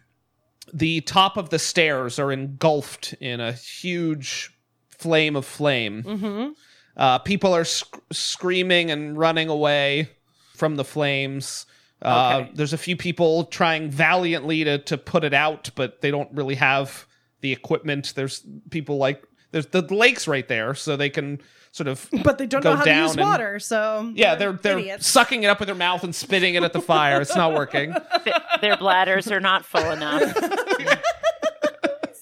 Speaker 1: the top of the stairs are engulfed in a huge flame of flame.
Speaker 8: mm-hmm.
Speaker 1: Uh, people are sc- screaming and running away from the flames. Uh,
Speaker 8: Okay.
Speaker 1: There's a few people trying valiantly to to put it out, but they don't really have the equipment. There's people like there's the lake's right there, so they can sort of
Speaker 8: But they don't
Speaker 1: Go
Speaker 8: know how to
Speaker 1: down
Speaker 8: use
Speaker 1: and-
Speaker 8: water, so
Speaker 1: yeah they're they're
Speaker 8: idiots.
Speaker 1: sucking it up with their mouth and spitting it at the fire. It's not working.
Speaker 6: Th- their bladders are not full enough.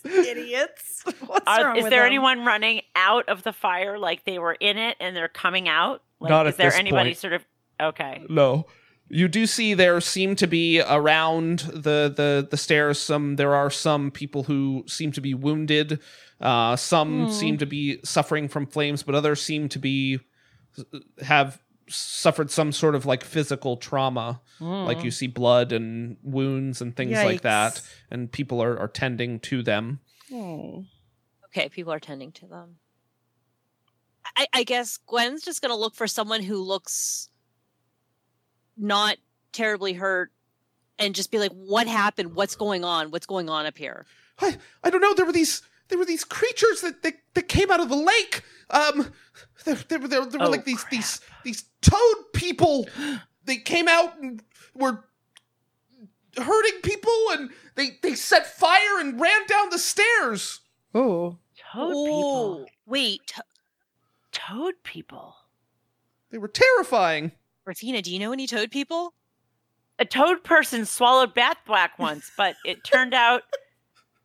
Speaker 8: idiots. What's
Speaker 1: Uh,
Speaker 6: Are-
Speaker 8: wrong
Speaker 6: is
Speaker 8: with
Speaker 6: there
Speaker 8: them?
Speaker 6: anyone running out of the fire like they were in it and they're coming out? Like,
Speaker 1: Not
Speaker 6: is
Speaker 1: at
Speaker 6: there
Speaker 1: this
Speaker 6: anybody
Speaker 1: point.
Speaker 6: sort of okay?
Speaker 1: No. You do see there seem to be around the the the stairs some there are some people who seem to be wounded. Uh, some seem to be suffering from flames, but others seem to be uh, have suffered some sort of like physical trauma.
Speaker 6: Hmm.
Speaker 1: Like you see blood and wounds and things like that,
Speaker 8: Hmm. Yikes.
Speaker 1: and people are, are tending to them.
Speaker 8: Oh.
Speaker 7: Okay, people are tending to them. I, I guess Gwen's just gonna look for someone who looks not terribly hurt and just be like, what happened? What's going on? What's going on up here?
Speaker 1: I I don't know. There were these there were these creatures that that, that came out of the lake. Um, there there, were- there, there were
Speaker 6: Oh,
Speaker 1: like these
Speaker 6: crap.
Speaker 1: these these toad people. They came out and were hurting people, and they they set fire and ran down the stairs.
Speaker 8: Oh.
Speaker 6: Toad people.
Speaker 7: Ooh, Wait, T-
Speaker 6: Toad people.
Speaker 1: They were terrifying.
Speaker 7: Rafina, do you know any toad people?
Speaker 6: A toad person swallowed Bathwack once, but it turned out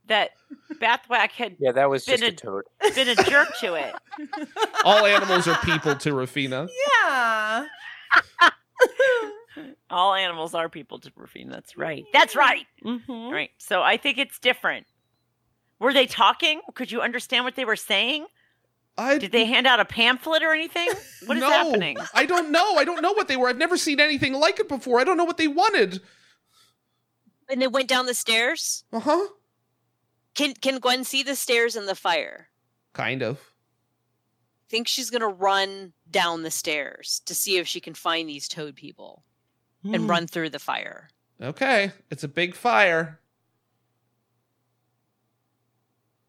Speaker 6: that Bathwack had
Speaker 4: Yeah, that was
Speaker 6: Been
Speaker 4: just a
Speaker 6: a-
Speaker 4: toad.
Speaker 6: been a jerk to it.
Speaker 1: All animals are people to Rafina.
Speaker 8: Yeah.
Speaker 6: All animals are people to Rufine. That's right. That's right.
Speaker 8: Mm-hmm.
Speaker 6: Right. So I think it's different. Were they talking? Could you understand what they were saying?
Speaker 1: I
Speaker 6: Did they hand out a pamphlet or anything? What is
Speaker 1: no,
Speaker 6: happening?
Speaker 1: I don't know. I don't know what they were. I've never seen anything like it before. I don't know what they wanted.
Speaker 7: And they went down the stairs.
Speaker 1: Uh huh.
Speaker 7: Can can Gwen see the stairs and the fire?
Speaker 1: Kind of.
Speaker 7: I think she's gonna run down the stairs to see if she can find these toad people and
Speaker 1: Hmm.
Speaker 6: Hmm.
Speaker 7: run through the fire.
Speaker 1: Okay. It's a big fire.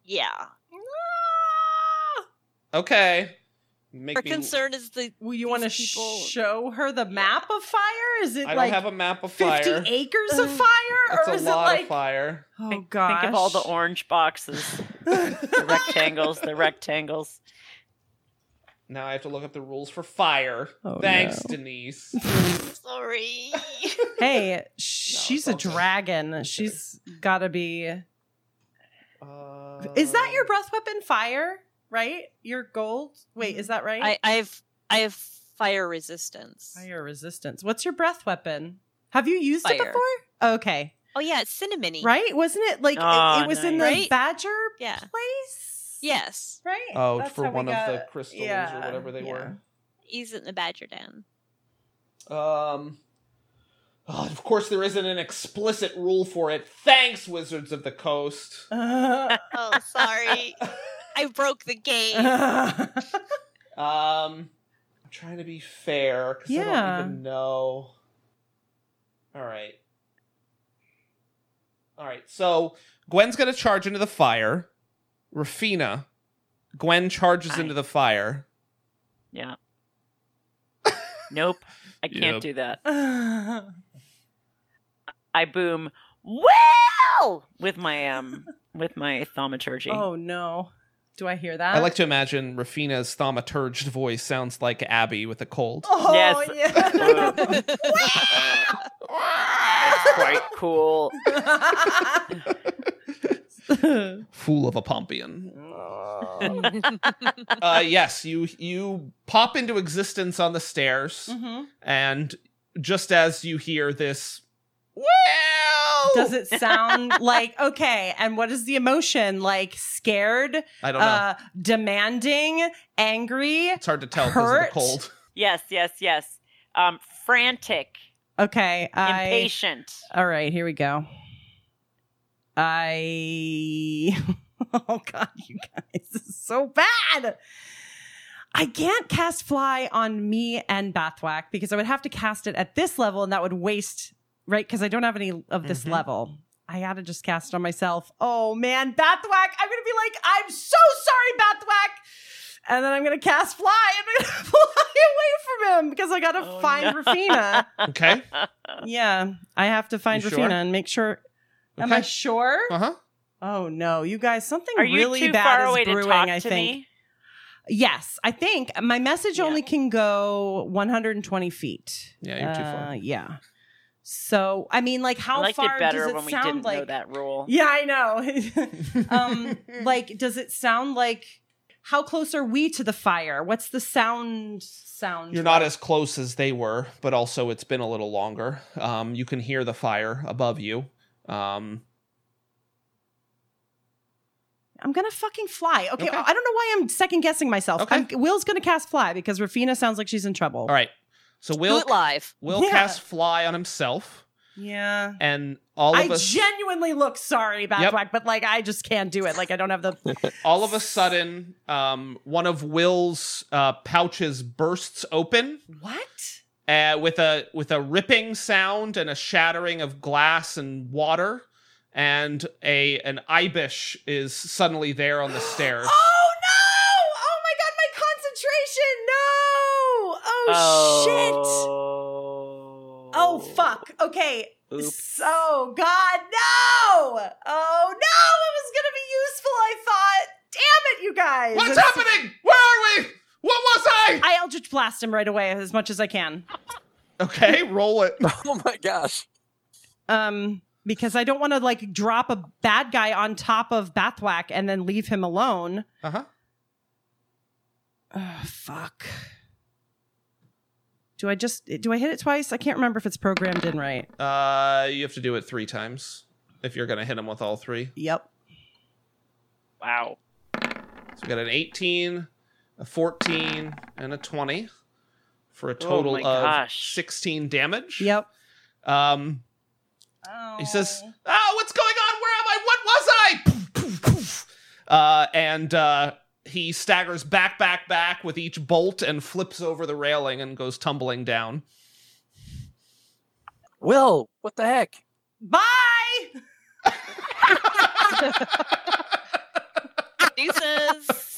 Speaker 7: Yeah.
Speaker 1: Okay. Make
Speaker 7: Her
Speaker 1: me-
Speaker 7: concern is the
Speaker 8: Well, you want to
Speaker 7: These people-
Speaker 8: show her the map of fire? Is it
Speaker 1: I don't
Speaker 8: like
Speaker 1: have a map of fire.
Speaker 8: 50 acres of
Speaker 7: Ugh.
Speaker 8: fire?
Speaker 1: That's
Speaker 8: or
Speaker 1: a
Speaker 8: is
Speaker 1: lot
Speaker 8: it like.
Speaker 1: of fire.
Speaker 8: Oh,
Speaker 6: Think-
Speaker 8: gosh.
Speaker 6: Think of all the orange boxes, the rectangles, the rectangles.
Speaker 1: Now I have to look up the rules for fire.
Speaker 8: Oh,
Speaker 1: Thanks,
Speaker 8: no.
Speaker 1: Denise.
Speaker 7: sorry.
Speaker 8: Hey, she's a
Speaker 1: okay.
Speaker 8: dragon. She's got to be.
Speaker 1: Uh,
Speaker 8: Is that your breath weapon fire? Right? Your gold? Wait, is that right?
Speaker 7: I, I have I have fire resistance.
Speaker 8: Fire resistance. What's your breath weapon? Have you used it
Speaker 7: Fire.
Speaker 8: before? Okay.
Speaker 7: Oh yeah, it's cinnamony.
Speaker 8: Right? Wasn't it like it-
Speaker 6: Aw,
Speaker 8: it, was in the
Speaker 7: Ah, nice. Right?
Speaker 8: badger
Speaker 7: Yeah.
Speaker 8: place?
Speaker 7: Yes.
Speaker 8: Right?
Speaker 1: Oh,
Speaker 8: That's
Speaker 1: for
Speaker 8: how we
Speaker 1: one of the
Speaker 8: got-
Speaker 1: crystals or
Speaker 8: yeah,
Speaker 1: whatever they
Speaker 8: yeah.
Speaker 7: He's in the badger den.
Speaker 1: were. Um. oh, of course, there isn't an explicit rule for it. Thanks, Wizards of the Coast.
Speaker 8: Uh,
Speaker 7: Oh, sorry. I broke the game.
Speaker 8: uh,
Speaker 1: Um, I'm trying to be fair because I
Speaker 8: Yeah.
Speaker 1: don't even know. All right. All right. So Gwen's gonna charge into the fire. Rafina, Gwen charges
Speaker 6: Hi.
Speaker 1: into the fire.
Speaker 6: Yeah. nope. I
Speaker 1: Yep.
Speaker 6: can't do that.
Speaker 8: uh,
Speaker 6: I boom well with my um with my thaumaturgy.
Speaker 8: oh no. Do I hear that?
Speaker 1: I like to imagine Rafina's thaumaturged voice sounds like Abby with a cold.
Speaker 8: Oh,
Speaker 6: Yes.
Speaker 8: yeah.
Speaker 4: It's quite cool.
Speaker 1: Fool of a Pompian. uh, yes, you you pop into existence on the stairs,
Speaker 8: Mhm.
Speaker 1: and just as you hear this, well,
Speaker 8: Does it sound like okay? And what is the emotion like? Scared,
Speaker 1: I don't know.
Speaker 8: uh, demanding, angry.
Speaker 1: It's hard to tell because of the
Speaker 8: Hurt.
Speaker 1: cold.
Speaker 6: Yes, yes, yes. Um frantic,
Speaker 8: Okay, I.
Speaker 6: impatient.
Speaker 8: All right, here we go. I. oh, God, you guys, this is so bad. I can't cast fly on me and Bathwack because I would have to cast it at this level and that would waste, right? Because I don't have any of this
Speaker 6: Mm-hmm.
Speaker 1: Mhm.
Speaker 8: level. I gotta just cast it on myself. Oh, man, Bathwack, I'm gonna be like, I'm so sorry, Bathwack. And then I'm gonna cast fly and I'm gonna fly away from him because I gotta
Speaker 6: Oh,
Speaker 8: find
Speaker 6: no.
Speaker 8: Rafina.
Speaker 1: Okay.
Speaker 8: Yeah, I have to find
Speaker 1: You
Speaker 8: Rafina
Speaker 1: sure?
Speaker 8: and make sure. Am
Speaker 1: Okay.
Speaker 8: I sure?
Speaker 1: Uh huh.
Speaker 8: Oh no, you guys, something
Speaker 6: Are you
Speaker 8: really
Speaker 6: too
Speaker 8: bad
Speaker 6: far
Speaker 8: is
Speaker 6: away
Speaker 8: brewing.
Speaker 6: to talk
Speaker 8: I
Speaker 6: to
Speaker 8: think.
Speaker 6: me?
Speaker 8: Yes, I think my message
Speaker 6: Yeah.
Speaker 8: only can go 120 feet.
Speaker 1: Yeah, you're too far.
Speaker 8: Uh, yeah. So I mean, like, how
Speaker 6: I liked
Speaker 8: far
Speaker 6: it better
Speaker 8: does it
Speaker 6: when we
Speaker 8: sound
Speaker 6: didn't
Speaker 8: like?
Speaker 6: know that rule.
Speaker 8: Uh, Um, Yeah, I know. um, like, does it sound like? How close are we to the fire? What's the sound? Sound.
Speaker 1: You're not as close as they were, but also it's been a little longer. Um, you can hear the fire above you. Um,
Speaker 8: I'm gonna fucking fly. Okay,
Speaker 1: Okay.
Speaker 8: I don't know why I'm second guessing myself.
Speaker 1: Okay.
Speaker 8: I'm- Will's gonna cast fly because Rafina sounds like she's in trouble.
Speaker 1: all right. So
Speaker 11: Do
Speaker 1: Will
Speaker 11: it live.
Speaker 1: Will
Speaker 8: Yeah.
Speaker 1: cast fly on himself,
Speaker 8: Yeah.
Speaker 1: and all
Speaker 8: I
Speaker 1: of us
Speaker 8: genuinely look sorry,
Speaker 1: Yep.
Speaker 8: Batwack, but like I just can't do it. Like I don't have the.
Speaker 1: all of a sudden, um, one of Will's uh, pouches bursts open
Speaker 8: what?
Speaker 1: uh, with a with a ripping sound and a shattering of glass and water, and a an ibish is suddenly there on the
Speaker 8: Oh
Speaker 1: stairs.
Speaker 8: no! Oh my god, my concentration! No! Oh,
Speaker 1: Oh.
Speaker 8: shit!
Speaker 4: Oh,
Speaker 8: Oh fuck. Okay.
Speaker 4: Oops.
Speaker 8: So god no! Oh no! It was gonna be useful. I thought. Damn it, you
Speaker 6: Oh,
Speaker 8: guys!
Speaker 1: What's
Speaker 8: It's-
Speaker 1: happening? Where are we? What was I?
Speaker 8: I Eldritch blast him right away as much as I can.
Speaker 1: Okay, roll it.
Speaker 4: Oh my gosh.
Speaker 8: um, because I don't want to like drop a bad guy on top of Bathwack and then leave him alone.
Speaker 1: Uh huh.
Speaker 8: Ugh, fuck. Do I just do I hit it twice? I can't remember if it's programmed in right.
Speaker 1: Uh, you have to do it three times if you're gonna hit him with all three.
Speaker 8: Yep.
Speaker 6: Wow.
Speaker 1: So we got an 18, a 14, and a 20 for a
Speaker 6: Oh
Speaker 1: total
Speaker 6: my
Speaker 1: of
Speaker 6: gosh.
Speaker 1: 16 damage.
Speaker 8: Yep.
Speaker 1: Um, he says, "Ah, what's going on? Where am I? What was I?" Poof, poof, poof. Uh, and uh, he staggers back, back, back with each bolt and flips over the railing and goes tumbling down.
Speaker 4: Will, what the heck?
Speaker 8: "Bye."
Speaker 11: Deuces.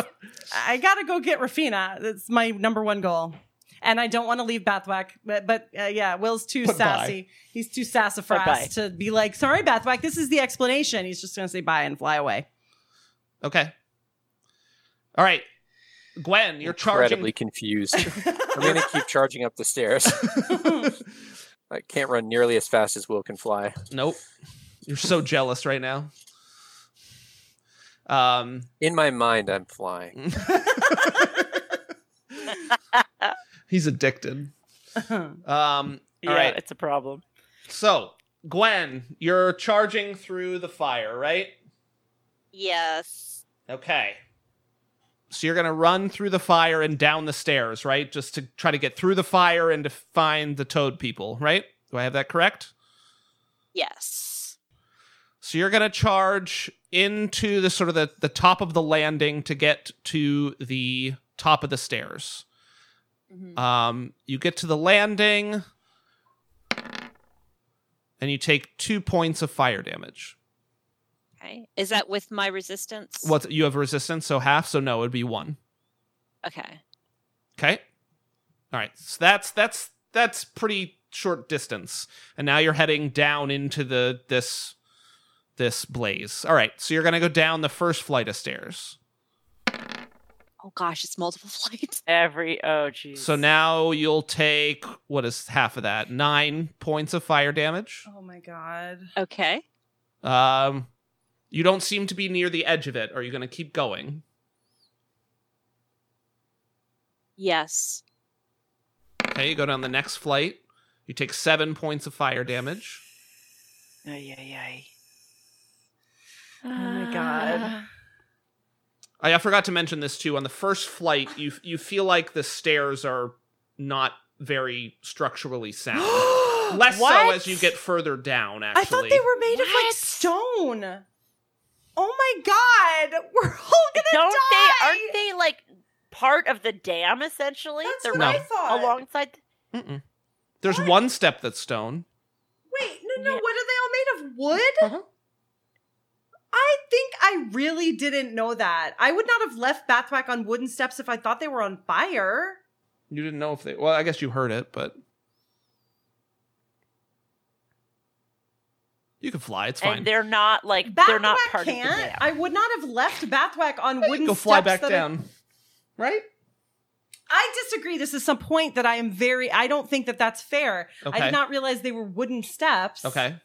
Speaker 8: I gotta go get Rafina. That's my number one goal, and I don't want to leave Bathwack. But, but uh, yeah, Will's too
Speaker 1: But bye.
Speaker 8: sassy. He's too
Speaker 6: Bye-bye.
Speaker 8: sassafras to be like, "Sorry, Bathwack. This is the explanation." He's just gonna say bye and fly away.
Speaker 1: Okay. All right, Gwen, you're charging.
Speaker 4: Incredibly confused. I'm going to keep charging up the stairs. I can't run nearly as fast as Will can fly.
Speaker 1: Nope. You're so jealous right now. Um,
Speaker 4: In my mind, I'm flying.
Speaker 1: he's addicted. Um, all
Speaker 6: Yeah,
Speaker 1: right.
Speaker 6: it's a problem.
Speaker 1: So, Gwen, you're charging through the fire, right?
Speaker 7: Yes.
Speaker 1: Okay. So you're gonna run through the fire and down the stairs, right? Just to try to get through the fire and to find the toad people, right? Do I have that correct?
Speaker 7: Yes.
Speaker 1: So you're gonna charge into the sort of the, the top of the landing to get to the top of the stairs.
Speaker 7: Mhm.
Speaker 1: Um, you get to the landing, and you take two points of fire damage.
Speaker 7: Okay. Is that with my resistance?
Speaker 1: What you have resistance, so half, so no, it'd be one.
Speaker 7: Okay.
Speaker 1: Okay. All right. So that's that's that's pretty short distance. And now you're heading down into the this this blaze. All right. So you're going to go down the first flight of stairs.
Speaker 7: Oh gosh, it's multiple flights.
Speaker 6: Every oh jeez.
Speaker 1: So now you'll take what is half of that? 9 points of fire damage.
Speaker 8: oh my god.
Speaker 7: Okay.
Speaker 1: Um you don't seem to be near the edge of it. Are you going to keep going?
Speaker 7: Yes.
Speaker 1: Okay, you go down the next flight. You take 7 points of fire damage.
Speaker 6: Ay, ay, ay.
Speaker 8: Oh my god.
Speaker 6: Ah.
Speaker 1: I, I forgot to mention this too. On the first flight, you f- you feel like the stairs are not very structurally sound. Less so
Speaker 8: What?
Speaker 1: as you get further down. Actually,
Speaker 8: I thought they were made of like
Speaker 6: What?
Speaker 8: stone. Oh my god, we're all gonna
Speaker 6: Don't
Speaker 8: die.
Speaker 6: they? Aren't they like part of the dam essentially?
Speaker 8: That's
Speaker 6: They're
Speaker 8: what
Speaker 1: No.
Speaker 8: I
Speaker 6: right
Speaker 8: thought.
Speaker 6: alongside.
Speaker 1: Mm-mm. There's one step that's stone.
Speaker 8: Wait, no, no.
Speaker 6: Yeah.
Speaker 8: What are they all made of? Wood?
Speaker 1: Uh-huh.
Speaker 8: I think I really didn't know that. I would not have left Bathwack on wooden steps if I thought they were on fire.
Speaker 1: You didn't know if they. Well, I guess you heard it, but you can fly. It's fine.
Speaker 6: And they're not like
Speaker 8: Bathwack
Speaker 6: they're not part of the
Speaker 8: can't.
Speaker 6: dam.
Speaker 8: I would not have left Bathwack on
Speaker 1: Yeah, you can
Speaker 8: wooden
Speaker 1: go fly
Speaker 8: steps
Speaker 1: back
Speaker 8: that are-
Speaker 1: down. Right?
Speaker 8: I disagree. This is some point that I am very. I don't think that that's fair. I
Speaker 1: Okay.
Speaker 8: did not realize they were wooden steps.
Speaker 1: okay.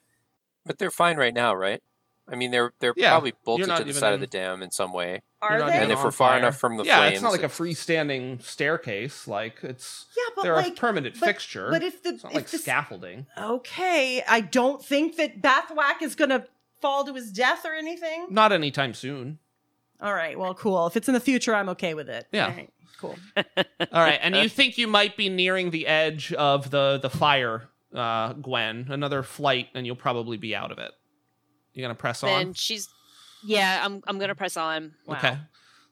Speaker 4: But they're fine right now, right? I mean, they're they're
Speaker 1: Yeah,
Speaker 4: probably bolted
Speaker 1: not
Speaker 4: to the
Speaker 1: even
Speaker 4: side
Speaker 1: in-
Speaker 4: of the dam in some way.
Speaker 8: Are
Speaker 1: not
Speaker 8: they?
Speaker 1: even
Speaker 4: And if
Speaker 1: on
Speaker 4: we're far
Speaker 1: fire.
Speaker 4: enough from the
Speaker 1: yeah,
Speaker 4: flames,
Speaker 1: it's not like a freestanding staircase. Like it's
Speaker 8: yeah, but
Speaker 1: they're
Speaker 8: like,
Speaker 1: a permanent
Speaker 8: but-
Speaker 1: fixture.
Speaker 8: but if the
Speaker 1: it's not
Speaker 8: if
Speaker 1: like
Speaker 8: the,
Speaker 1: scaffolding.
Speaker 8: okay, I don't think that Bathwack is gonna fall to his death or anything.
Speaker 1: Not anytime soon.
Speaker 8: All right, well, cool. If it's in the future, I'm okay with it.
Speaker 1: Yeah.
Speaker 8: All right, cool.
Speaker 1: All right, and you think you might be nearing the edge of the the fire, uh, Gwen? Another flight, and you'll probably be out of it. You gonna press
Speaker 11: Then
Speaker 1: on?
Speaker 11: she's yeah, I'm I'm gonna press on.
Speaker 8: Wow.
Speaker 1: Okay,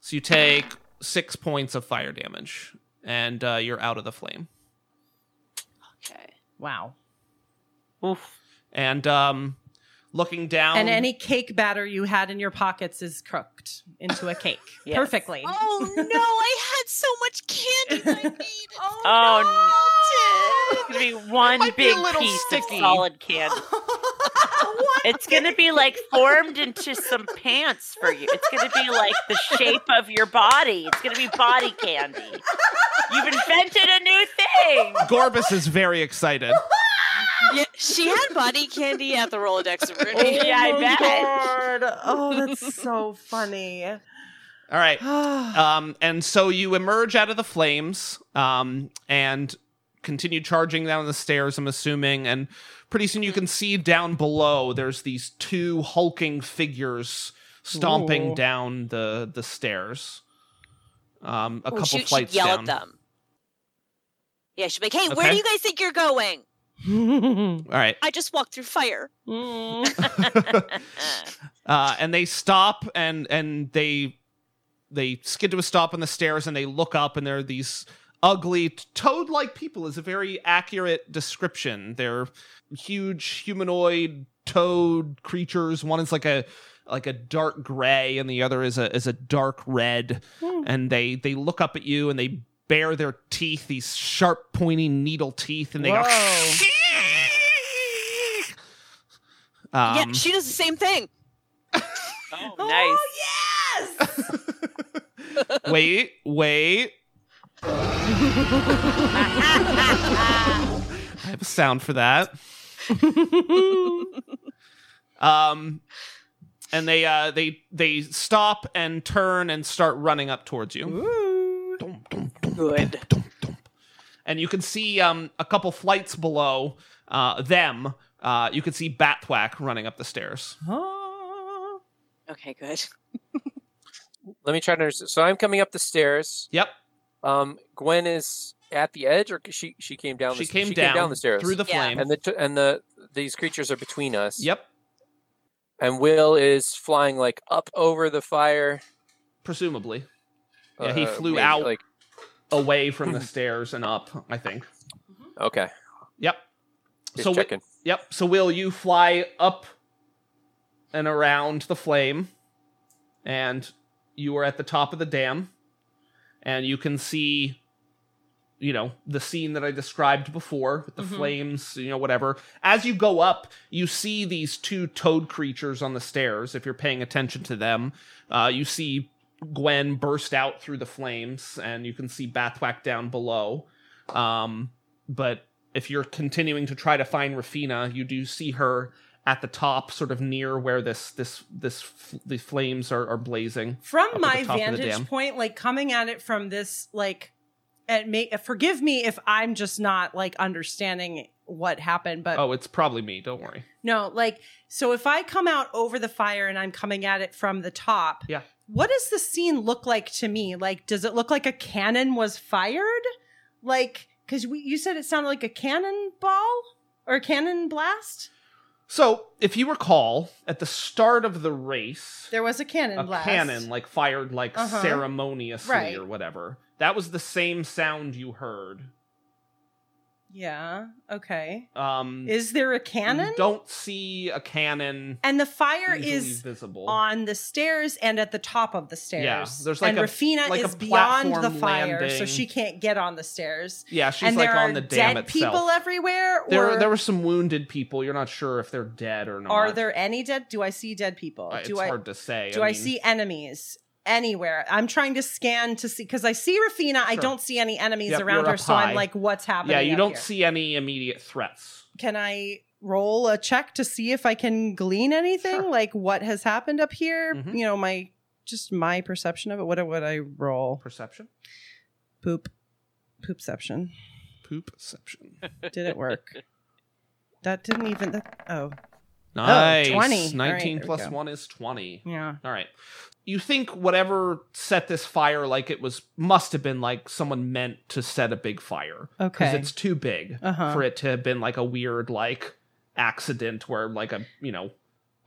Speaker 1: so you take six points of fire damage, and uh, you're out of the flame.
Speaker 11: Okay.
Speaker 8: Wow.
Speaker 6: Oof.
Speaker 1: And um, looking down,
Speaker 8: And any cake batter you had in your pockets is cooked into a cake
Speaker 6: Yes.
Speaker 8: perfectly.
Speaker 11: Oh no, I had so much candy I needed. oh,
Speaker 6: Oh,
Speaker 11: melted.
Speaker 6: It's gonna be one
Speaker 1: might be a
Speaker 6: big
Speaker 1: little
Speaker 6: piece
Speaker 1: sticky.
Speaker 6: of solid candy. It's gonna be like formed into some pants for you. It's gonna be like the shape of your body. It's gonna be body candy. You've invented a new thing.
Speaker 1: Gorbus is very excited.
Speaker 11: Yeah, she had body candy at the Rolodex of
Speaker 8: Oh
Speaker 11: Ruby.
Speaker 6: Yeah, I
Speaker 8: my
Speaker 6: bet.
Speaker 8: God. Oh, that's so funny.
Speaker 1: All right, Um, and so you emerge out of the flames um, and continue charging down the stairs, I'm assuming. And pretty soon you
Speaker 11: Hmm.
Speaker 1: can see down below there's these two hulking figures stomping
Speaker 8: Ooh.
Speaker 1: down the, the stairs. Um, a
Speaker 11: Oh,
Speaker 1: couple
Speaker 11: she, she'd
Speaker 1: flights
Speaker 11: yell
Speaker 1: down.
Speaker 11: at them. Yeah, she'd be like, "Hey, where
Speaker 1: Okay.
Speaker 11: do you guys think you're going?
Speaker 1: All right.
Speaker 11: I just walked through fire."
Speaker 8: Mm.
Speaker 1: uh, and they stop and and they they skid to a stop on the stairs and they look up and there are these ugly toad like people is a very accurate description they're huge humanoid toad creatures one is like a like a dark gray and the other is a is a dark red and they they look up at you and they bare their teeth these sharp pointy needle teeth and they
Speaker 8: Whoa.
Speaker 1: go um,
Speaker 11: yeah, she does the same thing.
Speaker 6: Oh, nice.
Speaker 1: wait, wait. I have a sound for that. um, and they uh they they stop and turn and start running up towards you.
Speaker 11: Good.
Speaker 1: and you can see um, a couple flights below uh, them. Uh, you can see Batthwack running up the stairs.
Speaker 11: Okay, good.
Speaker 4: Let me try to understand. So I'm coming up the stairs.
Speaker 1: Yep,
Speaker 4: Um, Gwen is at the edge, or she she came down.
Speaker 1: she
Speaker 4: the,
Speaker 1: came
Speaker 4: she
Speaker 1: down,
Speaker 4: came down the stairs
Speaker 1: through the
Speaker 11: Yeah.
Speaker 1: flame.
Speaker 4: and the t- and the these creatures are between us.
Speaker 1: yep,
Speaker 4: And Will is flying like up over the fire. Uh,
Speaker 1: presumably Yeah, he flew
Speaker 4: maybe,
Speaker 1: out.
Speaker 4: Like
Speaker 1: away from the stairs and up. I think.
Speaker 4: okay,
Speaker 1: Yep.
Speaker 4: just
Speaker 1: So wi-
Speaker 4: checking.
Speaker 1: Yep. So will you fly up and around the flame and you are at the top of the dam and you can see you know the scene that I described before with the
Speaker 8: Mhm.
Speaker 1: flames, you know whatever. As you go up, you see these two toad creatures on the stairs if you're paying attention to them. Uh you see Gwen burst out through the flames and you can see Bathwack down below. Um but if you're continuing to try to find Rafina, you do see her at the top, sort of near where this this this f- the flames are, are blazing.
Speaker 8: From
Speaker 1: Up at
Speaker 8: my
Speaker 1: the top of the dam.
Speaker 8: vantage point, like coming at it from this, like, and may, forgive me if I'm just not like understanding what happened, but
Speaker 1: Oh, it's probably me. Don't worry.
Speaker 8: no, like, so if I come out over the fire and I'm coming at it from the top,
Speaker 1: Yeah.
Speaker 8: what does the scene look like to me? Like, does it look like a cannon was fired? Like, because you said it sounded like a cannonball or a cannon blast.
Speaker 1: So, if you recall, at the start of the race,
Speaker 8: There was a cannon
Speaker 1: a
Speaker 8: blast.
Speaker 1: cannon like fired like
Speaker 8: Uh-huh.
Speaker 1: ceremoniously
Speaker 8: Right.
Speaker 1: or whatever. That was the same sound you heard.
Speaker 8: Yeah. Okay.
Speaker 1: Um,
Speaker 8: Is there a
Speaker 1: you
Speaker 8: cannon?
Speaker 1: Don't see a cannon.
Speaker 8: and the fire
Speaker 1: easily
Speaker 8: is
Speaker 1: visible
Speaker 8: on the stairs and at the top of the stairs.
Speaker 1: Yeah, there's like
Speaker 8: and
Speaker 1: a-
Speaker 8: Rafina
Speaker 1: like a
Speaker 8: is beyond the
Speaker 1: platform
Speaker 8: fire, so
Speaker 1: landing.
Speaker 8: she can't get on the stairs.
Speaker 1: Yeah, she's
Speaker 8: and
Speaker 1: like
Speaker 8: there
Speaker 1: on
Speaker 8: are
Speaker 1: the dam
Speaker 8: dead
Speaker 1: itself.
Speaker 8: people everywhere.
Speaker 1: there,
Speaker 8: or
Speaker 1: there were some wounded people. You're not sure if they're dead or not.
Speaker 8: are there any dead? Do I see dead people?
Speaker 1: Uh,
Speaker 8: do
Speaker 1: it's
Speaker 8: I
Speaker 1: hard to say.
Speaker 8: do I,
Speaker 1: mean,
Speaker 8: see enemies? Anywhere. I'm trying to scan to see because I see Rafina. I
Speaker 1: Sure.
Speaker 8: don't see any enemies
Speaker 1: Yep,
Speaker 8: around
Speaker 1: you're
Speaker 8: her,
Speaker 1: up
Speaker 8: so
Speaker 1: high.
Speaker 8: I'm like, what's happening?
Speaker 1: Yeah, you
Speaker 8: up
Speaker 1: don't
Speaker 8: here?
Speaker 1: see any immediate threats.
Speaker 8: Can I roll a check to see if I can glean anything,
Speaker 1: Sure.
Speaker 8: like what has happened up here.
Speaker 1: Mhm.
Speaker 8: You know, my just my perception of it. What would I roll?
Speaker 1: Perception.
Speaker 8: Poop, poopception.
Speaker 1: Poopception.
Speaker 8: Didn't work. that didn't even. That, oh,
Speaker 1: Nice.
Speaker 8: 20. All right,
Speaker 1: 19
Speaker 8: there we
Speaker 1: plus
Speaker 8: go.
Speaker 1: 1 is 20.
Speaker 8: yeah.
Speaker 1: All right. You think whatever set this fire like it was must have been like someone meant to set a big fire because
Speaker 8: Okay.
Speaker 1: it's too big
Speaker 8: Uh huh.
Speaker 1: for it to have been like a weird like accident where like a you know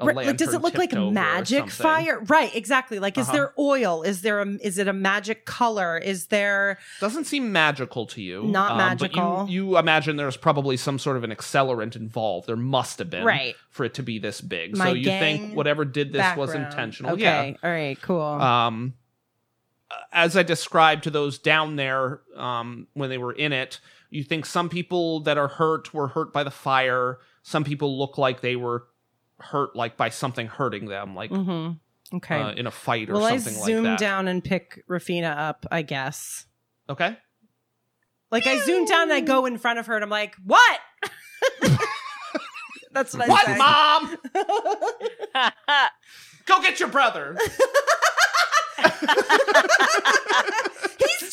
Speaker 1: a
Speaker 8: Right, like, does
Speaker 1: lantern
Speaker 8: it look like
Speaker 1: tipped over or
Speaker 8: magic
Speaker 1: something.
Speaker 8: fire? Right, exactly. Like, is
Speaker 1: Uh-huh.
Speaker 8: there oil? Is there a? Is it a magic color? Is there?
Speaker 1: Doesn't seem magical to you. um,
Speaker 8: Not
Speaker 1: but you-
Speaker 8: magical.
Speaker 1: you, imagine there's probably some sort of an accelerant involved. There must have been
Speaker 8: Right.
Speaker 1: for it to be this big.
Speaker 8: My
Speaker 1: so you think
Speaker 8: gang
Speaker 1: whatever did this was
Speaker 8: Background.
Speaker 1: intentional.
Speaker 8: Okay.
Speaker 1: Yeah.
Speaker 8: All right. Cool.
Speaker 1: Um, as I described to those down there um, when they were in it, you think some people that are hurt were hurt by the fire. Some people look like they were hurt like by something hurting them, like
Speaker 8: mm-hmm. Okay.
Speaker 1: uh, in a fight or
Speaker 8: Will I
Speaker 1: something
Speaker 8: zoom
Speaker 1: like that.
Speaker 8: down and pick Rafina up? I guess.
Speaker 1: Okay.
Speaker 8: Like I zoom down and I go in front of her and I'm like, "What?" That's what I
Speaker 1: What,
Speaker 8: say.
Speaker 1: mom? Go get your brother.
Speaker 8: He's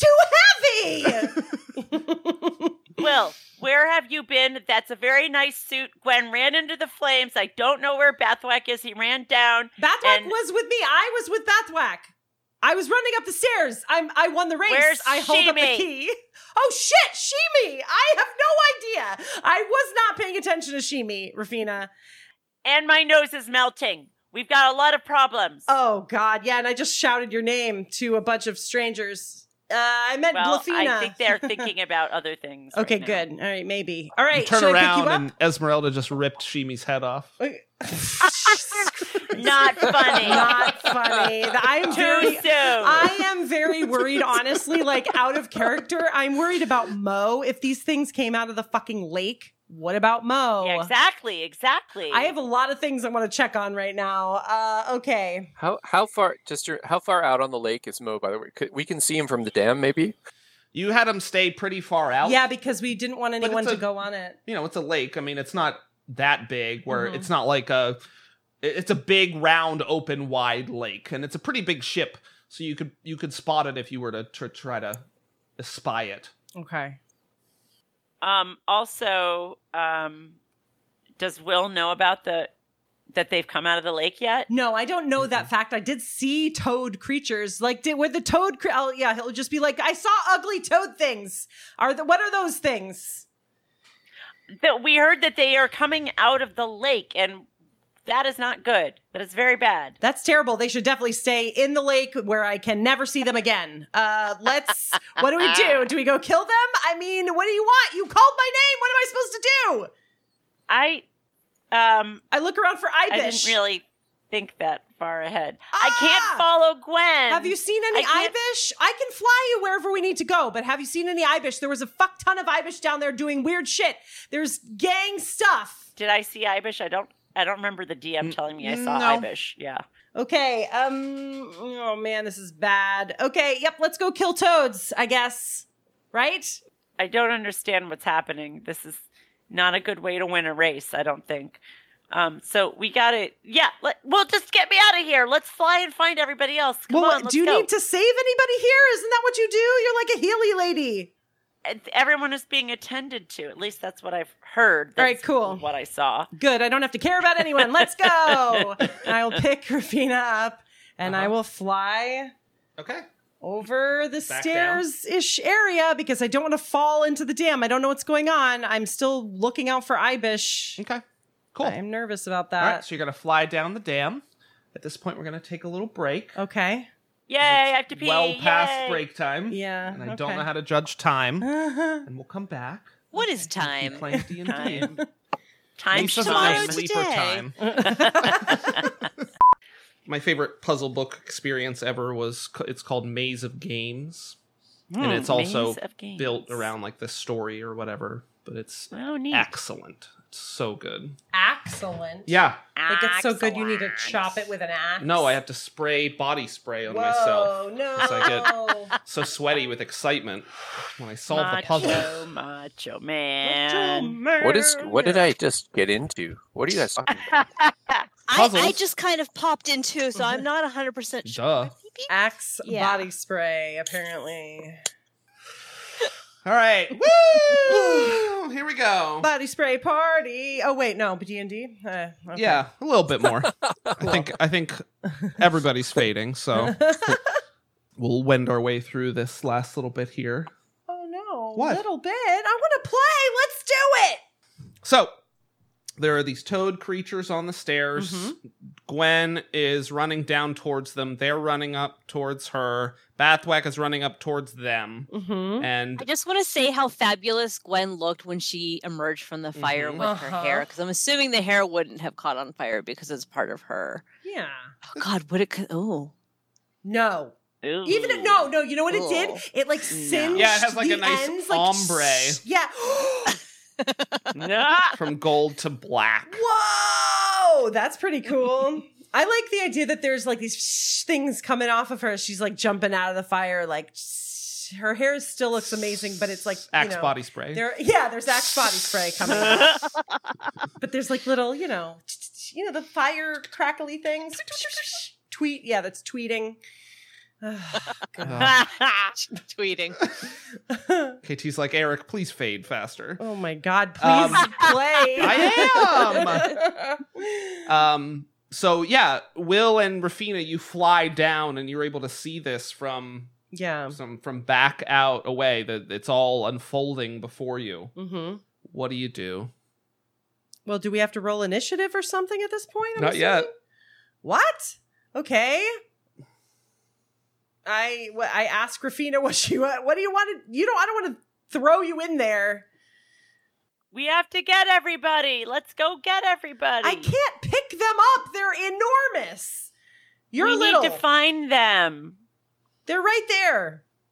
Speaker 8: too heavy.
Speaker 6: Will, where have you been? That's a very nice suit. Gwen ran into the flames. I don't know where Bathwack is. He ran down.
Speaker 8: Bathwack
Speaker 6: And-
Speaker 8: was with me. I was with Bathwack. I was running up the stairs. I'm. I won the race.
Speaker 6: Where's
Speaker 8: I hold up the
Speaker 6: Shimi?
Speaker 8: key. Oh shit, Shimi! I have no idea. I was not paying attention to Shimi, Rafina.
Speaker 6: And my nose is melting. We've got a lot of problems.
Speaker 8: Oh God, yeah. And I just shouted your name to a bunch of strangers. Uh, I meant
Speaker 6: well,
Speaker 8: Blafina.
Speaker 6: I think they're thinking about other things. right
Speaker 8: okay,
Speaker 6: now.
Speaker 8: good. All right, maybe. All
Speaker 1: You
Speaker 8: right.
Speaker 1: turn
Speaker 8: should I pick
Speaker 1: around
Speaker 8: you up?
Speaker 1: and Esmeralda just ripped Shimi's head off.
Speaker 6: Not funny.
Speaker 8: Not funny. I am
Speaker 6: Too
Speaker 8: very.
Speaker 6: soon.
Speaker 8: I am very worried, honestly. Like out of character, I'm worried about Mo. If these things came out of the fucking lake, what about Mo?
Speaker 6: Yeah, exactly. Exactly.
Speaker 8: I have a lot of things I want to check on right now. Uh, okay,
Speaker 4: How how far just your- how far out on the lake is Mo? By the way, Could, we can see him from the dam, maybe.
Speaker 1: You had him stay pretty far out.
Speaker 8: yeah, because we didn't want
Speaker 1: But
Speaker 8: anyone
Speaker 1: it's
Speaker 8: to
Speaker 1: a-
Speaker 8: go on it.
Speaker 1: you know, it's a lake. I mean, it's not that big where
Speaker 8: Mhm.
Speaker 7: Mm-hmm.
Speaker 1: it's not like a it- it's a big round open wide lake and it's a pretty big ship so you could you could spot it if you were to tr- try to espy it.
Speaker 8: Okay.
Speaker 6: Um, also, um, does Will know about the that they've come out of the lake yet?
Speaker 8: No, I don't know that fact. I did see toad creatures. Like, did were the toad? Cre- oh, yeah, he'll just be like, I saw ugly toad things. Are the what are those things?
Speaker 6: That we heard that they are coming out of the lake, and that is not good. That is very bad.
Speaker 8: That's terrible. They should definitely stay in the lake where I can never see them again. Uh, let's. what do we do? Do we go kill them? I mean, what do you want? You called my name. What am I supposed to do?
Speaker 6: I, um,
Speaker 8: I look around for
Speaker 6: I
Speaker 8: Ibish.
Speaker 6: didn't really think that far ahead. I
Speaker 8: Ah!
Speaker 6: can't follow Gwen.
Speaker 8: Have you seen any
Speaker 6: I can't-
Speaker 8: Ibish? I can fly you wherever we need to go, but have you seen any Ibish? There was a fuck ton of Ibish down there doing weird shit. There's gang stuff.
Speaker 6: Did I see Ibish? I don't. I don't remember the DM telling me I saw
Speaker 1: no.
Speaker 6: Ibish. Yeah.
Speaker 8: Okay, um, oh man, this is bad. Okay, yep, let's go kill toads, I guess. Right?
Speaker 6: I don't understand what's happening. This is not a good way to win a race, I don't think. Um, so we gotta, yeah. Let, well, just get me out of here. Let's fly and find everybody else. Come
Speaker 8: well,
Speaker 6: on, let's
Speaker 8: do you
Speaker 6: go.
Speaker 8: need to save anybody here? Isn't that what you do? You're like a Healy lady.
Speaker 6: And Everyone is being attended to. At least that's what I've heard.
Speaker 8: All right,
Speaker 6: That's
Speaker 8: cool.
Speaker 6: What I saw.
Speaker 8: Good, I don't have to care about anyone. Let's go. and I will pick Rafina up and I
Speaker 1: Uh-huh.
Speaker 8: will fly
Speaker 1: Okay.
Speaker 8: over the
Speaker 1: Back
Speaker 8: stairs ish area because I don't want to fall into the dam. I don't know what's going on. I'm still looking out for Ibish.
Speaker 1: Okay. Cool.
Speaker 8: I'm nervous about
Speaker 6: uh,
Speaker 1: All right,
Speaker 8: that.
Speaker 1: so you're going to fly down the dam. At this point, we're going to take a little break.
Speaker 8: Okay.
Speaker 6: Yay! I have to pee.
Speaker 1: Well past
Speaker 6: Yay.
Speaker 1: break time.
Speaker 8: Yeah.
Speaker 1: And I don't know how to judge time.
Speaker 8: Uh-huh.
Speaker 1: And we'll come back.
Speaker 7: What is
Speaker 1: Keep
Speaker 7: time?
Speaker 1: playing D&D.
Speaker 6: Time. Time.
Speaker 1: Lisa's on
Speaker 7: tomorrow
Speaker 1: sleeper
Speaker 7: today.
Speaker 1: time. my favorite puzzle book experience ever was c- it's called Maze of Games, and
Speaker 6: Hmm,
Speaker 1: it's also built around like the story or whatever, but it's
Speaker 6: Oh, neat.
Speaker 1: excellent. It's so good.
Speaker 8: Excellent.
Speaker 1: Yeah.
Speaker 8: Like it's so good you need to chop it with an axe.
Speaker 1: No, I have to spray body spray on
Speaker 8: Whoa,
Speaker 1: myself.
Speaker 8: No.
Speaker 1: 'cause I So sweaty with excitement when I solve the puzzle.
Speaker 6: Macho, macho man.
Speaker 4: What is? What did I just get into? What are you guys talking about?
Speaker 7: I, I
Speaker 1: Puzzles.
Speaker 7: just kind of popped in too, so I'm not 100% sure.
Speaker 1: Duh.
Speaker 8: axe
Speaker 7: Yeah.
Speaker 8: body spray, apparently.
Speaker 1: All right. Woo! Here we go.
Speaker 8: Body spray party. Oh wait, no, D and D. Uh,
Speaker 1: Yeah, a little bit more. I think I think everybody's fading,
Speaker 8: Oh,
Speaker 1: so we'll wend our way through this last little bit here.
Speaker 8: Oh no.
Speaker 1: What?
Speaker 8: Little bit. I want to play. Let's do it.
Speaker 1: So there are these toad creatures on the stairs.
Speaker 8: Mm-hmm.
Speaker 1: Gwen is running down towards them. They're running up towards her. Bathwack is running up towards them.
Speaker 8: Mm-hmm.
Speaker 1: And
Speaker 7: I just want to say how fabulous Gwen looked when she emerged from the fire
Speaker 1: Mhm.
Speaker 7: with her hair,
Speaker 8: Uh-huh.
Speaker 7: because I'm assuming the hair wouldn't have caught on fire because it's part of her.
Speaker 8: Yeah.
Speaker 7: Oh God, would it? co- Oh,
Speaker 8: No. Even if, no, no. You know what it did?
Speaker 7: Ugh.
Speaker 8: It like singed.
Speaker 1: Mm. Yeah, it has, like, a
Speaker 8: the
Speaker 1: nice
Speaker 8: ends, like,
Speaker 1: ombre.
Speaker 8: sh- yeah.
Speaker 6: Nah.
Speaker 1: from gold to black.
Speaker 8: Whoa, that's pretty cool. I like the idea that there's like these sh- things coming off of her. She's like jumping out of the fire. Like sh- her hair still looks amazing, but it's like you
Speaker 1: Axe
Speaker 8: know,
Speaker 1: body spray.
Speaker 8: There, yeah, there's axe body spray coming. out. but there's like little, you know, you know the fire crackly things. Tweet, yeah, that's tweeting.
Speaker 1: Ugh.
Speaker 7: tweeting.
Speaker 1: KT's like, Eric, please fade faster.
Speaker 8: oh my god,
Speaker 1: Um,
Speaker 8: please play.
Speaker 1: I
Speaker 8: am.
Speaker 1: Um, so yeah, Will and Rafina, you fly down and you're able to see this from
Speaker 8: yeah.
Speaker 1: some from back out away. That it's all unfolding before you.
Speaker 8: Mm-hmm.
Speaker 1: What do you do?
Speaker 8: Well, do we have to roll initiative or something at this point?
Speaker 1: Not yet.
Speaker 8: assuming? What? Okay. I wh- I asked Grafina what she wa- what do you want to you don't I don't want to throw you in there.
Speaker 6: We have to get everybody. Let's go get everybody.
Speaker 8: I can't pick them up. They're enormous. You're
Speaker 6: we
Speaker 8: little.
Speaker 6: need to find them.
Speaker 8: they're right there. point.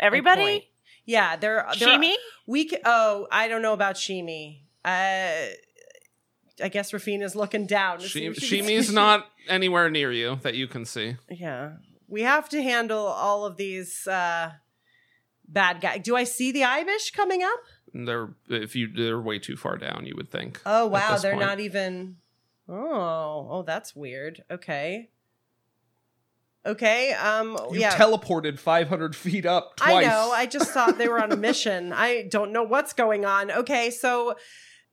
Speaker 6: Everybody?
Speaker 8: Yeah, they're they're
Speaker 6: Shimi?
Speaker 8: We c- oh, I don't know about Shimi. Uh I guess Rafina's looking down. to see
Speaker 1: She,
Speaker 8: if she can-
Speaker 1: Shimi's not anywhere near you that you can see.
Speaker 8: Yeah. We have to handle all of these uh bad guys. Do I see the Ibish coming up?
Speaker 1: And They're if you they're way too far down. You would think.
Speaker 8: Oh
Speaker 1: At
Speaker 8: wow,
Speaker 1: this
Speaker 8: they're
Speaker 1: point.
Speaker 8: not even Oh, oh that's weird. Okay. Okay. Um
Speaker 1: You
Speaker 8: yeah.
Speaker 1: teleported 500 feet up
Speaker 8: I
Speaker 1: twice.
Speaker 8: know. I just thought they were on a mission. I don't know what's going on. Okay, so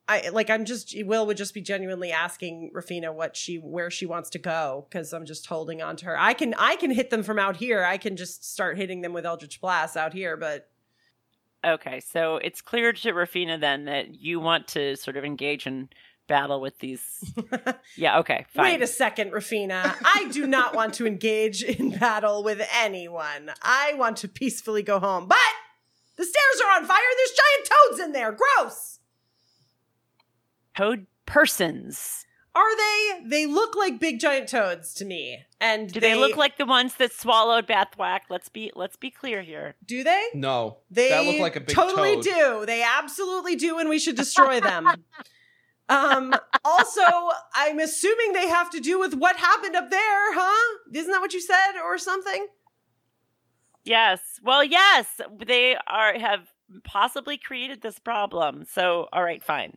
Speaker 8: I like I'm just Will would just be genuinely asking Rafina what she where she wants to go because I'm just holding on to her. I can I can hit them from out here. I can just start hitting them with Eldritch Blast out here, but
Speaker 6: Okay, so it's clear to Rafina then that you want to sort of engage in battle with these. Yeah, okay, fine.
Speaker 8: wait a second, Rafina. I do not want to engage in battle with anyone. I want to peacefully go home. But the stairs are on fire. There's giant toads in there. Gross.
Speaker 6: Toad persons.
Speaker 8: Are they? They look like big giant toads to me. And
Speaker 6: Do they, look like the ones that swallowed Bathwack? Let's be let's be clear here.
Speaker 8: Do they?
Speaker 1: No,
Speaker 8: They
Speaker 1: that looked like a big
Speaker 8: totally
Speaker 1: toad.
Speaker 8: do. They absolutely do, and we should destroy them. um. Also, I'm assuming they have to do with what happened up there, huh? Isn't that what you said, or something?
Speaker 6: Yes. Well, yes, they are have possibly created this problem. So, all right, fine.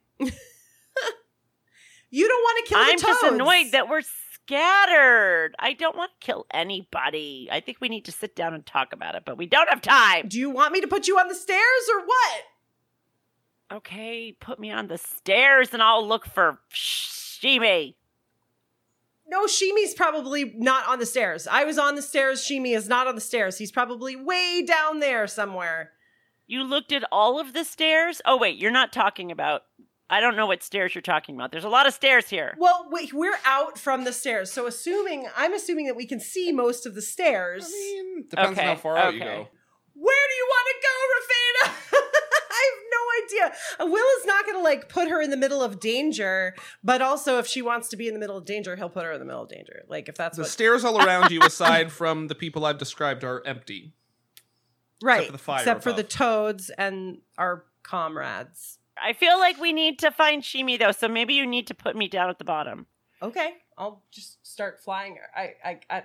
Speaker 8: You don't want to kill
Speaker 6: I'm
Speaker 8: the toads.
Speaker 6: just annoyed that we're scattered. I don't want to kill anybody. I think we need to sit down and talk about it, but we don't have time.
Speaker 8: Do you want me to put you on the stairs or what?
Speaker 6: Okay, put me on the stairs and I'll look for Shimi.
Speaker 8: No, Shimi's probably not on the stairs. I was on the stairs. Shimi is not on the stairs. He's probably way down there somewhere.
Speaker 6: You looked at all of the stairs? Oh, wait, you're not talking about. I don't know what stairs you're talking about. There's a lot of stairs here.
Speaker 8: Well, wait, we're out from the stairs, so assuming I'm assuming that we can see most of the
Speaker 1: I
Speaker 8: stairs.
Speaker 1: mean, depends on how
Speaker 6: Okay,
Speaker 1: far out you
Speaker 6: okay.
Speaker 1: go.
Speaker 8: Where do you want to go, Rafina? I have no idea. Uh, Will is not going to like put her in the middle of danger, but also if she wants to be in the middle of danger, he'll put her in the middle of danger. Like if that's
Speaker 1: The
Speaker 8: what,
Speaker 1: stairs all around you, aside from the people I've described, are empty.
Speaker 8: right,
Speaker 1: for the fire
Speaker 8: except for the
Speaker 1: above.
Speaker 8: toads and our comrades.
Speaker 6: I feel like we need to find Shimi though, so maybe you need to put me down at the bottom.
Speaker 8: Okay, I'll just start flying. I, I, I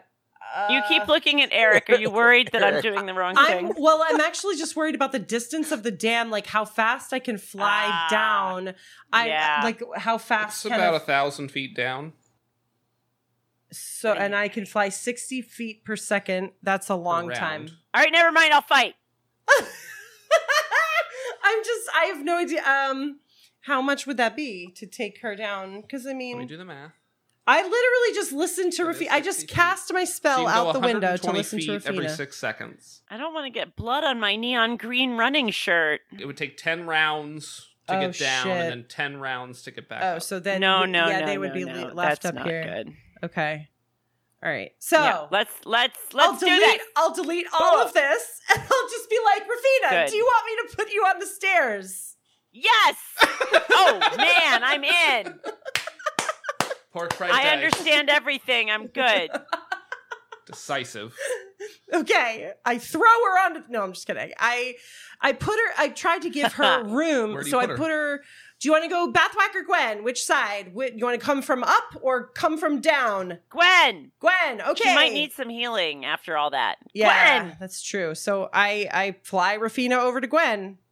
Speaker 8: uh,
Speaker 6: you keep looking at Eric. Are you worried that I'm doing the wrong
Speaker 8: I'm
Speaker 6: thing?
Speaker 8: well. I'm actually just worried about the distance of the dam, like how fast I can fly
Speaker 6: Ah,
Speaker 8: down. I
Speaker 6: yeah.
Speaker 8: like how
Speaker 1: It's
Speaker 8: fast can
Speaker 1: about
Speaker 8: I-
Speaker 1: a thousand feet down.
Speaker 8: so, and I can fly sixty feet per second. That's a long
Speaker 1: Around.
Speaker 8: time.
Speaker 6: All right, never mind. I'll fight.
Speaker 8: I'm just. I have no idea. Um, how much would that be to take her down? Because I
Speaker 1: Let me
Speaker 8: mean,
Speaker 1: do the math.
Speaker 8: I literally just listened to
Speaker 1: That is
Speaker 8: Rafi. I just
Speaker 1: 60 feet.
Speaker 8: cast my
Speaker 1: So
Speaker 8: spell
Speaker 1: you can go
Speaker 8: out the window to
Speaker 1: 120
Speaker 8: listen to
Speaker 1: feet every
Speaker 8: Rafina.
Speaker 1: six seconds.
Speaker 6: I don't want to get blood on my neon green running shirt.
Speaker 1: It would take ten rounds to
Speaker 8: Mm. Oh,
Speaker 1: get down,
Speaker 8: shit.
Speaker 1: and then ten rounds to get back.
Speaker 8: oh,
Speaker 1: up.
Speaker 8: so then
Speaker 6: no,
Speaker 8: w-
Speaker 6: no,
Speaker 8: yeah,
Speaker 6: no,
Speaker 8: they would
Speaker 6: no,
Speaker 8: be
Speaker 6: no.
Speaker 8: le- left
Speaker 6: That's
Speaker 8: up
Speaker 6: not
Speaker 8: here.
Speaker 6: Good.
Speaker 8: Okay, all right. So
Speaker 6: yeah, let's let's
Speaker 8: I'll
Speaker 6: let's do
Speaker 8: delete.
Speaker 6: that.
Speaker 8: I'll delete all
Speaker 6: Boom.
Speaker 8: of this, and I'll just be like, Rafina,
Speaker 6: Good.
Speaker 8: do you want me to put you on the stairs?
Speaker 6: Yes. oh man, I'm in.
Speaker 1: pork fried
Speaker 6: I
Speaker 1: day.
Speaker 6: understand everything. I'm good.
Speaker 1: Decisive.
Speaker 8: Okay, I throw her on. the- No, I'm just kidding. I, I put her. I tried to give her room,
Speaker 1: Where do you
Speaker 8: so
Speaker 1: put
Speaker 8: I
Speaker 1: her?
Speaker 8: put her. Do you want to go Bathwack or Gwen? Which side? Wh- you want to come from up or come from down?
Speaker 6: Gwen,
Speaker 8: Gwen. Okay.
Speaker 6: she might need some healing after all that.
Speaker 8: Yeah,
Speaker 6: Gwen.
Speaker 8: that's true. So I I fly Rafina over to Gwen.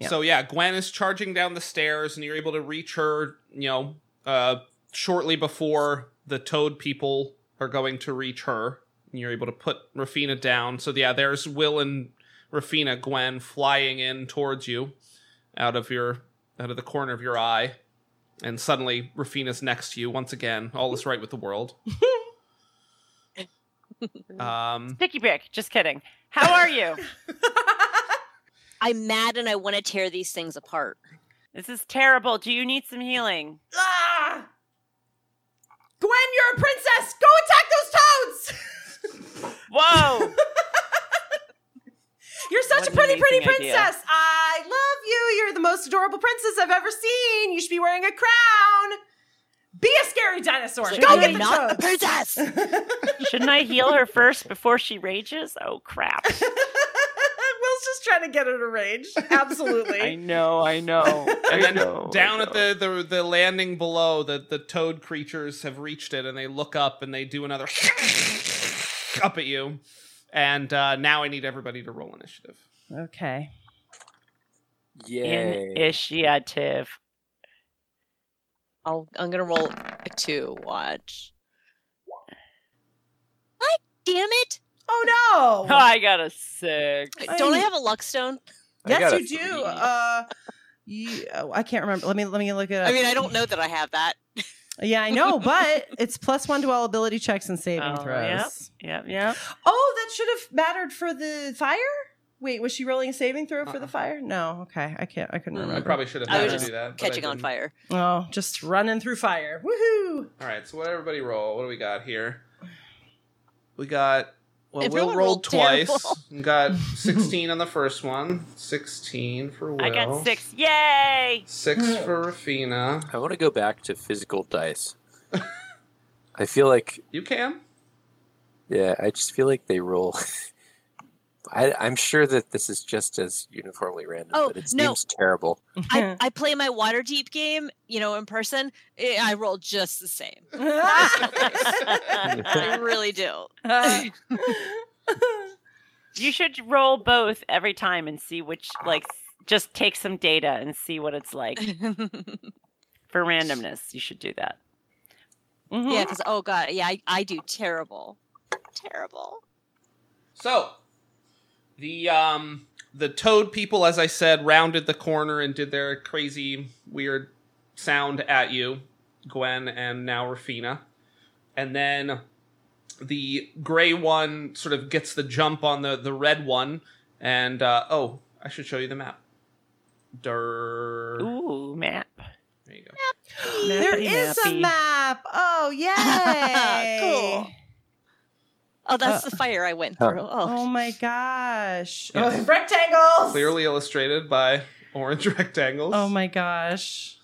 Speaker 8: Yeah.
Speaker 1: So yeah, Gwen is charging down the stairs, and you're able to reach her. You know, uh, shortly before the Toad people are going to reach her, and you're able to put Rafina down. So yeah, there's Will and Rafina, Gwen flying in towards you, out of your out of the corner of your eye, and suddenly Rafina's next to you once again. All is right with the world. um,
Speaker 6: Picky Brick, just kidding. How are you?
Speaker 7: I'm mad and I want to tear these things apart.
Speaker 6: this is terrible. Do you need some healing?
Speaker 8: Ah! Gwen, you're a princess. Go attack those toads.
Speaker 6: Whoa!
Speaker 8: You're such
Speaker 6: What
Speaker 8: a
Speaker 6: an
Speaker 8: pretty, pretty
Speaker 6: amazing idea.
Speaker 8: princess. I love you. You're the most adorable princess I've ever seen. You should be wearing a crown. Be a scary dinosaur.
Speaker 7: It's like,
Speaker 8: Go
Speaker 7: "You
Speaker 8: get
Speaker 7: are
Speaker 8: the
Speaker 7: not
Speaker 8: toads.
Speaker 7: a princess.
Speaker 6: Shouldn't I heal her first before she rages? Oh crap.
Speaker 8: Will's just trying to get her to rage.
Speaker 4: I
Speaker 8: Absolutely.
Speaker 4: know, I know.
Speaker 1: and
Speaker 4: I
Speaker 1: then
Speaker 4: know, I
Speaker 1: down at
Speaker 4: know.
Speaker 1: the, the the landing below the the toad creatures have reached it and they look up and they do another up at you and uh, now i need everybody to roll initiative
Speaker 8: okay.
Speaker 4: Yay.
Speaker 6: Initiative.
Speaker 11: I'll, I'm gonna roll a two. Watch.
Speaker 7: Damn it.
Speaker 8: Oh no.
Speaker 6: I got a six.
Speaker 7: Don't I
Speaker 8: I-
Speaker 7: have a luck stone?
Speaker 4: I
Speaker 8: Yes,
Speaker 4: got a
Speaker 8: you do.
Speaker 4: three.
Speaker 8: Uh, you, oh, I can't remember. Let me let me look it up.
Speaker 11: I mean, I don't know that I have that.
Speaker 8: Yeah, I know, but it's plus one to all ability checks and saving
Speaker 6: Oh,
Speaker 8: throws.
Speaker 6: yep. Yep, yep.
Speaker 8: Oh, that should have mattered for the fire. Wait, was she rolling a saving throw for
Speaker 1: Uh-uh.
Speaker 8: the fire? No. Okay, I can't. I couldn't
Speaker 11: Mm.
Speaker 1: i
Speaker 8: remember.
Speaker 1: probably should have
Speaker 11: I
Speaker 1: had
Speaker 11: was
Speaker 1: her
Speaker 11: just
Speaker 1: do that but I
Speaker 11: Catching on
Speaker 1: didn't.
Speaker 11: fire.
Speaker 8: Oh, just running through fire. Woohoo!
Speaker 1: all right so what everybody roll what do we got here we got well
Speaker 11: Everyone
Speaker 1: will rolled
Speaker 11: rolled
Speaker 1: twice
Speaker 11: terrible.
Speaker 1: We got 16 on the first one 16 for will
Speaker 6: I got six. Yay!
Speaker 1: six for rafina
Speaker 4: I want to go back to physical dice. I feel like,
Speaker 1: you can
Speaker 4: yeah, I just feel like they roll. I, I'm sure that this is just as uniformly random,
Speaker 7: Oh,
Speaker 4: but it
Speaker 7: no.
Speaker 4: seems terrible.
Speaker 7: I, I play my water deep game, you know, in person. Eh, I roll just the same. I really do.
Speaker 6: you should roll both every time and see which like s- just take some data and see what it's like for randomness. You should do that.
Speaker 8: Mhm.
Speaker 7: Yeah, because oh god, yeah, I, I do terrible, terrible.
Speaker 1: So the um the toad people, as I said, rounded the corner and did their crazy weird sound at you, Gwen and now Rafina. And then the gray one sort of gets the jump on the, the red one and uh, oh, I should show you the map. Durr.
Speaker 6: Ooh, map.
Speaker 1: There you go.
Speaker 8: there is a
Speaker 6: mappy.
Speaker 8: map. Oh, yay!
Speaker 7: Cool. Oh, that's the fire I went through.
Speaker 8: Oh
Speaker 7: Oh,
Speaker 8: my gosh!
Speaker 1: Yeah.
Speaker 8: Oh, rectangles.
Speaker 1: Clearly illustrated by orange rectangles.
Speaker 8: Oh my gosh.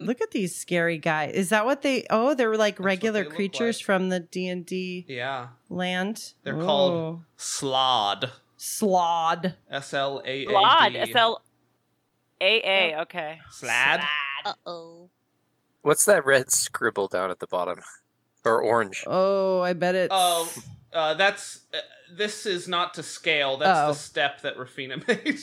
Speaker 8: Look at these scary guys. Is that what they Oh, they're like
Speaker 1: what
Speaker 8: regular
Speaker 1: they look
Speaker 8: creatures
Speaker 1: like.
Speaker 8: from the D&D
Speaker 1: Yeah.
Speaker 8: land.
Speaker 1: They're
Speaker 8: Oh.
Speaker 1: called- Slod.
Speaker 8: slod.
Speaker 1: S L A A D.
Speaker 6: Blod. S L AA. Okay.
Speaker 1: Slad.
Speaker 7: Uh oh.
Speaker 4: What's that red scribble down at the bottom? Or orange?
Speaker 8: Oh, I bet it's.
Speaker 1: Oh, uh, that's. Uh, this is not to scale. That's
Speaker 8: Oh.
Speaker 1: the step that Rafina made.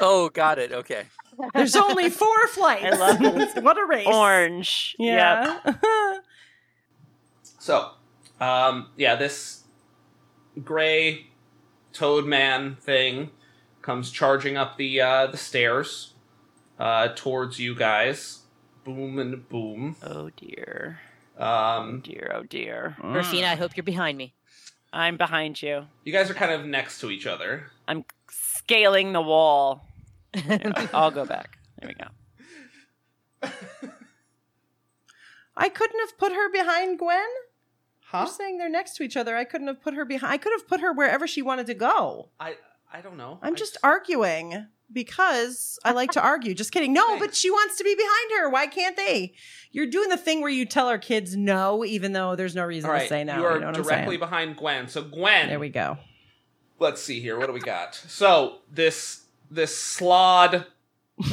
Speaker 4: Oh, got it. Okay.
Speaker 8: There's only four flights.
Speaker 6: I love it.
Speaker 8: what a race.
Speaker 6: Orange. Yep.
Speaker 8: Yeah.
Speaker 1: So, um, yeah, this gray toad man thing comes charging up the uh, the stairs uh, towards you guys. Boom and boom.
Speaker 6: Oh dear. Oh
Speaker 1: Um,
Speaker 6: dear. Oh dear.
Speaker 7: Rafina, I hope you're behind me.
Speaker 6: I'm behind you.
Speaker 1: you guys are kind of next to each other.
Speaker 6: I'm scaling the wall. Yeah, I'll go back. There we go.
Speaker 8: I couldn't have put her behind Gwen.
Speaker 1: Huh?
Speaker 8: You're saying they're next to each other. I couldn't have put her behind. I could have put her wherever she wanted to go.
Speaker 1: I I don't know.
Speaker 8: I'm
Speaker 1: I
Speaker 8: just arguing because I like to argue. Just kidding. No, but she wants to be behind her. Why can't they? You're doing the thing where you tell our kids no, even though there's no reason
Speaker 1: All right,
Speaker 8: to say no.
Speaker 1: you are
Speaker 8: know what I'm
Speaker 1: directly
Speaker 8: saying?
Speaker 1: behind Gwen. So Gwen,
Speaker 8: There we go.
Speaker 1: let's see here. What do we got? So this this slod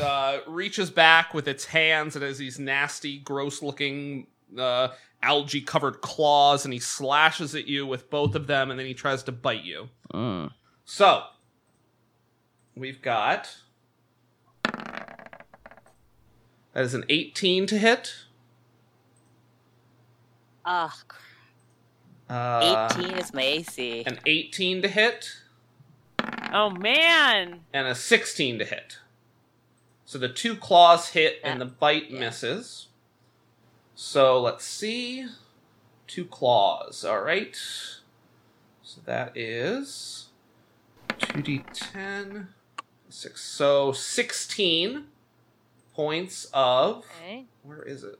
Speaker 1: uh, reaches back with its hands and has these nasty, gross-looking uh, algae-covered claws, and he slashes at you with both of them, and then he tries to bite you. So we've got that is an eighteen to hit.
Speaker 7: Ah,
Speaker 1: Uh,
Speaker 7: 18 is my AC.
Speaker 1: An eighteen to hit.
Speaker 6: Oh man.
Speaker 1: and a 16 to hit. So the two claws hit and the bite misses. So let's see. Two claws. All right. So that is 2d10. Six. So 16 points of.
Speaker 7: Okay.
Speaker 1: Where is it?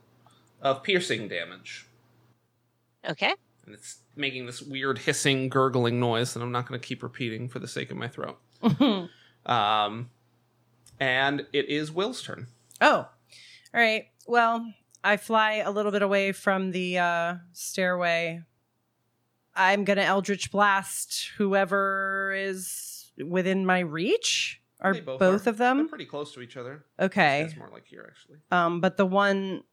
Speaker 1: Of piercing damage.
Speaker 7: Okay.
Speaker 1: And it's making this weird hissing, gurgling noise that I'm not going to keep repeating for the sake of my throat. Um, and it is Will's turn.
Speaker 8: Oh, all right. Well, I fly a little bit away from the uh, stairway. I'm gonna Eldritch Blast whoever is within my reach. Are
Speaker 1: They
Speaker 8: both,
Speaker 1: are-
Speaker 8: of them
Speaker 1: They're pretty close to each other.
Speaker 8: okay?
Speaker 1: It's more like here, actually.
Speaker 8: Um, but the one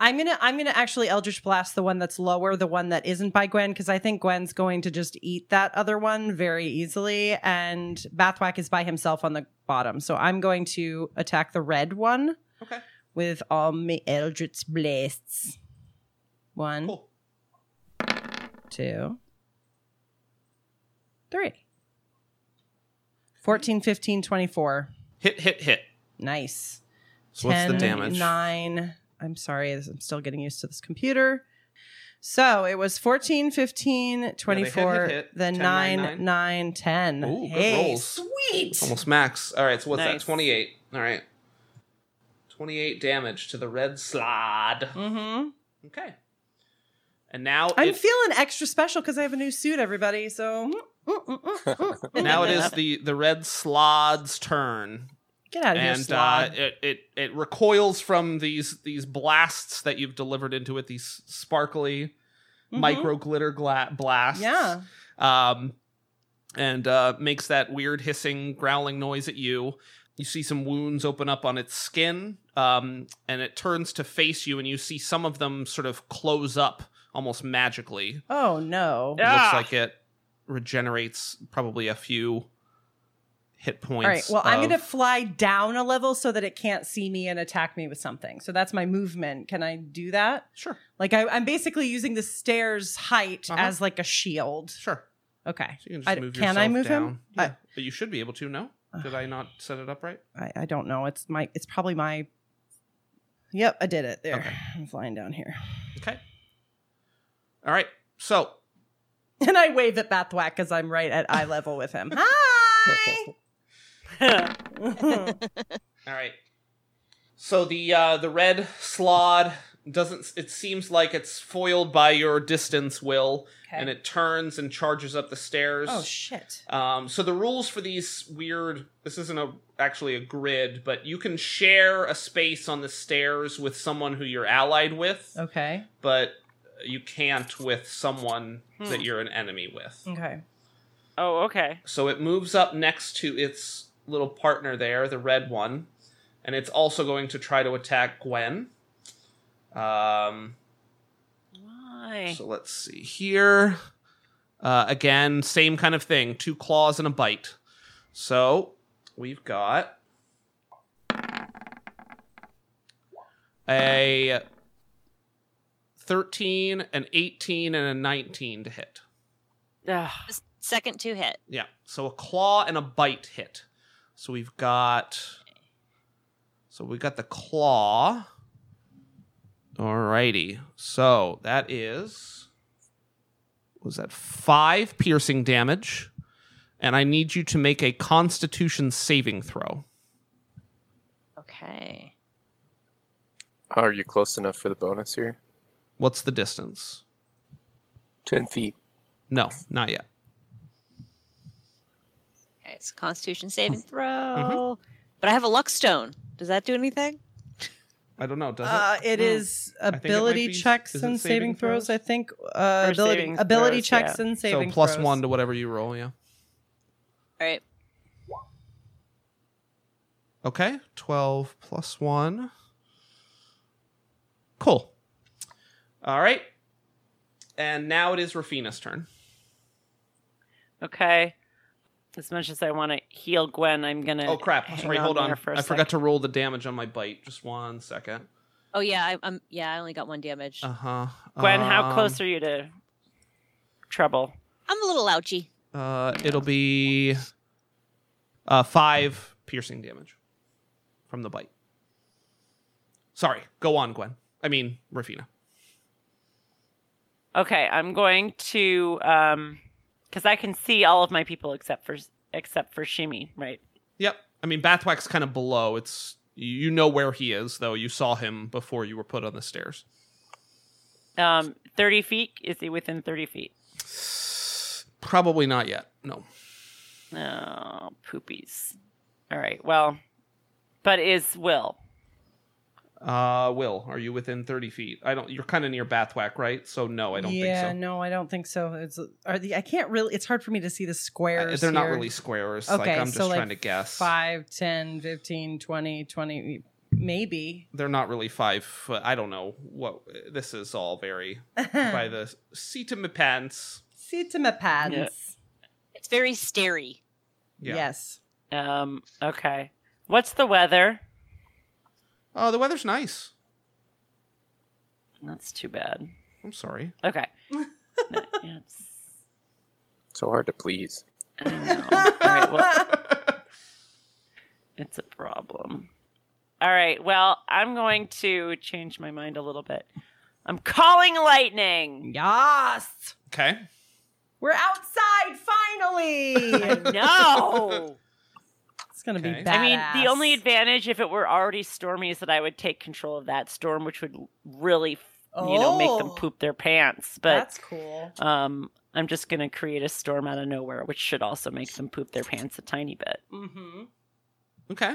Speaker 8: I'm gonna I'm gonna actually Eldritch Blast the one that's lower, the one that isn't by Gwen, because I think Gwen's going to just eat that other one very easily. And Bathwack is by himself on the bottom, so I'm going to attack the red one.
Speaker 1: Okay.
Speaker 8: With all my Eldritch Blasts. One,
Speaker 1: Cool.
Speaker 8: two, three. 14, 15, 24.
Speaker 1: Hit, hit, hit.
Speaker 8: Nice.
Speaker 1: So what's the
Speaker 8: 10,
Speaker 1: damage?
Speaker 8: Nine. I'm sorry, this- I'm still getting used to this computer. So it was 14, 15, 24,
Speaker 1: hit.
Speaker 8: then
Speaker 1: 10,
Speaker 8: 9,
Speaker 1: nine,
Speaker 8: 9, 10.
Speaker 1: Ooh, good
Speaker 8: hey,
Speaker 1: rolls.
Speaker 8: sweet.
Speaker 1: Almost max. All right. So what's
Speaker 6: Nice.
Speaker 1: that? Twenty-eight. All right. Twenty-eight damage to the red slide.
Speaker 8: Mm-hmm.
Speaker 1: Okay. And now
Speaker 8: I'm
Speaker 1: it,
Speaker 8: feeling extra special because I have a new suit, everybody. So mm, mm, mm, mm, mm.
Speaker 1: now it is the the red slod's turn.
Speaker 8: get out of here,
Speaker 1: and uh,
Speaker 8: slod.
Speaker 1: it, it it recoils from these these blasts that you've delivered into it. These sparkly
Speaker 8: Mhm.
Speaker 1: micro glitter gla- blasts.
Speaker 8: Yeah.
Speaker 1: Um, and uh, makes that weird hissing, growling noise at you. You see some wounds open up on its skin, um, and it turns to face you, and you see some of them sort of close up almost magically.
Speaker 8: Oh no.
Speaker 1: It Looks
Speaker 6: Ah.
Speaker 1: like it regenerates probably a few hit points.
Speaker 8: All right. Well, I'm
Speaker 1: of-
Speaker 8: going to fly down a level so that it can't see me and attack me with something. So that's my movement. Can I do that?
Speaker 1: sure,
Speaker 8: Like I, I'm basically using the stairs height
Speaker 1: Uh-huh.
Speaker 8: as like a shield.
Speaker 1: sure.
Speaker 8: Okay.
Speaker 1: So you can just
Speaker 8: I-
Speaker 1: move
Speaker 8: can I
Speaker 1: yourself
Speaker 8: move him?
Speaker 1: down. Yeah.
Speaker 8: I-
Speaker 1: but you should be able to. No, did I not set it up right?
Speaker 8: I, I don't know. It's my. It's probably my. Yep, I did it. There,
Speaker 1: Okay.
Speaker 8: I'm flying down here,
Speaker 1: Okay. All right. So
Speaker 8: and I wave at Bathwack because I'm right at eye level with him. Hi.
Speaker 6: Oh,
Speaker 1: All right. So the uh, the red slod doesn't. It seems like it's foiled by your distance, Will, and it turns and charges up the stairs.
Speaker 8: oh shit.
Speaker 1: um, so the rules for these weird. This isn't a actually a grid, but you can share a space on the stairs with someone who you're allied with,
Speaker 8: Okay.
Speaker 1: but you can't with someone
Speaker 8: Hmm.
Speaker 1: that you're an enemy with.
Speaker 8: Okay.
Speaker 6: Oh okay.
Speaker 1: So it moves up next to its little partner there, the red one, and it's also going to try to attack Gwen. Um,
Speaker 6: Why?
Speaker 1: so let's see here. Uh, again, same kind of thing. Two claws and a bite. So we've got a 13, an 18, and a 19 to hit.
Speaker 6: Ugh.
Speaker 7: The second two hit.
Speaker 1: Yeah. So a claw and a bite hit. So we've got. So we got the claw. Alrighty. So that is. Was that five piercing damage? And I need you to make a Constitution saving throw.
Speaker 7: Okay.
Speaker 4: Are you close enough for the bonus here?
Speaker 1: What's the distance?
Speaker 4: 10 feet.
Speaker 1: No, not yet.
Speaker 7: Okay, it's a Constitution saving throw. Mm-hmm. But I have a luck stone. Does that do anything?
Speaker 1: I don't know. Does
Speaker 8: Uh, it is
Speaker 1: might
Speaker 8: ability
Speaker 1: be-
Speaker 8: checks
Speaker 1: is it
Speaker 8: and
Speaker 1: saving
Speaker 8: saving throws,
Speaker 1: throws?
Speaker 8: I think. Uh,
Speaker 6: Or
Speaker 8: ability
Speaker 6: saving
Speaker 8: ability
Speaker 6: throws,
Speaker 8: checks
Speaker 6: yeah.
Speaker 8: and
Speaker 1: it?
Speaker 8: saving
Speaker 1: so plus
Speaker 8: throws.
Speaker 1: one to whatever you roll, yeah.
Speaker 7: All right.
Speaker 1: Okay, 12 plus 1. Cool. All right. And now it is Rafina's turn.
Speaker 6: Okay. As much as I want to heal Gwen, I'm gonna.
Speaker 1: Oh, crap.
Speaker 6: hang
Speaker 1: Sorry, hold on.
Speaker 6: there For a
Speaker 1: I forgot to roll the damage on my bite. Just one second.
Speaker 7: Oh yeah, I, I'm. Yeah, I only got one damage.
Speaker 1: Uh huh.
Speaker 6: Gwen, how
Speaker 1: Um,
Speaker 6: close are you to trouble?
Speaker 7: I'm a little ouchy.
Speaker 1: Uh, it'll be uh, five piercing damage from the bite. Sorry. Go on, Gwen. I mean, Rafina.
Speaker 6: Okay, I'm going to um, because I can see all of my people except for except for Shimi, right?
Speaker 1: Yep. I mean, Bathwack's kind of below. It's you know where he is, though. You saw him before you were put on the stairs.
Speaker 6: Um, thirty feet. Is he within thirty feet?
Speaker 1: Probably not yet. No.
Speaker 6: Oh, poopies. All right. Well, but is Will?
Speaker 1: Uh, Will, are you within thirty feet? I don't. You're kind of near Bathwack, right? So no, I don't
Speaker 8: yeah,
Speaker 1: think so.
Speaker 8: no, I don't think so. It's are the, I can't really. It's hard for me to see the squares.
Speaker 1: Uh, They're not
Speaker 8: here.
Speaker 1: really squares.
Speaker 8: Okay,
Speaker 1: like I'm just
Speaker 8: so
Speaker 1: trying
Speaker 8: like
Speaker 1: to guess.
Speaker 8: 5, 10, 15, 20, 20, maybe.
Speaker 1: They're not really five foot. I don't know what this is. All very
Speaker 8: Hmm.
Speaker 1: by the seat of my pants.
Speaker 8: See to my pants.
Speaker 7: It's very stary.
Speaker 1: Yeah.
Speaker 8: Yes.
Speaker 6: Um. Okay. What's the weather?
Speaker 1: Oh, the weather's nice.
Speaker 6: That's too bad.
Speaker 1: I'm sorry.
Speaker 6: Okay. yeah, it's,
Speaker 4: So hard to please.
Speaker 6: I know. All right. Well, It's a problem. All right. Well, I'm going to change my mind a little bit. I'm calling lightning.
Speaker 8: Yes.
Speaker 1: Okay.
Speaker 8: We're outside finally.
Speaker 6: No.
Speaker 8: it's gonna
Speaker 1: Okay.
Speaker 8: be badass.
Speaker 6: I mean, the only advantage if it were already stormy is that I would take control of that storm, which would really, you know, make them
Speaker 8: Oh.
Speaker 6: poop their pants. But
Speaker 8: that's cool.
Speaker 6: um, I'm just going to create a storm out of nowhere, which should also make them poop their pants a tiny bit.
Speaker 8: Mm-hmm.
Speaker 1: Okay.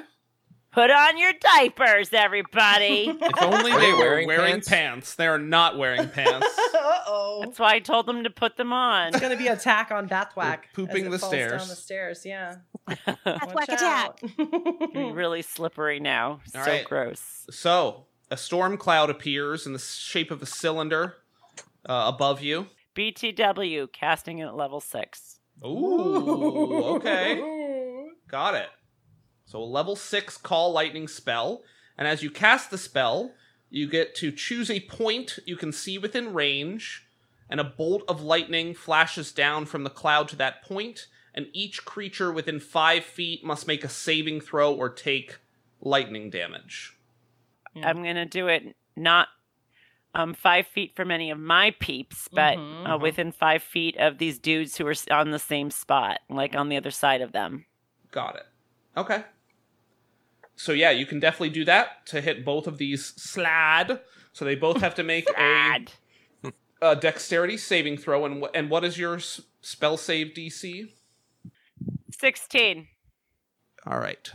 Speaker 6: Put on your diapers, everybody.
Speaker 1: If only
Speaker 4: Are
Speaker 1: they
Speaker 4: they
Speaker 1: were wearing,
Speaker 4: wearing
Speaker 1: pants?
Speaker 4: pants?
Speaker 1: They are not wearing pants.
Speaker 8: uh oh.
Speaker 6: That's why I told them to put them on.
Speaker 8: It's gonna be attack on Bathwack.
Speaker 1: They're pooping
Speaker 8: as it
Speaker 1: the
Speaker 8: falls
Speaker 1: stairs.
Speaker 8: Down the stairs, yeah.
Speaker 7: Bathwack
Speaker 8: Watch
Speaker 7: attack.
Speaker 6: Getting
Speaker 8: out.
Speaker 6: really slippery now.
Speaker 1: All
Speaker 6: so
Speaker 1: right.
Speaker 6: gross.
Speaker 1: So, a storm cloud appears in the shape of a cylinder uh, above you.
Speaker 6: BTW casting it at level six.
Speaker 1: Ooh, okay. Got it. So, a level 6 call lightning spell. And as you cast the spell, you get to choose a point you can see within range, and a bolt of lightning flashes down from the cloud to that point, and each creature within 5 feet must make a saving throw or take lightning damage.
Speaker 6: I'm gonna do it not um five feet from any of my peeps, but
Speaker 8: Mhm,
Speaker 6: uh, within five feet of these dudes who are s- on the same spot, like on the other side of them.
Speaker 1: Got it. Okay. So yeah, you can definitely do that to hit both of these slad. So they both have to make a,
Speaker 6: Bad.
Speaker 1: a uh, dexterity saving throw. And wh- and what is your s- spell save DC?
Speaker 6: Sixteen.
Speaker 1: All right.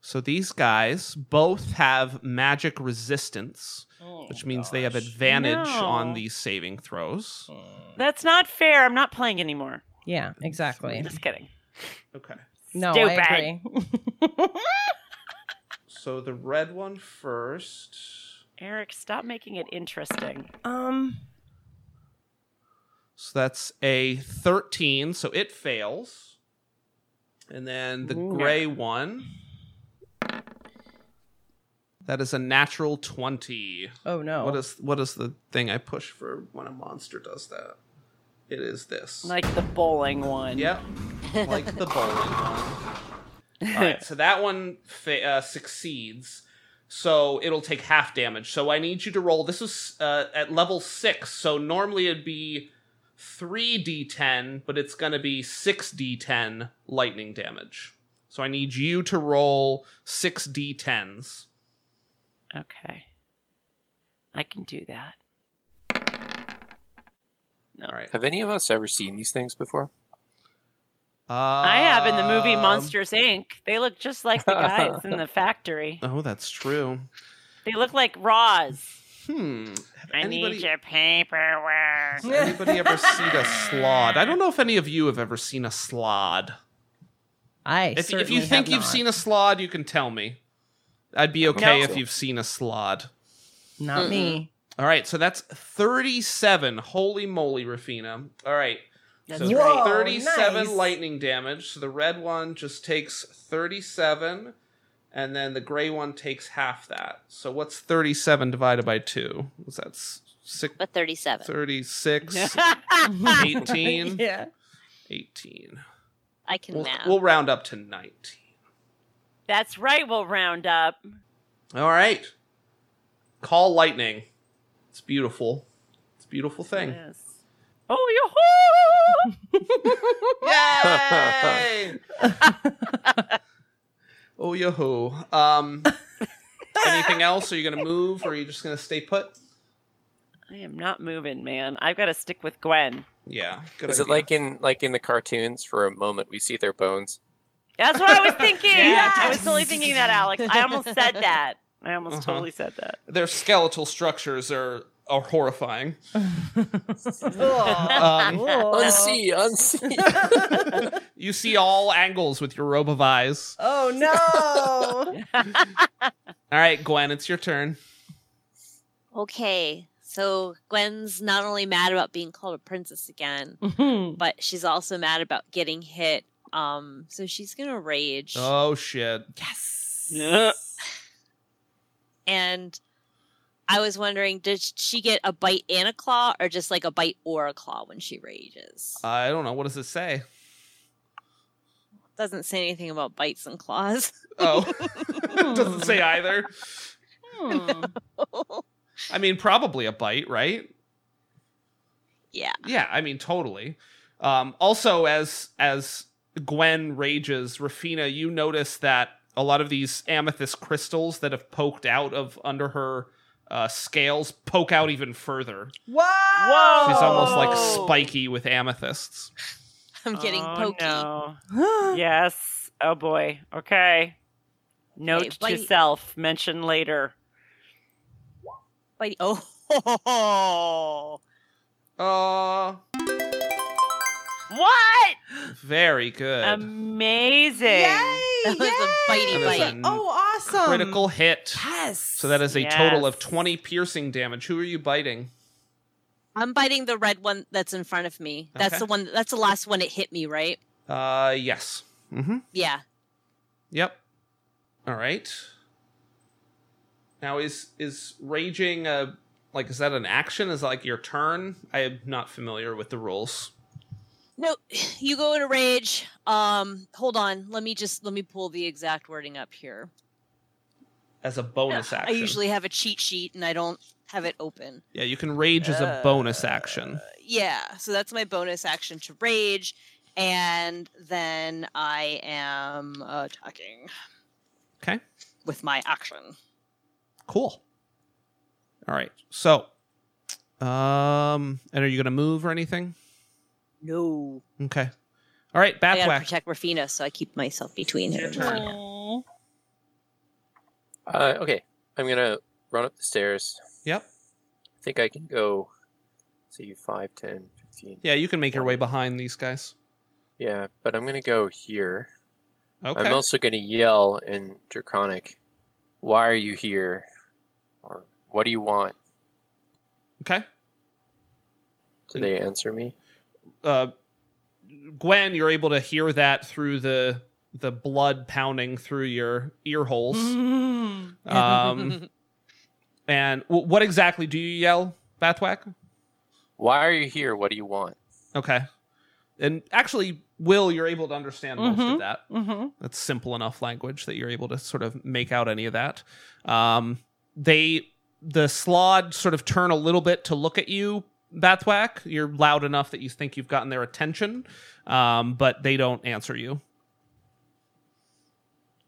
Speaker 1: So these guys both have magic resistance, which means they have advantage on
Speaker 6: Oh, No.
Speaker 1: these saving throws.
Speaker 6: That's not fair. I'm not playing anymore.
Speaker 8: Yeah, exactly.
Speaker 6: Just kidding.
Speaker 1: Okay.
Speaker 8: No, I
Speaker 6: Stupid.
Speaker 8: agree.
Speaker 1: So the red one first.
Speaker 6: Eric, stop making it interesting.
Speaker 8: um,
Speaker 1: So that's a 13, so it fails. And then the
Speaker 6: Ooh.
Speaker 1: gray one. That is a natural 20.
Speaker 8: oh no.
Speaker 1: What is what is the thing I push for when a monster does that? It is this.
Speaker 6: Like the bowling one.
Speaker 1: Yep. Like the bowling one. All right, so that one fa- uh, succeeds. So it'll take half damage. So I need you to roll. This is uh, at level six. So normally it'd be 3d10, but it's going to be 6d10 lightning damage. So I need you to roll 6d10s.
Speaker 6: Okay. I can do that.
Speaker 1: All right.
Speaker 4: Have any of us ever seen these things before?
Speaker 6: I have in the movie
Speaker 1: Um,
Speaker 6: Monsters Inc. They look just like the guys in the factory.
Speaker 1: Oh, that's true.
Speaker 6: They look like Roz.
Speaker 1: Hmm. Have
Speaker 6: I
Speaker 1: anybody-
Speaker 6: need your paperwork.
Speaker 1: Has anybody ever seen a slod? I don't know if any of you have ever seen a slod.
Speaker 8: I
Speaker 1: If, if
Speaker 8: certainly
Speaker 1: you
Speaker 8: have
Speaker 1: think you've
Speaker 8: not.
Speaker 1: seen a slod, you can tell me. I'd be okay
Speaker 4: No.
Speaker 1: if you've seen a slod.
Speaker 8: not me.
Speaker 1: All right, so that's 37. Holy moly, Rafina. All right.
Speaker 11: That's
Speaker 1: so
Speaker 8: right. Whoa,
Speaker 1: 37
Speaker 8: nice.
Speaker 1: lightning damage. So the red one just takes 37, and then the gray one takes half that. So what's 37 divided by 2? Was that s- six,
Speaker 7: But 37.
Speaker 1: 36, 18?
Speaker 8: Yeah.
Speaker 1: 18.
Speaker 7: I can
Speaker 1: We'll,
Speaker 7: math.
Speaker 1: we'll round up to 19.
Speaker 6: That's right, we'll round up.
Speaker 1: All right. Call lightning. It's beautiful. It's a beautiful thing.
Speaker 6: Yes. Oh, yoo-hoo!
Speaker 1: Yay! oh, yahoo. Um, anything else? Are you going to move or are you just going to stay put?
Speaker 6: I am not moving, man. I've got to stick with Gwen.
Speaker 1: Yeah. Good
Speaker 4: Is it
Speaker 1: idea.
Speaker 4: like in like in the cartoons? For a moment, we see their bones.
Speaker 6: That's what I was thinking.
Speaker 8: Yes.
Speaker 6: I was totally thinking that, Alex. I almost said that. I almost
Speaker 1: Uh-huh.
Speaker 6: totally said that.
Speaker 1: their skeletal structures are, are horrifying? Um,
Speaker 8: Oh.
Speaker 4: Unsee, unsee.
Speaker 1: you see all angles with your robe of eyes.
Speaker 8: Oh no.
Speaker 1: All right, Gwen, it's your turn.
Speaker 7: Okay, so Gwen's not only mad about being called a princess again,
Speaker 8: Mhm.
Speaker 7: but she's also mad about getting hit. Um, so she's gonna rage,
Speaker 1: Oh, shit.
Speaker 8: yes.
Speaker 6: Yeah.
Speaker 7: and I was wondering, does she get a bite and a claw, or just like a bite or a claw when she rages?
Speaker 1: I don't know. What does it say?
Speaker 7: Doesn't say anything about bites and claws.
Speaker 1: Oh, doesn't say either.
Speaker 8: Hmm.
Speaker 1: I mean, probably a bite, right?
Speaker 7: yeah.
Speaker 1: Yeah, I mean, totally. Um, also, as as Gwen rages, Rafina, you notice that a lot of these amethyst crystals that have poked out of under her uh, scales poke out even further.
Speaker 8: Whoa.
Speaker 6: Whoa.
Speaker 1: She's almost like
Speaker 6: Oh.
Speaker 1: spiky with amethysts.
Speaker 7: I'm getting
Speaker 6: oh,
Speaker 7: pokey.
Speaker 6: No. yes. Oh boy. Okay. Note
Speaker 7: Hey,
Speaker 6: to
Speaker 7: bite.
Speaker 6: self. Mention later.
Speaker 7: Bite. Oh.
Speaker 1: Uh,
Speaker 6: What?
Speaker 1: very good.
Speaker 6: Um, Amazing.
Speaker 7: That was a
Speaker 8: Yay!
Speaker 7: bitey
Speaker 1: That is
Speaker 7: bite.
Speaker 1: a
Speaker 8: Oh, awesome.
Speaker 1: Critical hit.
Speaker 8: Yes.
Speaker 1: So that is a total of
Speaker 6: Yes.
Speaker 1: 20 piercing damage. Who are you biting?
Speaker 7: I'm biting the red one that's in front of me. That's
Speaker 1: Okay.
Speaker 7: the one. That's the last one. It hit me, right?
Speaker 1: Uh, yes. Mm-hmm.
Speaker 7: Yeah.
Speaker 1: Yep. All right. Now is is raging uh like is that an action? Is that like your turn? I am not familiar with the rules.
Speaker 7: No, you go into rage. Um, hold on. Let me just let me pull the exact wording up here.
Speaker 1: As a bonus action.
Speaker 7: I usually have a cheat sheet and I don't have it open.
Speaker 1: Yeah, you can rage as
Speaker 7: Uh.
Speaker 1: a bonus action.
Speaker 7: Yeah, so that's my bonus action to rage, and then I am attacking.
Speaker 1: Okay.
Speaker 7: With my action.
Speaker 1: Cool. All right. So um and are you going to move or anything?
Speaker 7: No.
Speaker 1: Okay. All right,
Speaker 7: I
Speaker 1: back
Speaker 7: gotta
Speaker 1: whack.
Speaker 7: protect Rafina, so I keep myself between her. and Rafina.
Speaker 4: Uh, okay, I'm gonna run up the stairs.
Speaker 1: Yep.
Speaker 4: I think I can go. See, 5, 10, 15.
Speaker 1: Yeah, you can make your way behind these guys.
Speaker 4: Yeah, but I'm going to go here.
Speaker 1: Okay.
Speaker 4: I'm also going to yell in Draconic, why are you here? Or what do you want?
Speaker 1: okay.
Speaker 4: Do
Speaker 1: Hmm.
Speaker 4: they answer me?
Speaker 1: Uh, Gwen, you're able to hear that through the the blood pounding through your ear holes.
Speaker 8: Mm-hmm.
Speaker 1: Um, and w- what exactly do you yell, Bathwack?
Speaker 4: Why are you here? What do you want?
Speaker 1: Okay. And actually, Will, you're able to understand most
Speaker 8: Mhm.
Speaker 1: of that.
Speaker 8: Mm-hmm.
Speaker 1: That's simple enough language that you're able to sort of make out any of that. Um, they the slod sort of turn a little bit to look at you, Bathwack. You're loud enough that you think you've gotten their attention, um, but they don't answer you.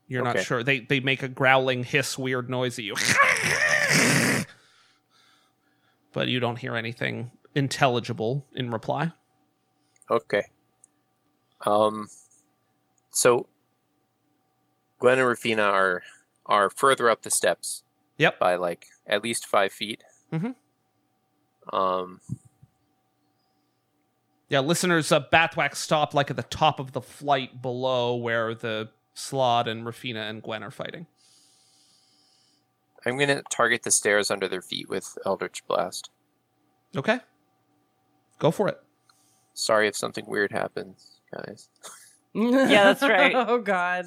Speaker 1: You're not
Speaker 4: Okay.
Speaker 1: sure. They they make a growling hiss, weird noise at you, but you don't hear anything intelligible in reply.
Speaker 4: Okay. Um. So, Gwen and Rafina are are further up the steps.
Speaker 1: Yep.
Speaker 4: By like at least five feet.
Speaker 1: Mhm. Mm-hmm.
Speaker 4: Um.
Speaker 1: Yeah, listeners, uh, Batwack stopped like at the top of the flight below where the Slod and Rafina and Gwen are fighting.
Speaker 4: I'm gonna target the stairs under their feet with Eldritch Blast.
Speaker 1: Okay. Go for it.
Speaker 4: Sorry if something weird happens, guys.
Speaker 8: yeah,
Speaker 6: that's right.
Speaker 8: oh God.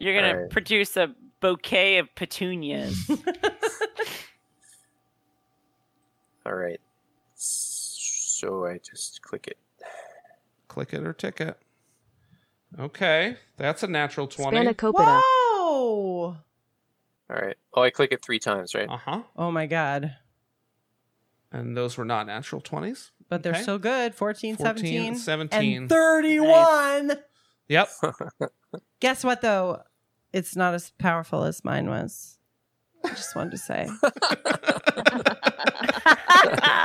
Speaker 6: You're going
Speaker 4: All right.
Speaker 6: to produce a bouquet of petunias.
Speaker 4: All right. So I just click it.
Speaker 1: Click it or tick it. Okay, that's a natural 20.
Speaker 12: Spanakopita.
Speaker 8: Whoa!
Speaker 4: All right. Oh, I click it three times, right?
Speaker 1: Uh huh.
Speaker 8: Oh my God.
Speaker 1: And those were not natural 20s.
Speaker 8: But they're
Speaker 1: Okay.
Speaker 8: so good. 14,
Speaker 1: 14,
Speaker 8: 17,
Speaker 1: 17.
Speaker 8: and 31.
Speaker 1: Yep.
Speaker 8: Guess what, though? It's not as powerful as mine was. I just wanted to say.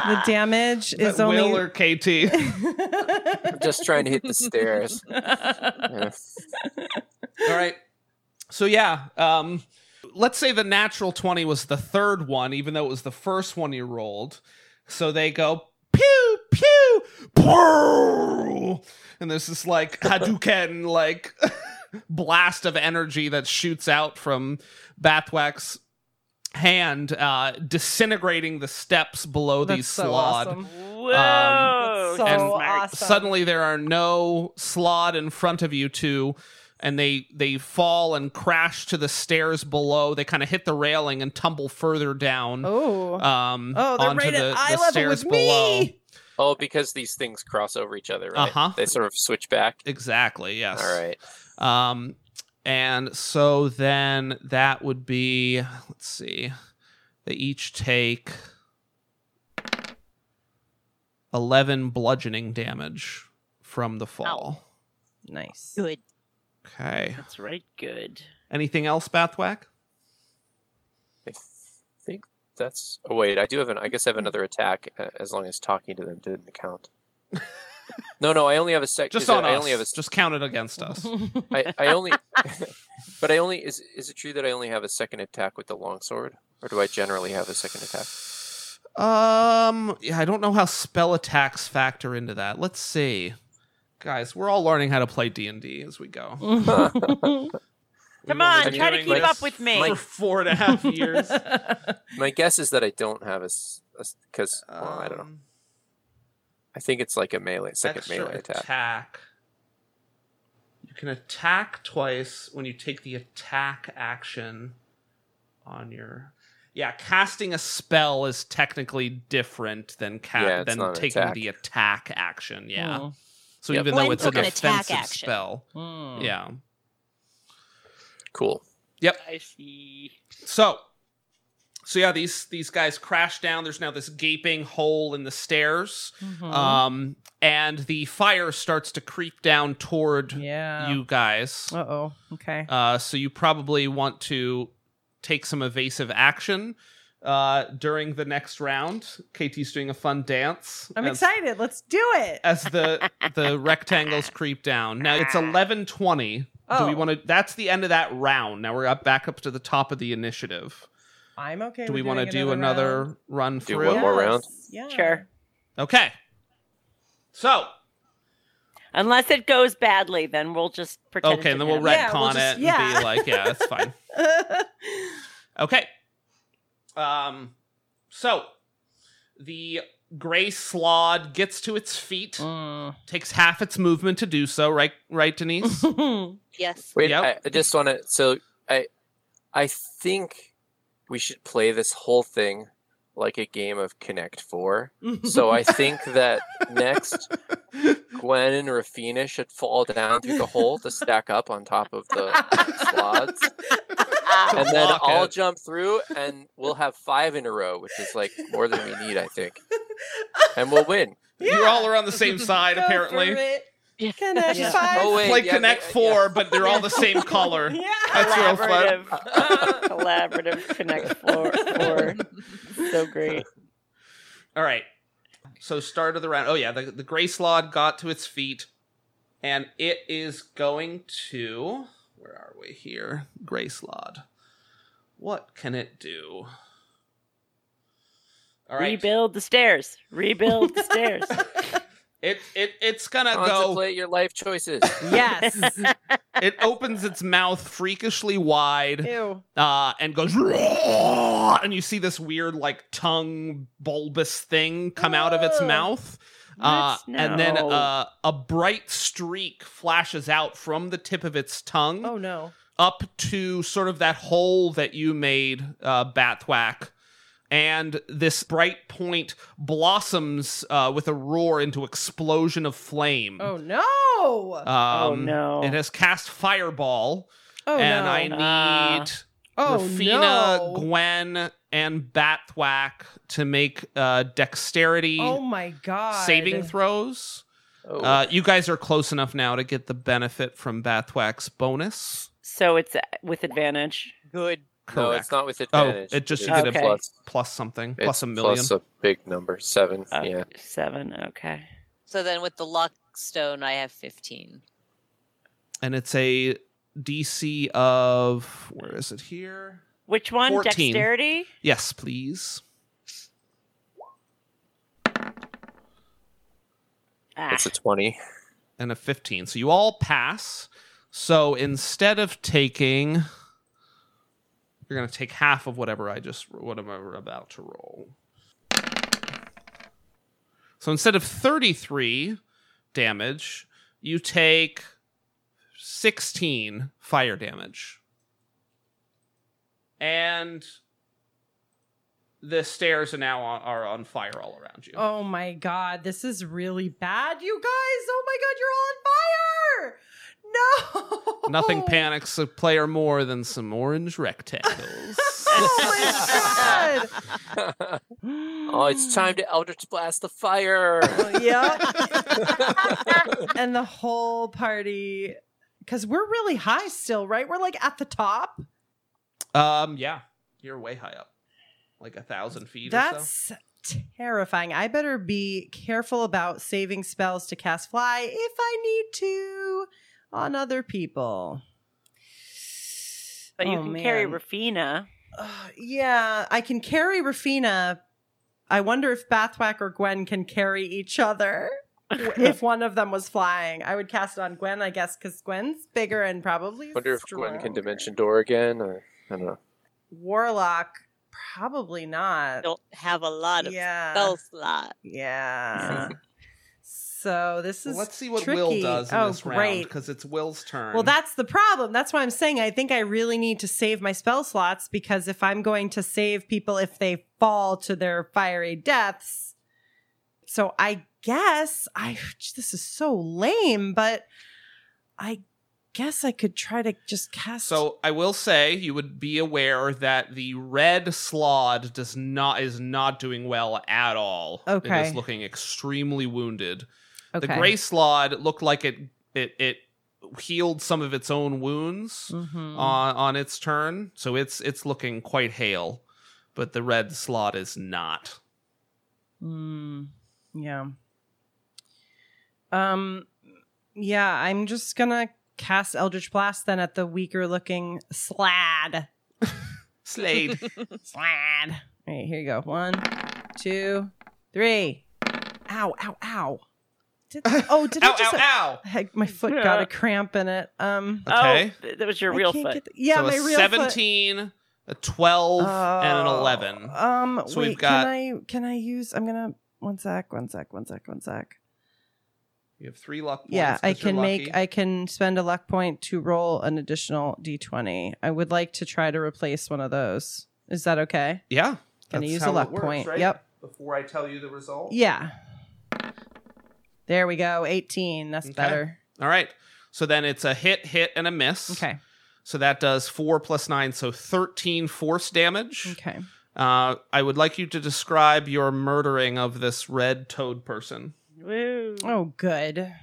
Speaker 8: the damage is
Speaker 1: But Will
Speaker 8: only.
Speaker 1: or KT.
Speaker 4: I'm just trying to hit the stairs. Yeah.
Speaker 1: All right. So yeah, um, let's say the natural twenty was the third one, even though it was the first one you rolled. So they go pew pew pew, and there's this like Hadouken like blast of energy that shoots out from Bathwack's hand, uh, disintegrating the steps below
Speaker 8: That's
Speaker 1: these
Speaker 8: so
Speaker 1: slod.
Speaker 8: awesome.
Speaker 6: Whoa. Oh,
Speaker 8: That's so
Speaker 1: and
Speaker 8: awesome.
Speaker 1: suddenly there are no slot in front of you two and they they fall and crash to the stairs below they kind of hit the railing and tumble further down
Speaker 8: Oh.
Speaker 1: um
Speaker 8: Oh, they're
Speaker 1: onto
Speaker 8: right
Speaker 1: the,
Speaker 8: at
Speaker 1: the
Speaker 8: eye level
Speaker 1: stairs
Speaker 8: with
Speaker 1: below
Speaker 8: me.
Speaker 4: Oh, because these things cross over each other, right?
Speaker 1: Uh-huh.
Speaker 4: They sort of switch back.
Speaker 1: exactly yes
Speaker 4: All right.
Speaker 1: um and so then that would be let's see they each take 11 bludgeoning damage from the fall
Speaker 8: Nice.
Speaker 11: Good.
Speaker 1: okay
Speaker 6: That's right, good.
Speaker 1: Anything else, Bathwack?
Speaker 4: I think that's. Oh wait, I do have an. I guess I have another attack. uh, As long as talking to them didn't count. no, no, I only have a sec.
Speaker 1: Just
Speaker 4: is it-
Speaker 1: on
Speaker 4: I
Speaker 1: us.
Speaker 4: only have a. s-
Speaker 1: Just count it against us.
Speaker 4: I, I only. but I only is. Is it true that I only have a second attack with the longsword, or do I generally have a second attack?
Speaker 1: um, yeah, I don't know how spell attacks factor into that. Let's see, guys. We're all learning how to play D and D as we go. We've
Speaker 6: Come
Speaker 1: only
Speaker 6: on,
Speaker 1: been
Speaker 6: try to
Speaker 1: doing
Speaker 6: keep
Speaker 1: this
Speaker 6: up with me.
Speaker 1: for four and a half years.
Speaker 4: My guess is that I don't have a. Because well, I don't know.
Speaker 1: Um,
Speaker 4: I think it's like a melee second
Speaker 1: extra
Speaker 4: melee attack.
Speaker 1: attack. You can attack twice when you take the attack action on your. Yeah, casting a spell is technically different than ca-
Speaker 4: Yeah, it's
Speaker 1: than
Speaker 4: not an
Speaker 1: taking
Speaker 4: attack.
Speaker 1: the attack action. Yeah.
Speaker 8: Mm.
Speaker 1: So
Speaker 4: Yep.
Speaker 1: even
Speaker 11: Hmm. Well,
Speaker 1: though
Speaker 11: and
Speaker 1: it's
Speaker 11: took
Speaker 1: an
Speaker 11: an attack
Speaker 1: offensive
Speaker 11: action. Hmm.
Speaker 1: spell,
Speaker 8: Mm.
Speaker 1: yeah.
Speaker 4: Cool.
Speaker 6: I see.
Speaker 1: So, so yeah, these these guys crash down. There's now this gaping hole in the stairs,
Speaker 8: Mhm.
Speaker 11: Hmm.
Speaker 1: um, and the fire starts to creep down toward
Speaker 8: yeah.
Speaker 1: you guys.
Speaker 8: Uh oh. Okay.
Speaker 1: Uh, so you probably want to take some evasive action uh, during the next round. KT's doing a fun dance.
Speaker 8: I'm
Speaker 1: as-
Speaker 8: excited. Let's do it.
Speaker 1: As the the rectangles creep down. Now it's eleven twenty. Do
Speaker 8: Ah. Oh.
Speaker 1: we want to? That's the end of that round. Now we're up back up to the top of the initiative.
Speaker 8: I'm okay.
Speaker 1: do we
Speaker 8: want to
Speaker 1: do another run
Speaker 4: Do
Speaker 1: through?
Speaker 4: One more round?
Speaker 8: Yeah.
Speaker 6: Sure.
Speaker 1: Okay. So
Speaker 6: Unless it goes badly, then we'll just pretend. it
Speaker 1: Okay, and then
Speaker 6: didn't
Speaker 1: we'll retcon
Speaker 6: happen.
Speaker 8: Yeah, we'll
Speaker 1: it and be like,
Speaker 8: just- yeah.
Speaker 1: yeah, that's fine. Okay. Um, so the gray slod gets to its feet,
Speaker 8: Mm.
Speaker 1: takes half its movement to do so. Right, right, Denise.
Speaker 7: Yes.
Speaker 4: Wait,
Speaker 1: Yep.
Speaker 4: I, I just want to. So I, I think we should play this whole thing like a game of Connect Four. So I think that next, Gwen and Rafina should fall down through the hole to stack up on top of the slots, and then
Speaker 1: Block
Speaker 4: I'll
Speaker 1: it.
Speaker 4: jump through, and we'll have five in a row, which is like more than we need, I think, and we'll win.
Speaker 1: You're all are on the same side,
Speaker 8: Go for
Speaker 1: apparently.
Speaker 8: it.
Speaker 11: Yeah.
Speaker 8: Connect
Speaker 11: Yeah.
Speaker 8: five.
Speaker 4: Oh, wait.
Speaker 1: Play
Speaker 4: yeah,
Speaker 1: Connect
Speaker 4: yeah, yeah.
Speaker 1: Four, but they're all the same color.
Speaker 8: Yeah.
Speaker 1: That's real fun.
Speaker 6: collaborative, collaborative Connect Four. four. So great.
Speaker 1: All right. So start of the round. Oh yeah, the the gray slod got to its feet, and it is going to. Where are we here? Gray slod. What can it do? All right.
Speaker 6: Rebuild the stairs. Rebuild the stairs.
Speaker 1: It it it's gonna go.
Speaker 4: Contemplate your life choices.
Speaker 1: Uh,
Speaker 8: Yes.
Speaker 1: It opens its mouth freakishly wide.
Speaker 8: Ew.
Speaker 1: uh, and goes, "Roar!" and you see this weird, like, tongue bulbous thing come out of its
Speaker 8: Ugh.
Speaker 1: mouth. Uh,
Speaker 6: Let's
Speaker 1: and then
Speaker 6: know.
Speaker 1: uh, a bright streak flashes out from the tip of its tongue
Speaker 8: Oh no.
Speaker 1: up to sort of that hole that you made, uh, Bathwack. And this bright point blossoms uh, with a roar into explosion of flame.
Speaker 8: Oh no.
Speaker 1: Um,
Speaker 6: Oh, no.
Speaker 1: It has cast Fireball,
Speaker 8: oh
Speaker 1: and
Speaker 8: no.
Speaker 1: I need
Speaker 8: oh
Speaker 1: Rafina,
Speaker 8: no.
Speaker 1: Gwen, and Batthwack to make uh, dexterity
Speaker 8: oh my god.
Speaker 1: saving throws.
Speaker 4: Oh,
Speaker 1: Uh, you guys are close enough now to get the benefit from Bathwack's bonus.
Speaker 6: So it's uh, with advantage.
Speaker 11: Good.
Speaker 4: no,
Speaker 1: Correct.
Speaker 4: it's not with
Speaker 1: Oh,
Speaker 4: advantage.
Speaker 1: it just- you
Speaker 4: It's
Speaker 6: get a-
Speaker 4: plus.
Speaker 1: plus something,
Speaker 4: It's
Speaker 1: plus a million.
Speaker 4: Plus a big number, seven.
Speaker 6: Uh,
Speaker 4: yeah.
Speaker 6: Seven. Okay.
Speaker 11: So then with the luck stone, I have 15.
Speaker 1: and it's a DC of where is it here?
Speaker 6: Which one?
Speaker 1: 14.
Speaker 6: Dexterity.
Speaker 1: Yes, please.
Speaker 6: Ah,
Speaker 4: It's a 20.
Speaker 1: and a 15. So you all pass. So instead of taking, you're going to take half of whatever I just, whatever I'm about to roll. So instead of 33 damage, you take 16 fire damage. And the stairs are now on, are on fire all around you.
Speaker 8: Oh my god, this is really bad, you guys. Oh my god, you're all on fire. No. Oh,
Speaker 1: Nothing panics a player more than some orange rectangles.
Speaker 8: Oh my
Speaker 4: Oh, it's time to Eldritch Blast the fire.
Speaker 8: god. yep. and the whole party cuz we're really high still, right? We're like at the top.
Speaker 1: um, yeah, you're way high up, like a thousand feet. or so.
Speaker 8: That's terrifying. I better be careful about saving spells to cast fly if I need to on other people.
Speaker 6: but you
Speaker 8: Oh,
Speaker 6: can carry
Speaker 8: man.
Speaker 6: Rafina.
Speaker 8: Ugh, Uh, yeah, I can carry Rafina. I wonder if Bathwack or Gwen can carry each other. if one of them was flying, I would cast it on Gwen, I guess, because Gwen's bigger and probably.
Speaker 4: wonder if Gwen
Speaker 8: stronger.
Speaker 4: can Dimension Door again, or I don't know.
Speaker 8: Warlock, probably not.
Speaker 7: Don't have a lot of
Speaker 8: yeah.
Speaker 7: spell slot.
Speaker 8: Yeah. so this is.
Speaker 1: Well, let's see what
Speaker 8: tricky.
Speaker 1: Will does in
Speaker 8: oh,
Speaker 1: this round
Speaker 8: great.
Speaker 1: because it's Will's turn.
Speaker 8: Well, that's the problem. That's why I'm saying I think I really need to save my spell slots because if I'm going to save people if they fall to their fiery deaths. So I guess I this is so lame, but I guess I could try to just cast
Speaker 1: so. I will say you would be aware that the red slod does not is not doing well at all. it
Speaker 8: Okay.
Speaker 1: is looking extremely wounded.
Speaker 8: okay.
Speaker 1: The gray slod looked like it it it healed some of its own wounds.
Speaker 8: Mhm.
Speaker 1: on on its turn, so it's it's looking quite hale, but the red slot is not.
Speaker 8: Mm, yeah. Um yeah, I'm just gonna cast Eldritch Blast then at the weaker looking slad.
Speaker 1: Slade.
Speaker 8: Slad. All right, here you go. One, two, three. Ow, ow, ow. Did, oh, did
Speaker 1: Ow,
Speaker 8: I
Speaker 1: ow,
Speaker 8: just?
Speaker 1: ow!
Speaker 8: Heck, my foot got
Speaker 6: Yeah.
Speaker 8: a cramp in it. Um,
Speaker 1: Okay.
Speaker 6: Oh, th- that was your
Speaker 8: I
Speaker 6: real
Speaker 8: can't
Speaker 6: foot.
Speaker 8: get the- yeah,
Speaker 1: so
Speaker 8: my
Speaker 1: a
Speaker 8: real
Speaker 1: 17, a 12,
Speaker 8: foot.
Speaker 1: and an
Speaker 8: Oh,
Speaker 1: 11.
Speaker 8: Um,
Speaker 1: So
Speaker 8: wait,
Speaker 1: we've got-
Speaker 8: Can I? Can I use? I'm gonna. One sec. One sec. One sec. One sec.
Speaker 1: You have three luck points.
Speaker 8: Yeah, I
Speaker 1: 'cause you're
Speaker 8: can make.
Speaker 1: lucky.
Speaker 8: I can spend a luck point to roll an additional d20. I would like to try to replace one of those. Is that okay?
Speaker 1: yeah.
Speaker 8: Can I
Speaker 1: that's
Speaker 8: use a
Speaker 1: how it
Speaker 8: luck
Speaker 1: works,
Speaker 8: point?
Speaker 1: right?
Speaker 8: Yep.
Speaker 1: Before I tell you the result.
Speaker 8: Yeah. There we go. 18. That's
Speaker 1: Okay.
Speaker 8: better.
Speaker 1: All right. So then it's a hit, hit, and a miss.
Speaker 8: Okay.
Speaker 1: So that does four plus nine, so 13 force damage.
Speaker 8: Okay.
Speaker 1: Uh, I would like you to describe your murdering of this red toad person.
Speaker 6: Woo.
Speaker 8: Oh, good.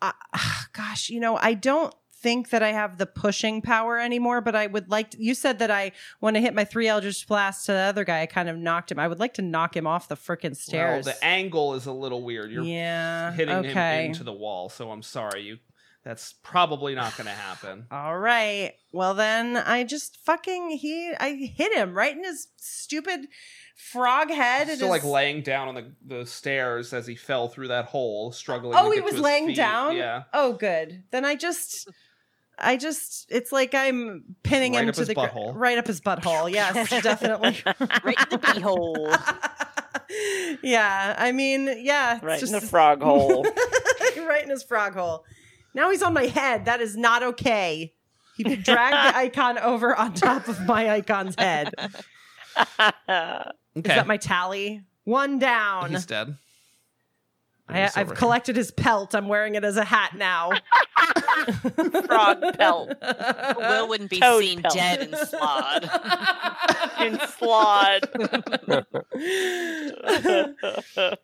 Speaker 8: Uh, gosh, you know, I don't think that I have the pushing power anymore, but I would like to, you said that I when I hit my three eldritch blasts to the other guy, I kind of knocked him. I would like to knock him off the freaking stairs.
Speaker 1: Well, the angle is a little weird. You're
Speaker 8: yeah.
Speaker 1: hitting
Speaker 8: okay.
Speaker 1: him into the wall, so I'm sorry. You that's probably not going to happen.
Speaker 8: All right. Well then, I just fucking he I hit him right in his stupid frog head. and
Speaker 1: Still like
Speaker 8: his-
Speaker 1: laying down on the, the stairs as he fell through that hole, struggling.
Speaker 8: Oh,
Speaker 1: to
Speaker 8: he
Speaker 1: get to
Speaker 8: was
Speaker 1: his
Speaker 8: laying
Speaker 1: feet.
Speaker 8: down?
Speaker 1: Yeah,
Speaker 8: Oh, good. Then I just, I just, it's like I'm pinning
Speaker 1: Right
Speaker 8: him
Speaker 1: up
Speaker 8: to
Speaker 1: his
Speaker 8: the gr-
Speaker 1: butthole.
Speaker 8: right up his butthole. Yes, definitely.
Speaker 7: Right in the beehole.
Speaker 8: yeah, I mean, yeah, it's
Speaker 6: Right in
Speaker 8: just
Speaker 6: the frog hole.
Speaker 8: right in his frog hole. Now he's on my head. That is not okay. He dragged the icon over on top of my icon's head.
Speaker 1: okay.
Speaker 8: Is that my tally? One down.
Speaker 1: He's dead.
Speaker 8: I,
Speaker 1: He's over
Speaker 8: I've
Speaker 1: here.
Speaker 8: collected his pelt. I'm wearing it as a hat now.
Speaker 6: Frog pelt.
Speaker 11: Will wouldn't be
Speaker 6: Toad
Speaker 11: seen
Speaker 6: pelt.
Speaker 11: dead in Slod.
Speaker 6: in slod.
Speaker 8: yeah.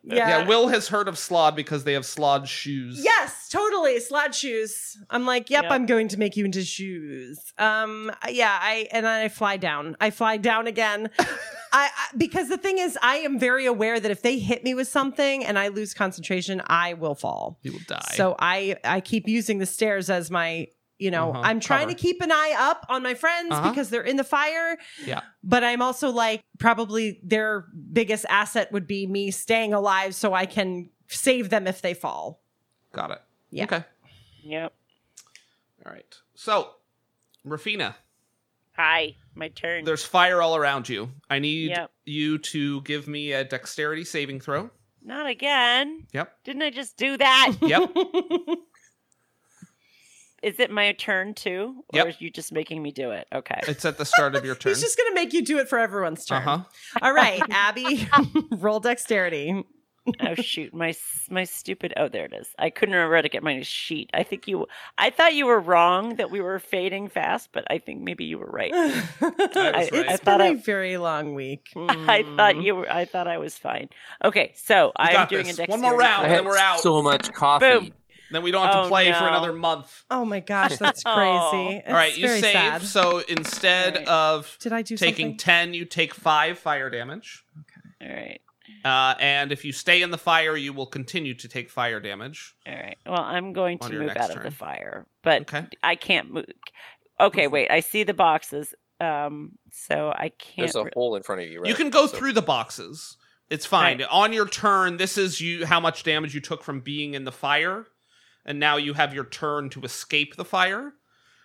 Speaker 1: Yeah. Will has heard of Slod because they have Slod shoes.
Speaker 8: Yes, totally. Slad shoes. I'm like, yep,
Speaker 6: Yep.
Speaker 8: I'm going to make you into shoes. Um, yeah, I and then I fly down. I fly down again. I, I because the thing is, I am very aware that if they hit me with something and I lose concentration, I will fall.
Speaker 1: he will die.
Speaker 8: So I I keep using the stairs as my you know
Speaker 1: Uh-huh,
Speaker 8: I'm trying
Speaker 1: cover.
Speaker 8: to keep an eye up on my friends
Speaker 1: Uh-huh.
Speaker 8: because they're in the fire.
Speaker 1: Yeah.
Speaker 8: But I'm also like probably their biggest asset would be me staying alive so I can save them if they fall.
Speaker 1: got it.
Speaker 8: Yeah.
Speaker 1: Okay.
Speaker 6: Yep.
Speaker 1: All right. So, Rafina,
Speaker 6: Hi, my turn.
Speaker 1: there's fire all around you. I need
Speaker 6: Yep.
Speaker 1: you to give me a dexterity saving throw.
Speaker 6: Not again.
Speaker 1: Yep.
Speaker 6: Didn't I just do that?
Speaker 1: Yep.
Speaker 6: Is it my turn too? Or
Speaker 1: Yep.
Speaker 6: are you just making me do it? Okay.
Speaker 1: it's at the start of your turn.
Speaker 8: He's just gonna make you do it for everyone's turn.
Speaker 1: Uh-huh.
Speaker 8: All right, Abby, roll dexterity.
Speaker 6: oh shoot, my s- my stupid. Oh, there it is. I couldn't remember how to get my sheet. I think you. I thought you were wrong that we were fading fast, but I think maybe you were right.
Speaker 1: right.
Speaker 8: It's
Speaker 1: I
Speaker 8: been
Speaker 6: thought
Speaker 8: a
Speaker 6: I-
Speaker 8: very long week.
Speaker 6: I
Speaker 1: Hmm.
Speaker 6: thought you were. I thought I was fine. Okay, so
Speaker 1: Mm. You
Speaker 6: I'm
Speaker 1: got
Speaker 6: doing
Speaker 1: this.
Speaker 6: a dexterity.
Speaker 1: One more round,
Speaker 6: check.
Speaker 1: and Oh, then we're out.
Speaker 4: so much coffee.
Speaker 6: Boom.
Speaker 1: then we don't have to
Speaker 6: Oh,
Speaker 1: play for
Speaker 6: no.
Speaker 1: another month.
Speaker 8: Oh my gosh, that's crazy.
Speaker 6: Aw.
Speaker 8: It's
Speaker 1: all right, you
Speaker 8: very
Speaker 1: save.
Speaker 8: sad.
Speaker 1: So instead
Speaker 6: All right.
Speaker 1: of
Speaker 8: Did I do
Speaker 1: taking
Speaker 8: something?
Speaker 1: 10, you take 5 fire damage.
Speaker 6: All right,
Speaker 1: Uh, and if you stay in the fire, you will continue to take fire damage.
Speaker 6: all right. Well, I'm going
Speaker 1: On
Speaker 6: to
Speaker 1: your
Speaker 6: move
Speaker 1: next
Speaker 6: out of
Speaker 1: turn.
Speaker 6: the fire, but
Speaker 1: Okay.
Speaker 6: I can't move.
Speaker 1: Mm-hmm.
Speaker 6: Okay, wait. I see the boxes. Um, so I can't.
Speaker 4: There's a
Speaker 6: re-
Speaker 4: hole in front of you. Right?
Speaker 1: You can go
Speaker 4: So-
Speaker 1: through the boxes. It's fine. On your turn, this is you how much damage you took from being in the fire, and now you have your turn to escape the fire.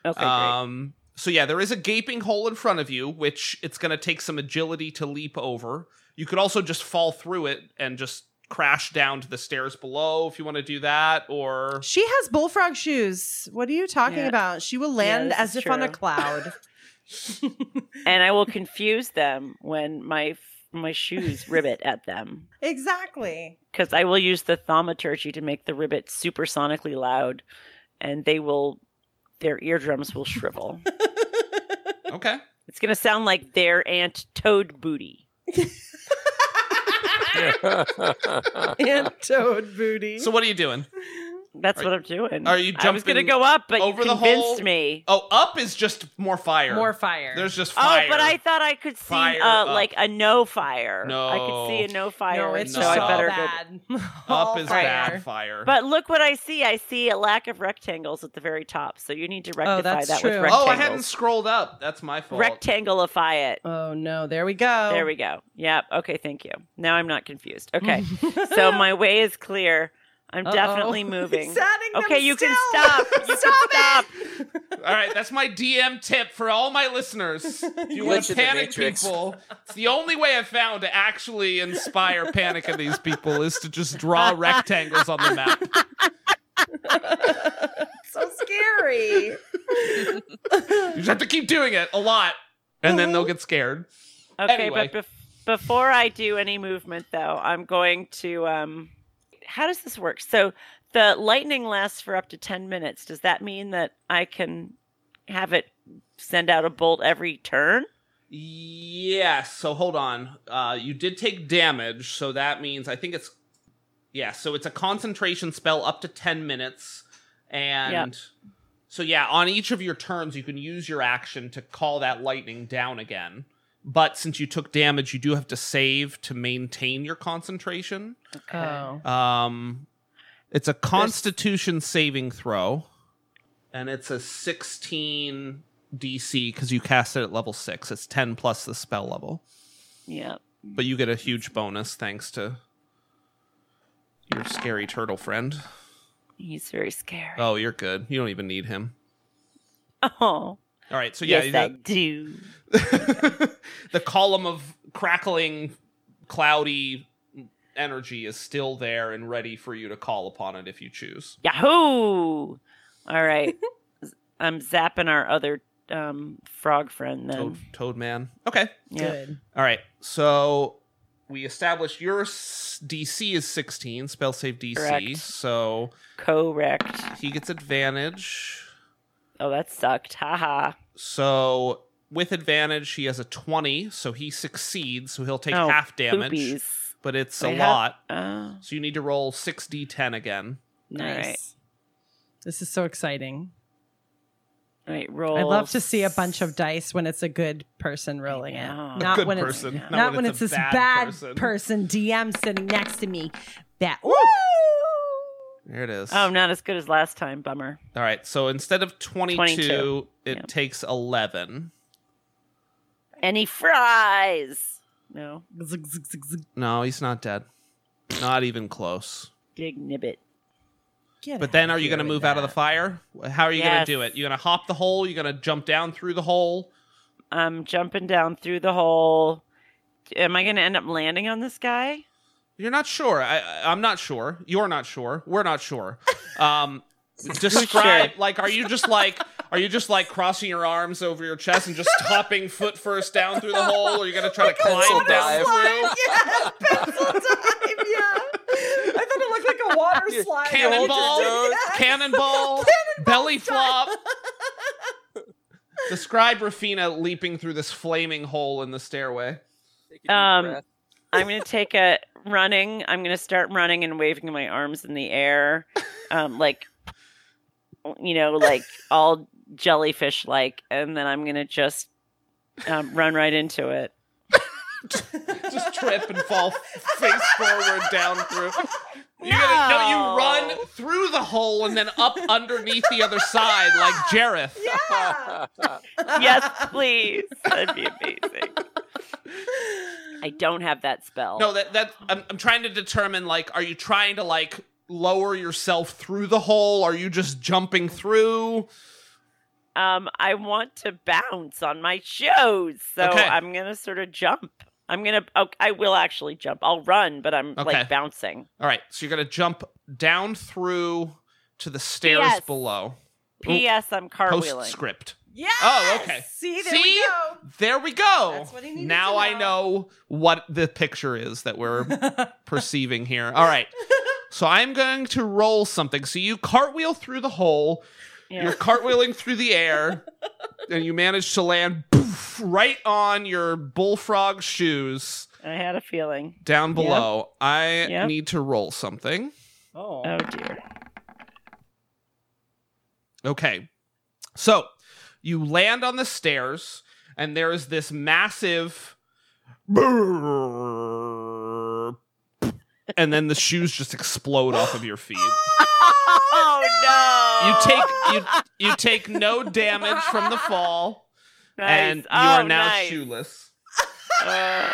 Speaker 6: okay,
Speaker 1: um so yeah, there is a gaping hole in front of you which it's going to take some agility to leap over. You could also just fall through it and just crash down to the stairs below if you want to do that or
Speaker 8: She has bullfrog shoes. What are you talking
Speaker 6: Yeah.
Speaker 8: about? She will land
Speaker 6: this
Speaker 8: as
Speaker 6: is
Speaker 8: if on a
Speaker 6: true.
Speaker 8: cloud.
Speaker 6: great. And I will confuse them when my f- my shoes ribbit at them.
Speaker 8: exactly.
Speaker 6: because I will use the thaumaturgy to make the ribbit supersonically loud, and they will, their eardrums will shrivel.
Speaker 1: okay.
Speaker 6: it's going to sound like their aunt Toad Booty.
Speaker 8: and toad booty.
Speaker 1: So what are you doing?
Speaker 6: That's
Speaker 1: Are-
Speaker 6: what I'm doing.
Speaker 1: are you
Speaker 6: I was going to
Speaker 1: jumping
Speaker 6: go up, but
Speaker 1: over
Speaker 6: you
Speaker 1: the
Speaker 6: convinced
Speaker 1: hole?
Speaker 6: me.
Speaker 1: Oh, up is just more fire.
Speaker 8: More fire.
Speaker 1: There's just fire.
Speaker 6: Oh, but I thought I could see
Speaker 1: Fire
Speaker 6: uh,
Speaker 1: up.
Speaker 6: like a no fire. I
Speaker 1: No.
Speaker 6: could see a no fire.
Speaker 8: no, it's
Speaker 6: so
Speaker 1: No.
Speaker 8: just
Speaker 6: I
Speaker 8: all
Speaker 6: better go.
Speaker 8: bad.
Speaker 1: up
Speaker 8: All
Speaker 1: is
Speaker 6: fire.
Speaker 1: bad fire.
Speaker 6: But look what I see. I see a lack of rectangles at the very top. So you need to rectify
Speaker 8: that's
Speaker 6: that
Speaker 8: true.
Speaker 1: oh,
Speaker 6: with
Speaker 8: Oh, I
Speaker 6: rectangles.
Speaker 1: I hadn't scrolled up. That's my fault.
Speaker 6: Rectangleify it.
Speaker 8: Oh no, there we go.
Speaker 6: There we go. Yep. Okay. Thank you. Now I'm not confused. Okay. so my way is clear. I'm
Speaker 8: Uh-oh.
Speaker 6: definitely moving.
Speaker 8: It's adding them
Speaker 6: Okay, you can
Speaker 8: still.
Speaker 6: stop. You can
Speaker 1: All right, that's my DM tip for all my listeners. If you want to
Speaker 4: Listen to
Speaker 1: panic
Speaker 4: Matrix.
Speaker 1: people, it's the only way I've found to actually inspire panic in these people is to just draw rectangles on the map.
Speaker 8: so scary.
Speaker 1: You just have to keep doing it a lot, and then they'll get scared.
Speaker 6: stop. Okay,
Speaker 1: Anyway.
Speaker 6: but bef- before I do any movement, though, I'm going to. Um, how does this work? So the lightning lasts for up to ten minutes. Does that mean that I can have it send out a bolt every turn?
Speaker 1: Yes. So hold on. Uh, you did take damage, so that means I think it's yeah. So it's a concentration spell up to ten minutes, and so yeah, on each of your turns, you can use your action to call that lightning down again. But since you took damage, you do have to save to maintain your concentration.
Speaker 6: Okay.
Speaker 8: Oh.
Speaker 1: Um, it's a Constitution saving throw, and it's a sixteen DC because you cast it at level six. It's ten plus the spell level,
Speaker 6: Yeah.
Speaker 1: but you get a huge bonus thanks to your scary turtle friend.
Speaker 6: He's very scary.
Speaker 1: Oh, you're good. You don't even need him.
Speaker 6: Oh.
Speaker 1: All right, so yeah,
Speaker 6: yes, I
Speaker 1: that-
Speaker 6: do.
Speaker 1: the column of crackling, cloudy energy is still there and ready for you to call upon it if you choose.
Speaker 6: Yahoo! All right. I'm zapping our other um, frog friend then.
Speaker 1: Toad, Toad Man. Okay.
Speaker 6: yeah.
Speaker 8: Good.
Speaker 1: All right. So we established your s- DC is 16, spell save DC.
Speaker 6: Correct.
Speaker 1: So
Speaker 6: Correct.
Speaker 1: he gets advantage.
Speaker 6: Oh, that sucked. Haha.
Speaker 1: So with advantage, he has a 20, so he succeeds, so he'll take
Speaker 6: Oh,
Speaker 1: half damage,
Speaker 6: Poopies.
Speaker 1: but it's
Speaker 6: Wait,
Speaker 1: a
Speaker 6: how-
Speaker 1: lot.
Speaker 6: Oh,
Speaker 1: So you need to roll 6d10 again.
Speaker 6: nice.
Speaker 8: Nice. This is so exciting.
Speaker 6: All right, roll.
Speaker 8: I love to see a bunch of dice when it's a good person rolling it.
Speaker 6: know.
Speaker 8: Not
Speaker 1: Good
Speaker 8: when
Speaker 1: person,
Speaker 8: it's
Speaker 1: not
Speaker 8: not, when it's, this bad, person. DM sitting next to me. That woo!
Speaker 1: There it is.
Speaker 6: Oh, not as good as last time. Bummer.
Speaker 1: All right. So instead of 22,
Speaker 6: 22.
Speaker 1: it
Speaker 6: Yep.
Speaker 1: takes 11.
Speaker 6: Any fries? No.
Speaker 8: Zig, zig, zig, zig.
Speaker 1: No, he's not dead. Not even close.
Speaker 6: Dig nibbit.
Speaker 8: Get
Speaker 1: But
Speaker 8: out
Speaker 1: then, are you
Speaker 8: here
Speaker 1: going to
Speaker 8: with
Speaker 1: move out of the
Speaker 8: that.
Speaker 1: fire? How are you going
Speaker 6: Yes.
Speaker 1: to do it? You going to hop the hole? You going to jump down through the hole?
Speaker 6: I'm jumping down through the hole. Am I going to end up landing on this guy?
Speaker 1: You're not sure. I, I- I'm not sure. You're not sure. We're not sure. Um, describe like, are you just like, are you just like crossing your arms over your chest and just hopping foot first down through the hole? Or are you going to try to
Speaker 4: Pencil
Speaker 1: climb down
Speaker 4: dive.
Speaker 1: through?
Speaker 8: Yeah, pencil dive. Yeah, I thought it looked like a water slide.
Speaker 1: Cannonball,
Speaker 8: Yeah.
Speaker 1: cannonball, belly flop. Describe Rafina leaping through this flaming hole in the stairway.
Speaker 4: Take a deep
Speaker 6: Um,
Speaker 4: breath.
Speaker 6: I'm going to take a running. I'm going to start running and waving my arms in the air, um, like you know, like all jellyfish like, and then I'm going to just um, run right into it.
Speaker 1: just trip and fall face forward down through. You gotta no, you run through the hole and then up underneath the other side like Jareth.
Speaker 6: Yes, please. That'd be amazing. I don't have that spell.
Speaker 1: No, that that I'm, I'm trying to determine like, are you trying to like lower yourself through the hole? Are you just jumping through?
Speaker 6: Um, I want to bounce on my shoes, so
Speaker 1: Okay.
Speaker 6: I'm going to sort of jump. I'm gonna. Oh, I will actually jump. I'll run, but I'm
Speaker 1: Okay.
Speaker 6: like bouncing.
Speaker 1: All right, so you're gonna jump down through to the stairs
Speaker 6: Yes.
Speaker 1: below.
Speaker 6: P.S. I'm cartwheeling.
Speaker 1: Postscript.
Speaker 8: Yeah.
Speaker 1: Oh, okay.
Speaker 8: See, there
Speaker 1: See?
Speaker 8: we go.
Speaker 1: There we go.
Speaker 8: That's what he needed
Speaker 1: now
Speaker 8: to
Speaker 1: I
Speaker 8: know.
Speaker 1: know what the picture is that we're perceiving here. All right. So I'm going to roll something. So you cartwheel through the hole.
Speaker 6: Yeah.
Speaker 1: You're cartwheeling through the air, and you manage to land poof, right on your bullfrog shoes
Speaker 6: I had a feeling.
Speaker 1: down below. I
Speaker 6: Yep.
Speaker 1: need to roll something.
Speaker 8: Oh.
Speaker 6: Oh dear.
Speaker 1: Okay. So you land on the stairs, and there is this massive. burp, And then the shoes just explode off of your feet. You
Speaker 6: Oh no!
Speaker 1: take you you take no damage from the fall,
Speaker 6: Nice.
Speaker 1: and you
Speaker 6: Oh,
Speaker 1: are now
Speaker 6: nice.
Speaker 1: shoeless.
Speaker 6: Uh,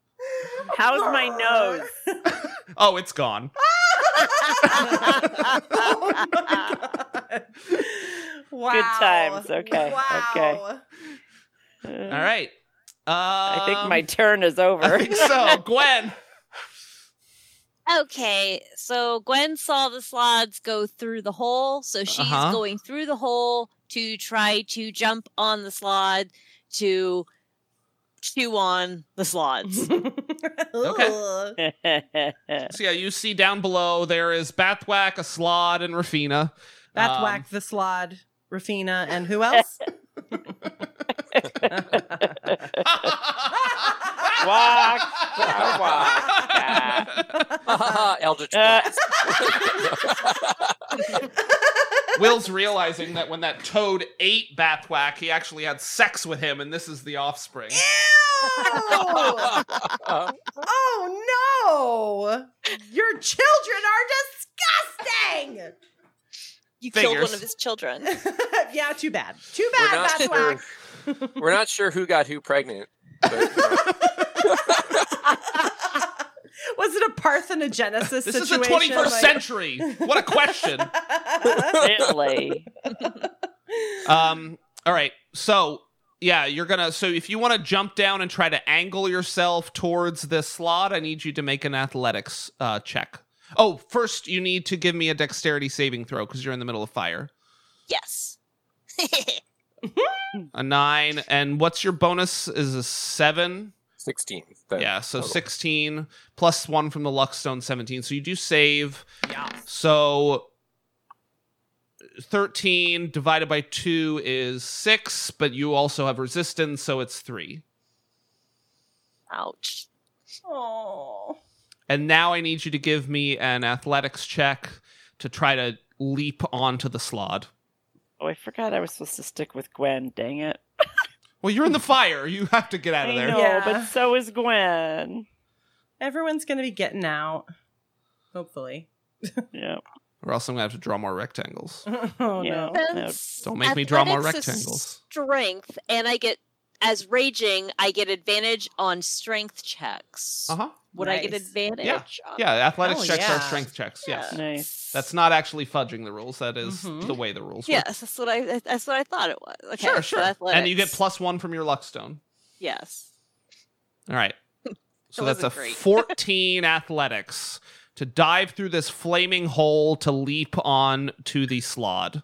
Speaker 6: how's my nose?
Speaker 1: Oh, it's gone.
Speaker 8: oh my god. Wow.
Speaker 6: times. Okay, okay.
Speaker 8: Wow.
Speaker 1: All right. Um,
Speaker 6: I think my turn is over.
Speaker 1: I think so. Gwen.
Speaker 7: Okay, so Gwen saw the slods go through the hole, so she's
Speaker 13: Uh-huh.
Speaker 7: going through the hole to try to jump on the slod to chew on the slods.
Speaker 1: Okay. So yeah, you see down below there is Bathwack, a slod, and Rafina. Um,
Speaker 8: Bathwack, the Slod, Rafina, and who else?
Speaker 6: Walk, walk,
Speaker 1: Um,
Speaker 4: Ah, Eldritch
Speaker 6: Uh,
Speaker 4: Blast.
Speaker 1: Will's realizing that when that toad ate Bathwack, he actually had sex with him, and this is the offspring.
Speaker 8: Ew!
Speaker 1: Uh,
Speaker 8: Oh no! Your children are disgusting!
Speaker 7: You killed one
Speaker 1: Figures.
Speaker 7: of his children.
Speaker 8: yeah, too bad. Too
Speaker 4: We're
Speaker 8: bad,
Speaker 4: not
Speaker 8: Bathwack.
Speaker 4: sure- We're not sure who got who pregnant. But, you know,
Speaker 8: Was it a parthenogenesis
Speaker 1: This is the 21st
Speaker 8: situation? Like-
Speaker 1: century. What a question.
Speaker 6: Italy.
Speaker 1: um, all right. So, yeah, you're going to. So, if you want to jump down and try to angle yourself towards this slot, I need you to make an athletics uh, check. Oh, first, you need to give me a dexterity saving throw because you're in the middle of fire.
Speaker 7: Yes.
Speaker 1: A nine. And what's your bonus? Is a seven?
Speaker 4: 16. But
Speaker 1: Yeah, so
Speaker 4: total.
Speaker 1: 16 plus one from the Luckstone, 17. So you do save. So 13 divided by two is six, but you also have resistance, so it's three.
Speaker 7: Ouch.
Speaker 8: Oh.
Speaker 1: And now I need you to give me an athletics check to try to leap onto the slod.
Speaker 6: Oh, I forgot I was supposed to stick with Gwen. Dang it.
Speaker 1: Well, you're in the fire. You have to get out
Speaker 6: I
Speaker 1: of there.
Speaker 6: know,
Speaker 8: Yeah.
Speaker 6: but so is Gwen.
Speaker 8: Everyone's going to be getting out. Hopefully.
Speaker 6: Yeah.
Speaker 1: Or else I'm going to have to draw more rectangles.
Speaker 8: Oh,
Speaker 6: Yeah.
Speaker 8: no.
Speaker 7: Since
Speaker 1: Don't make me draw more
Speaker 7: athletics is
Speaker 1: rectangles.
Speaker 7: Strength, and I get as raging, I get advantage on strength checks.
Speaker 1: Uh huh.
Speaker 7: Would I get
Speaker 8: Nice.
Speaker 7: advantage? on-
Speaker 1: Yeah, athletics
Speaker 8: Hell
Speaker 1: checks are
Speaker 8: yeah.
Speaker 1: strength checks. Yes.
Speaker 6: Nice.
Speaker 1: That's not actually fudging the rules. That is
Speaker 8: Mhm.
Speaker 1: the way the rules work.
Speaker 7: Yes, that's what I that's what I thought it was. Okay,
Speaker 1: sure,
Speaker 7: so
Speaker 1: sure. And you get
Speaker 7: athletics.
Speaker 1: plus one from your luck stone.
Speaker 7: Yes.
Speaker 1: All right. So that's a
Speaker 7: wasn't great.
Speaker 1: 14 athletics to dive through this flaming hole to leap on to the slod.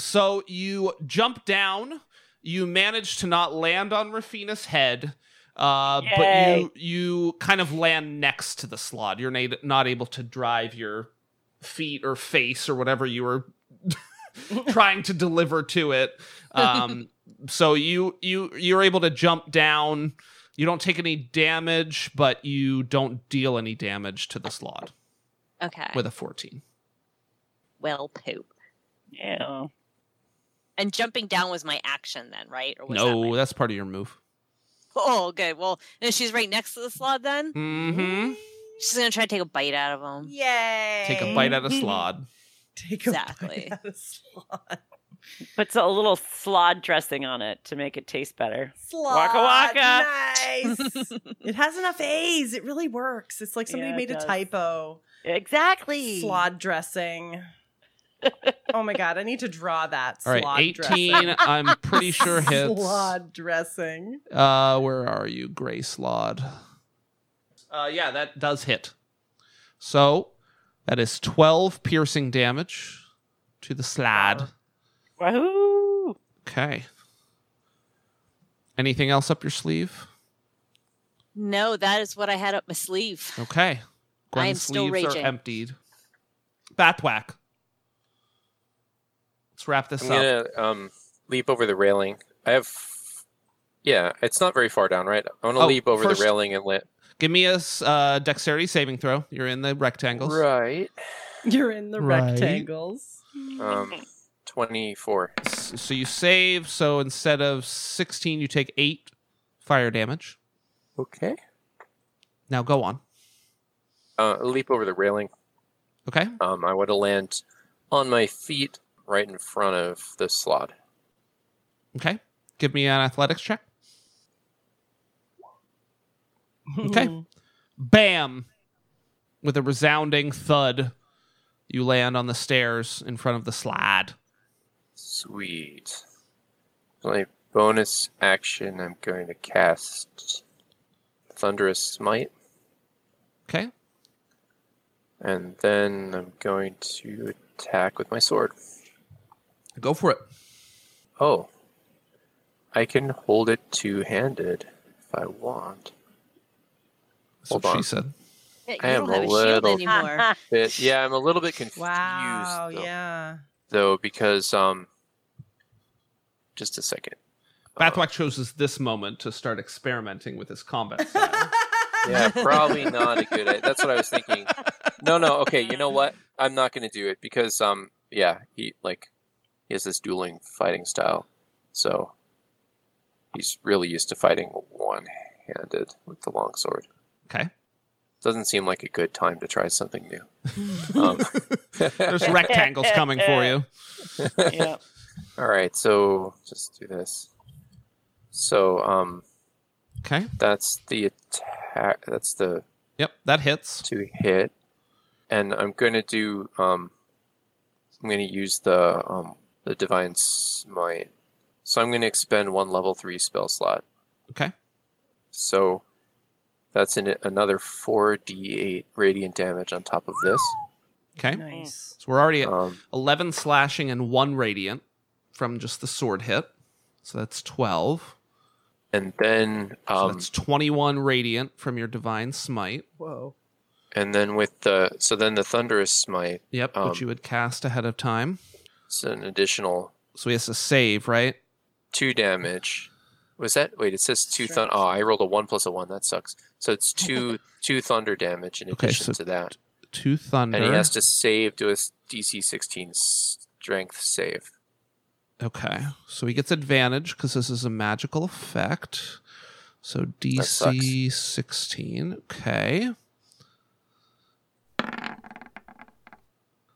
Speaker 1: So you jump down. You manage to not land on Rafina's head, uh, but
Speaker 6: Yay.
Speaker 1: you you kind of land next to the slod. You're na- not able to drive your feet or face or whatever you were trying to deliver to it. Um, so you you you're able to jump down. You don't take any damage, but you don't deal any damage to the slot
Speaker 7: Okay.
Speaker 1: with a 14.
Speaker 7: well, poop.
Speaker 6: Yeah.
Speaker 7: And jumping down was my action then, right? Or was that
Speaker 1: no,
Speaker 7: my-
Speaker 1: that's part of your move.
Speaker 7: Oh, good. Well, and she's right next to the slod. Then
Speaker 1: Mm-hmm.
Speaker 7: she's gonna try to take a bite out of him.
Speaker 8: Yay.
Speaker 1: Take a bite out of slod.
Speaker 8: Take a
Speaker 7: Exactly.
Speaker 8: bite out of slot.
Speaker 6: Put a little slod dressing on it to make it taste better.
Speaker 8: Slot.
Speaker 6: Waka waka.
Speaker 8: Nice. it has enough A's. It really works. It's like somebody
Speaker 6: Yeah, it
Speaker 8: made
Speaker 6: does.
Speaker 8: a typo.
Speaker 6: Exactly.
Speaker 8: Slod dressing. oh my god, I need to draw that.
Speaker 1: All
Speaker 8: Slod
Speaker 1: right, 18.
Speaker 8: dressing.
Speaker 1: I'm pretty sure hits.
Speaker 8: Slod dressing.
Speaker 1: Uh, where are you, Gray Slod? Uh, yeah, that does hit. So that is 12 piercing damage to the slad.
Speaker 6: Wahoo.
Speaker 1: Okay. Anything else up your sleeve?
Speaker 7: No, that is what I had up my sleeve.
Speaker 1: Okay.
Speaker 7: I am
Speaker 1: Gwen's
Speaker 7: still
Speaker 1: sleeves
Speaker 7: raging.
Speaker 1: are emptied. Bathwack. Let's wrap this
Speaker 4: I'm
Speaker 1: up.
Speaker 4: going to um, leap over the railing. I have. Yeah, it's not very far down, right? I want to
Speaker 1: Oh,
Speaker 4: leap over
Speaker 1: first-
Speaker 4: the railing and let.
Speaker 1: Give me a s- uh, dexterity saving throw. You're in the rectangles.
Speaker 4: Right.
Speaker 8: You're in the
Speaker 1: Right.
Speaker 8: rectangles.
Speaker 4: Um, 24.
Speaker 1: S- So you save. So instead of 16, you take 8 fire damage.
Speaker 4: Okay.
Speaker 1: Now go on.
Speaker 4: Uh, leap over the railing.
Speaker 1: Okay.
Speaker 4: Um, I want to land on my feet right in front of the slot.
Speaker 1: Okay. Give me an athletics check. Okay. Bam! With a resounding thud, You land on the stairs in front of the slide.
Speaker 4: Sweet. My bonus action, I'm going to cast Thunderous Smite,
Speaker 1: Okay.
Speaker 4: and then I'm going to attack with my sword.
Speaker 1: Go for it.
Speaker 4: Oh. I can hold it two handed if I want.
Speaker 1: That's
Speaker 4: Hold
Speaker 1: what she
Speaker 4: on.
Speaker 1: said.
Speaker 11: Yeah, you
Speaker 4: I am
Speaker 11: don't have
Speaker 4: a
Speaker 11: a shield
Speaker 4: little-
Speaker 11: anymore.
Speaker 4: But yeah, I'm a little bit confused
Speaker 8: Wow.
Speaker 4: though,
Speaker 8: Yeah.
Speaker 4: though, because um just a second. Uh,
Speaker 1: Bathwack chooses this moment to start experimenting with his combat. style.
Speaker 4: Yeah, probably not a good idea. That's what I was thinking. No, no, okay, you know what? I'm not gonna do it because um yeah, he like he has this dueling fighting style. So he's really used to fighting one handed with the long sword.
Speaker 1: okay.
Speaker 4: Doesn't seem like a good time to try something new. Um,
Speaker 1: There's rectangles coming for you.
Speaker 6: yeah.
Speaker 4: All right, so just do this. So um,
Speaker 1: Okay.
Speaker 4: that's the attack. That's the
Speaker 1: Yep. That hits.
Speaker 4: two hit, and I'm gonna do um, I'm gonna use the um the divine smite. So I'm gonna expend one level three spell slot.
Speaker 1: Okay.
Speaker 4: So that's an, another four d8 radiant damage on top of this.
Speaker 1: Okay.
Speaker 8: Nice.
Speaker 1: So we're already at
Speaker 4: Um,
Speaker 1: 11 slashing and 1 radiant from just the sword hit. So that's 12.
Speaker 4: and then
Speaker 1: So
Speaker 4: um,
Speaker 1: that's 21 radiant from your divine smite.
Speaker 8: Whoa.
Speaker 4: and then with the so then the thunderous smite.
Speaker 1: Yep,
Speaker 4: Um,
Speaker 1: which you would cast ahead of time.
Speaker 4: It's an additional
Speaker 1: So he has to save, right?
Speaker 4: two damage. Was that wait? It says two thunder. Oh, I rolled a one plus a one. That sucks. So it's two two thunder damage in
Speaker 1: Okay,
Speaker 4: addition
Speaker 1: so
Speaker 4: to that,
Speaker 1: Two thunder.
Speaker 4: and he has to save to a s- DC sixteen strength save.
Speaker 1: Okay, so he gets advantage because this is a magical effect. So DC 16. Okay.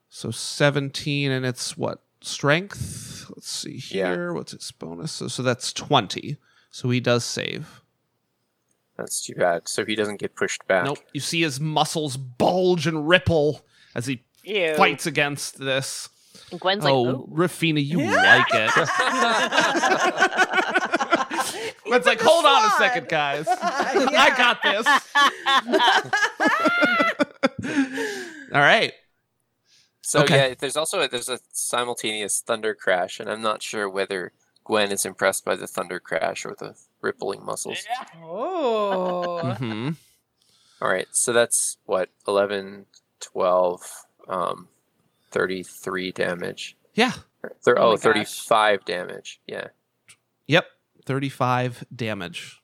Speaker 1: So 17, and it's what? Strength? Let's see
Speaker 4: Yeah.
Speaker 1: here. What's its bonus? So, so that's 20. So he does save.
Speaker 4: That's too bad. So he doesn't get pushed back.
Speaker 1: Nope. You see his muscles bulge and ripple as he
Speaker 6: Ew.
Speaker 1: fights against this.
Speaker 11: And Gwen's
Speaker 1: oh,
Speaker 11: like, oh,
Speaker 1: Rafina, you like it. Gwen's like, hold on a second, guys. I got this. All right.
Speaker 4: So
Speaker 1: Okay.
Speaker 4: yeah, there's also a, there's a simultaneous thunder crash, and I'm not sure whether Gwen is impressed by the thunder crash or the rippling muscles.
Speaker 8: Oh.
Speaker 1: hmm
Speaker 4: All right, so that's what 11, 12, um, 33 damage.
Speaker 1: Yeah.
Speaker 4: Thir-
Speaker 6: Oh
Speaker 4: oh,
Speaker 6: my gosh.
Speaker 4: 35 damage. Yeah.
Speaker 1: Yep. 35 damage.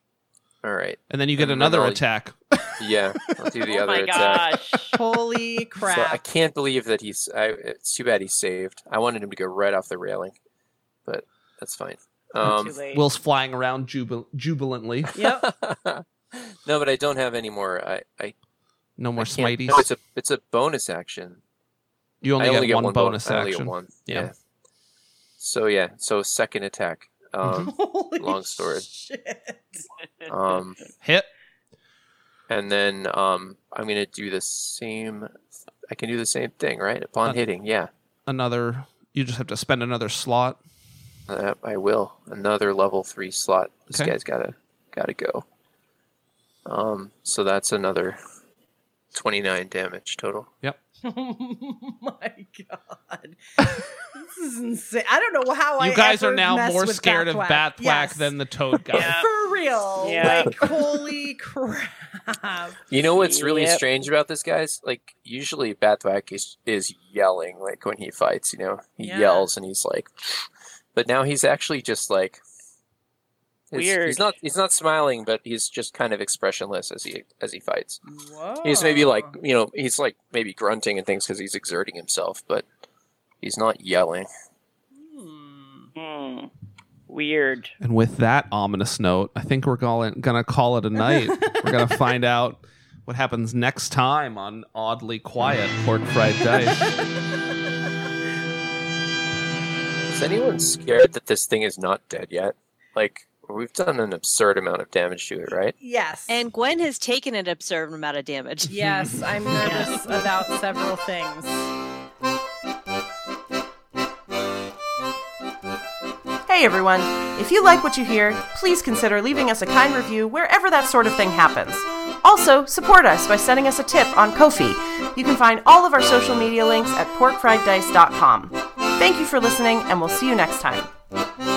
Speaker 4: All right.
Speaker 1: And then you get
Speaker 4: And then
Speaker 1: another
Speaker 4: I'll-
Speaker 1: attack.
Speaker 4: Yeah. I'll do the
Speaker 6: oh
Speaker 4: other
Speaker 6: my
Speaker 4: attack.
Speaker 6: gosh.
Speaker 8: Holy crap.
Speaker 4: So I can't believe that he's. I, it's too bad he saved. I wanted him to go right off the railing, but that's fine. Um,
Speaker 6: Too late.
Speaker 1: Will's flying around jubil- jubilantly.
Speaker 8: yep.
Speaker 4: no, but I don't have any more. I, I
Speaker 1: No more
Speaker 4: can't.
Speaker 1: smites.
Speaker 4: No, it's a it's a bonus action.
Speaker 1: you only,
Speaker 4: I
Speaker 1: get, one,
Speaker 4: bon-
Speaker 1: bonus
Speaker 4: I only get
Speaker 1: action.
Speaker 4: one.
Speaker 1: Yeah.
Speaker 4: So yeah. So second attack.
Speaker 1: Mm-hmm.
Speaker 4: Um,
Speaker 8: Holy
Speaker 4: long sword.
Speaker 8: Shit.
Speaker 4: um,
Speaker 1: Hit.
Speaker 4: and then um, I'm gonna do the same. I can do the same thing, right? Upon
Speaker 1: Uh,
Speaker 4: hitting, yeah,
Speaker 1: Another. You just have to spend another slot.
Speaker 4: uh, I will. Another level three slot. This
Speaker 1: Okay.
Speaker 4: guy's gotta gotta go. Um, so that's another twenty nine damage total.
Speaker 8: Oh my god. this is insane. I don't know how Oh, I
Speaker 1: you guys
Speaker 8: ever
Speaker 1: are now
Speaker 8: mess
Speaker 1: more
Speaker 8: with
Speaker 1: scared of
Speaker 8: Batwack.
Speaker 1: Batwack
Speaker 8: Yes.
Speaker 1: than the Toad guy.
Speaker 6: Yeah.
Speaker 8: For real.
Speaker 6: Yeah.
Speaker 8: Like holy crap.
Speaker 4: You know what's really
Speaker 6: Yep.
Speaker 4: strange about this, guys? Like usually Bathwack is is yelling like when he fights. You know, he
Speaker 8: Yeah.
Speaker 4: yells and he's like, but now he's actually just like. he's- He's
Speaker 6: Weird.
Speaker 4: not. He's not smiling, but he's just kind of expressionless as he as he fights.
Speaker 8: Whoa.
Speaker 6: Oh.
Speaker 4: He's maybe like you know he's like maybe grunting and things because he's exerting himself, but he's not yelling.
Speaker 8: Hmm.
Speaker 6: Hmm. Weird.
Speaker 1: And with that ominous note, I think we're going gonna call it a night. we're gonna find out what happens next time on Oddly Quiet Pork Fried Dice.
Speaker 4: Is anyone scared that this thing is not dead yet? Like we've done an absurd amount of damage to it, right?
Speaker 8: Yes.
Speaker 11: and Gwen has taken an absurd amount of damage.
Speaker 8: yes, I'm nervous about several things. Hey everyone! If you like what you hear, please consider leaving us a kind review wherever that sort of thing happens. Also, support us by sending us a tip on Kofi. You can find all of our social media links at porkfrieddice.com. Thank you for listening, and we'll see you next time.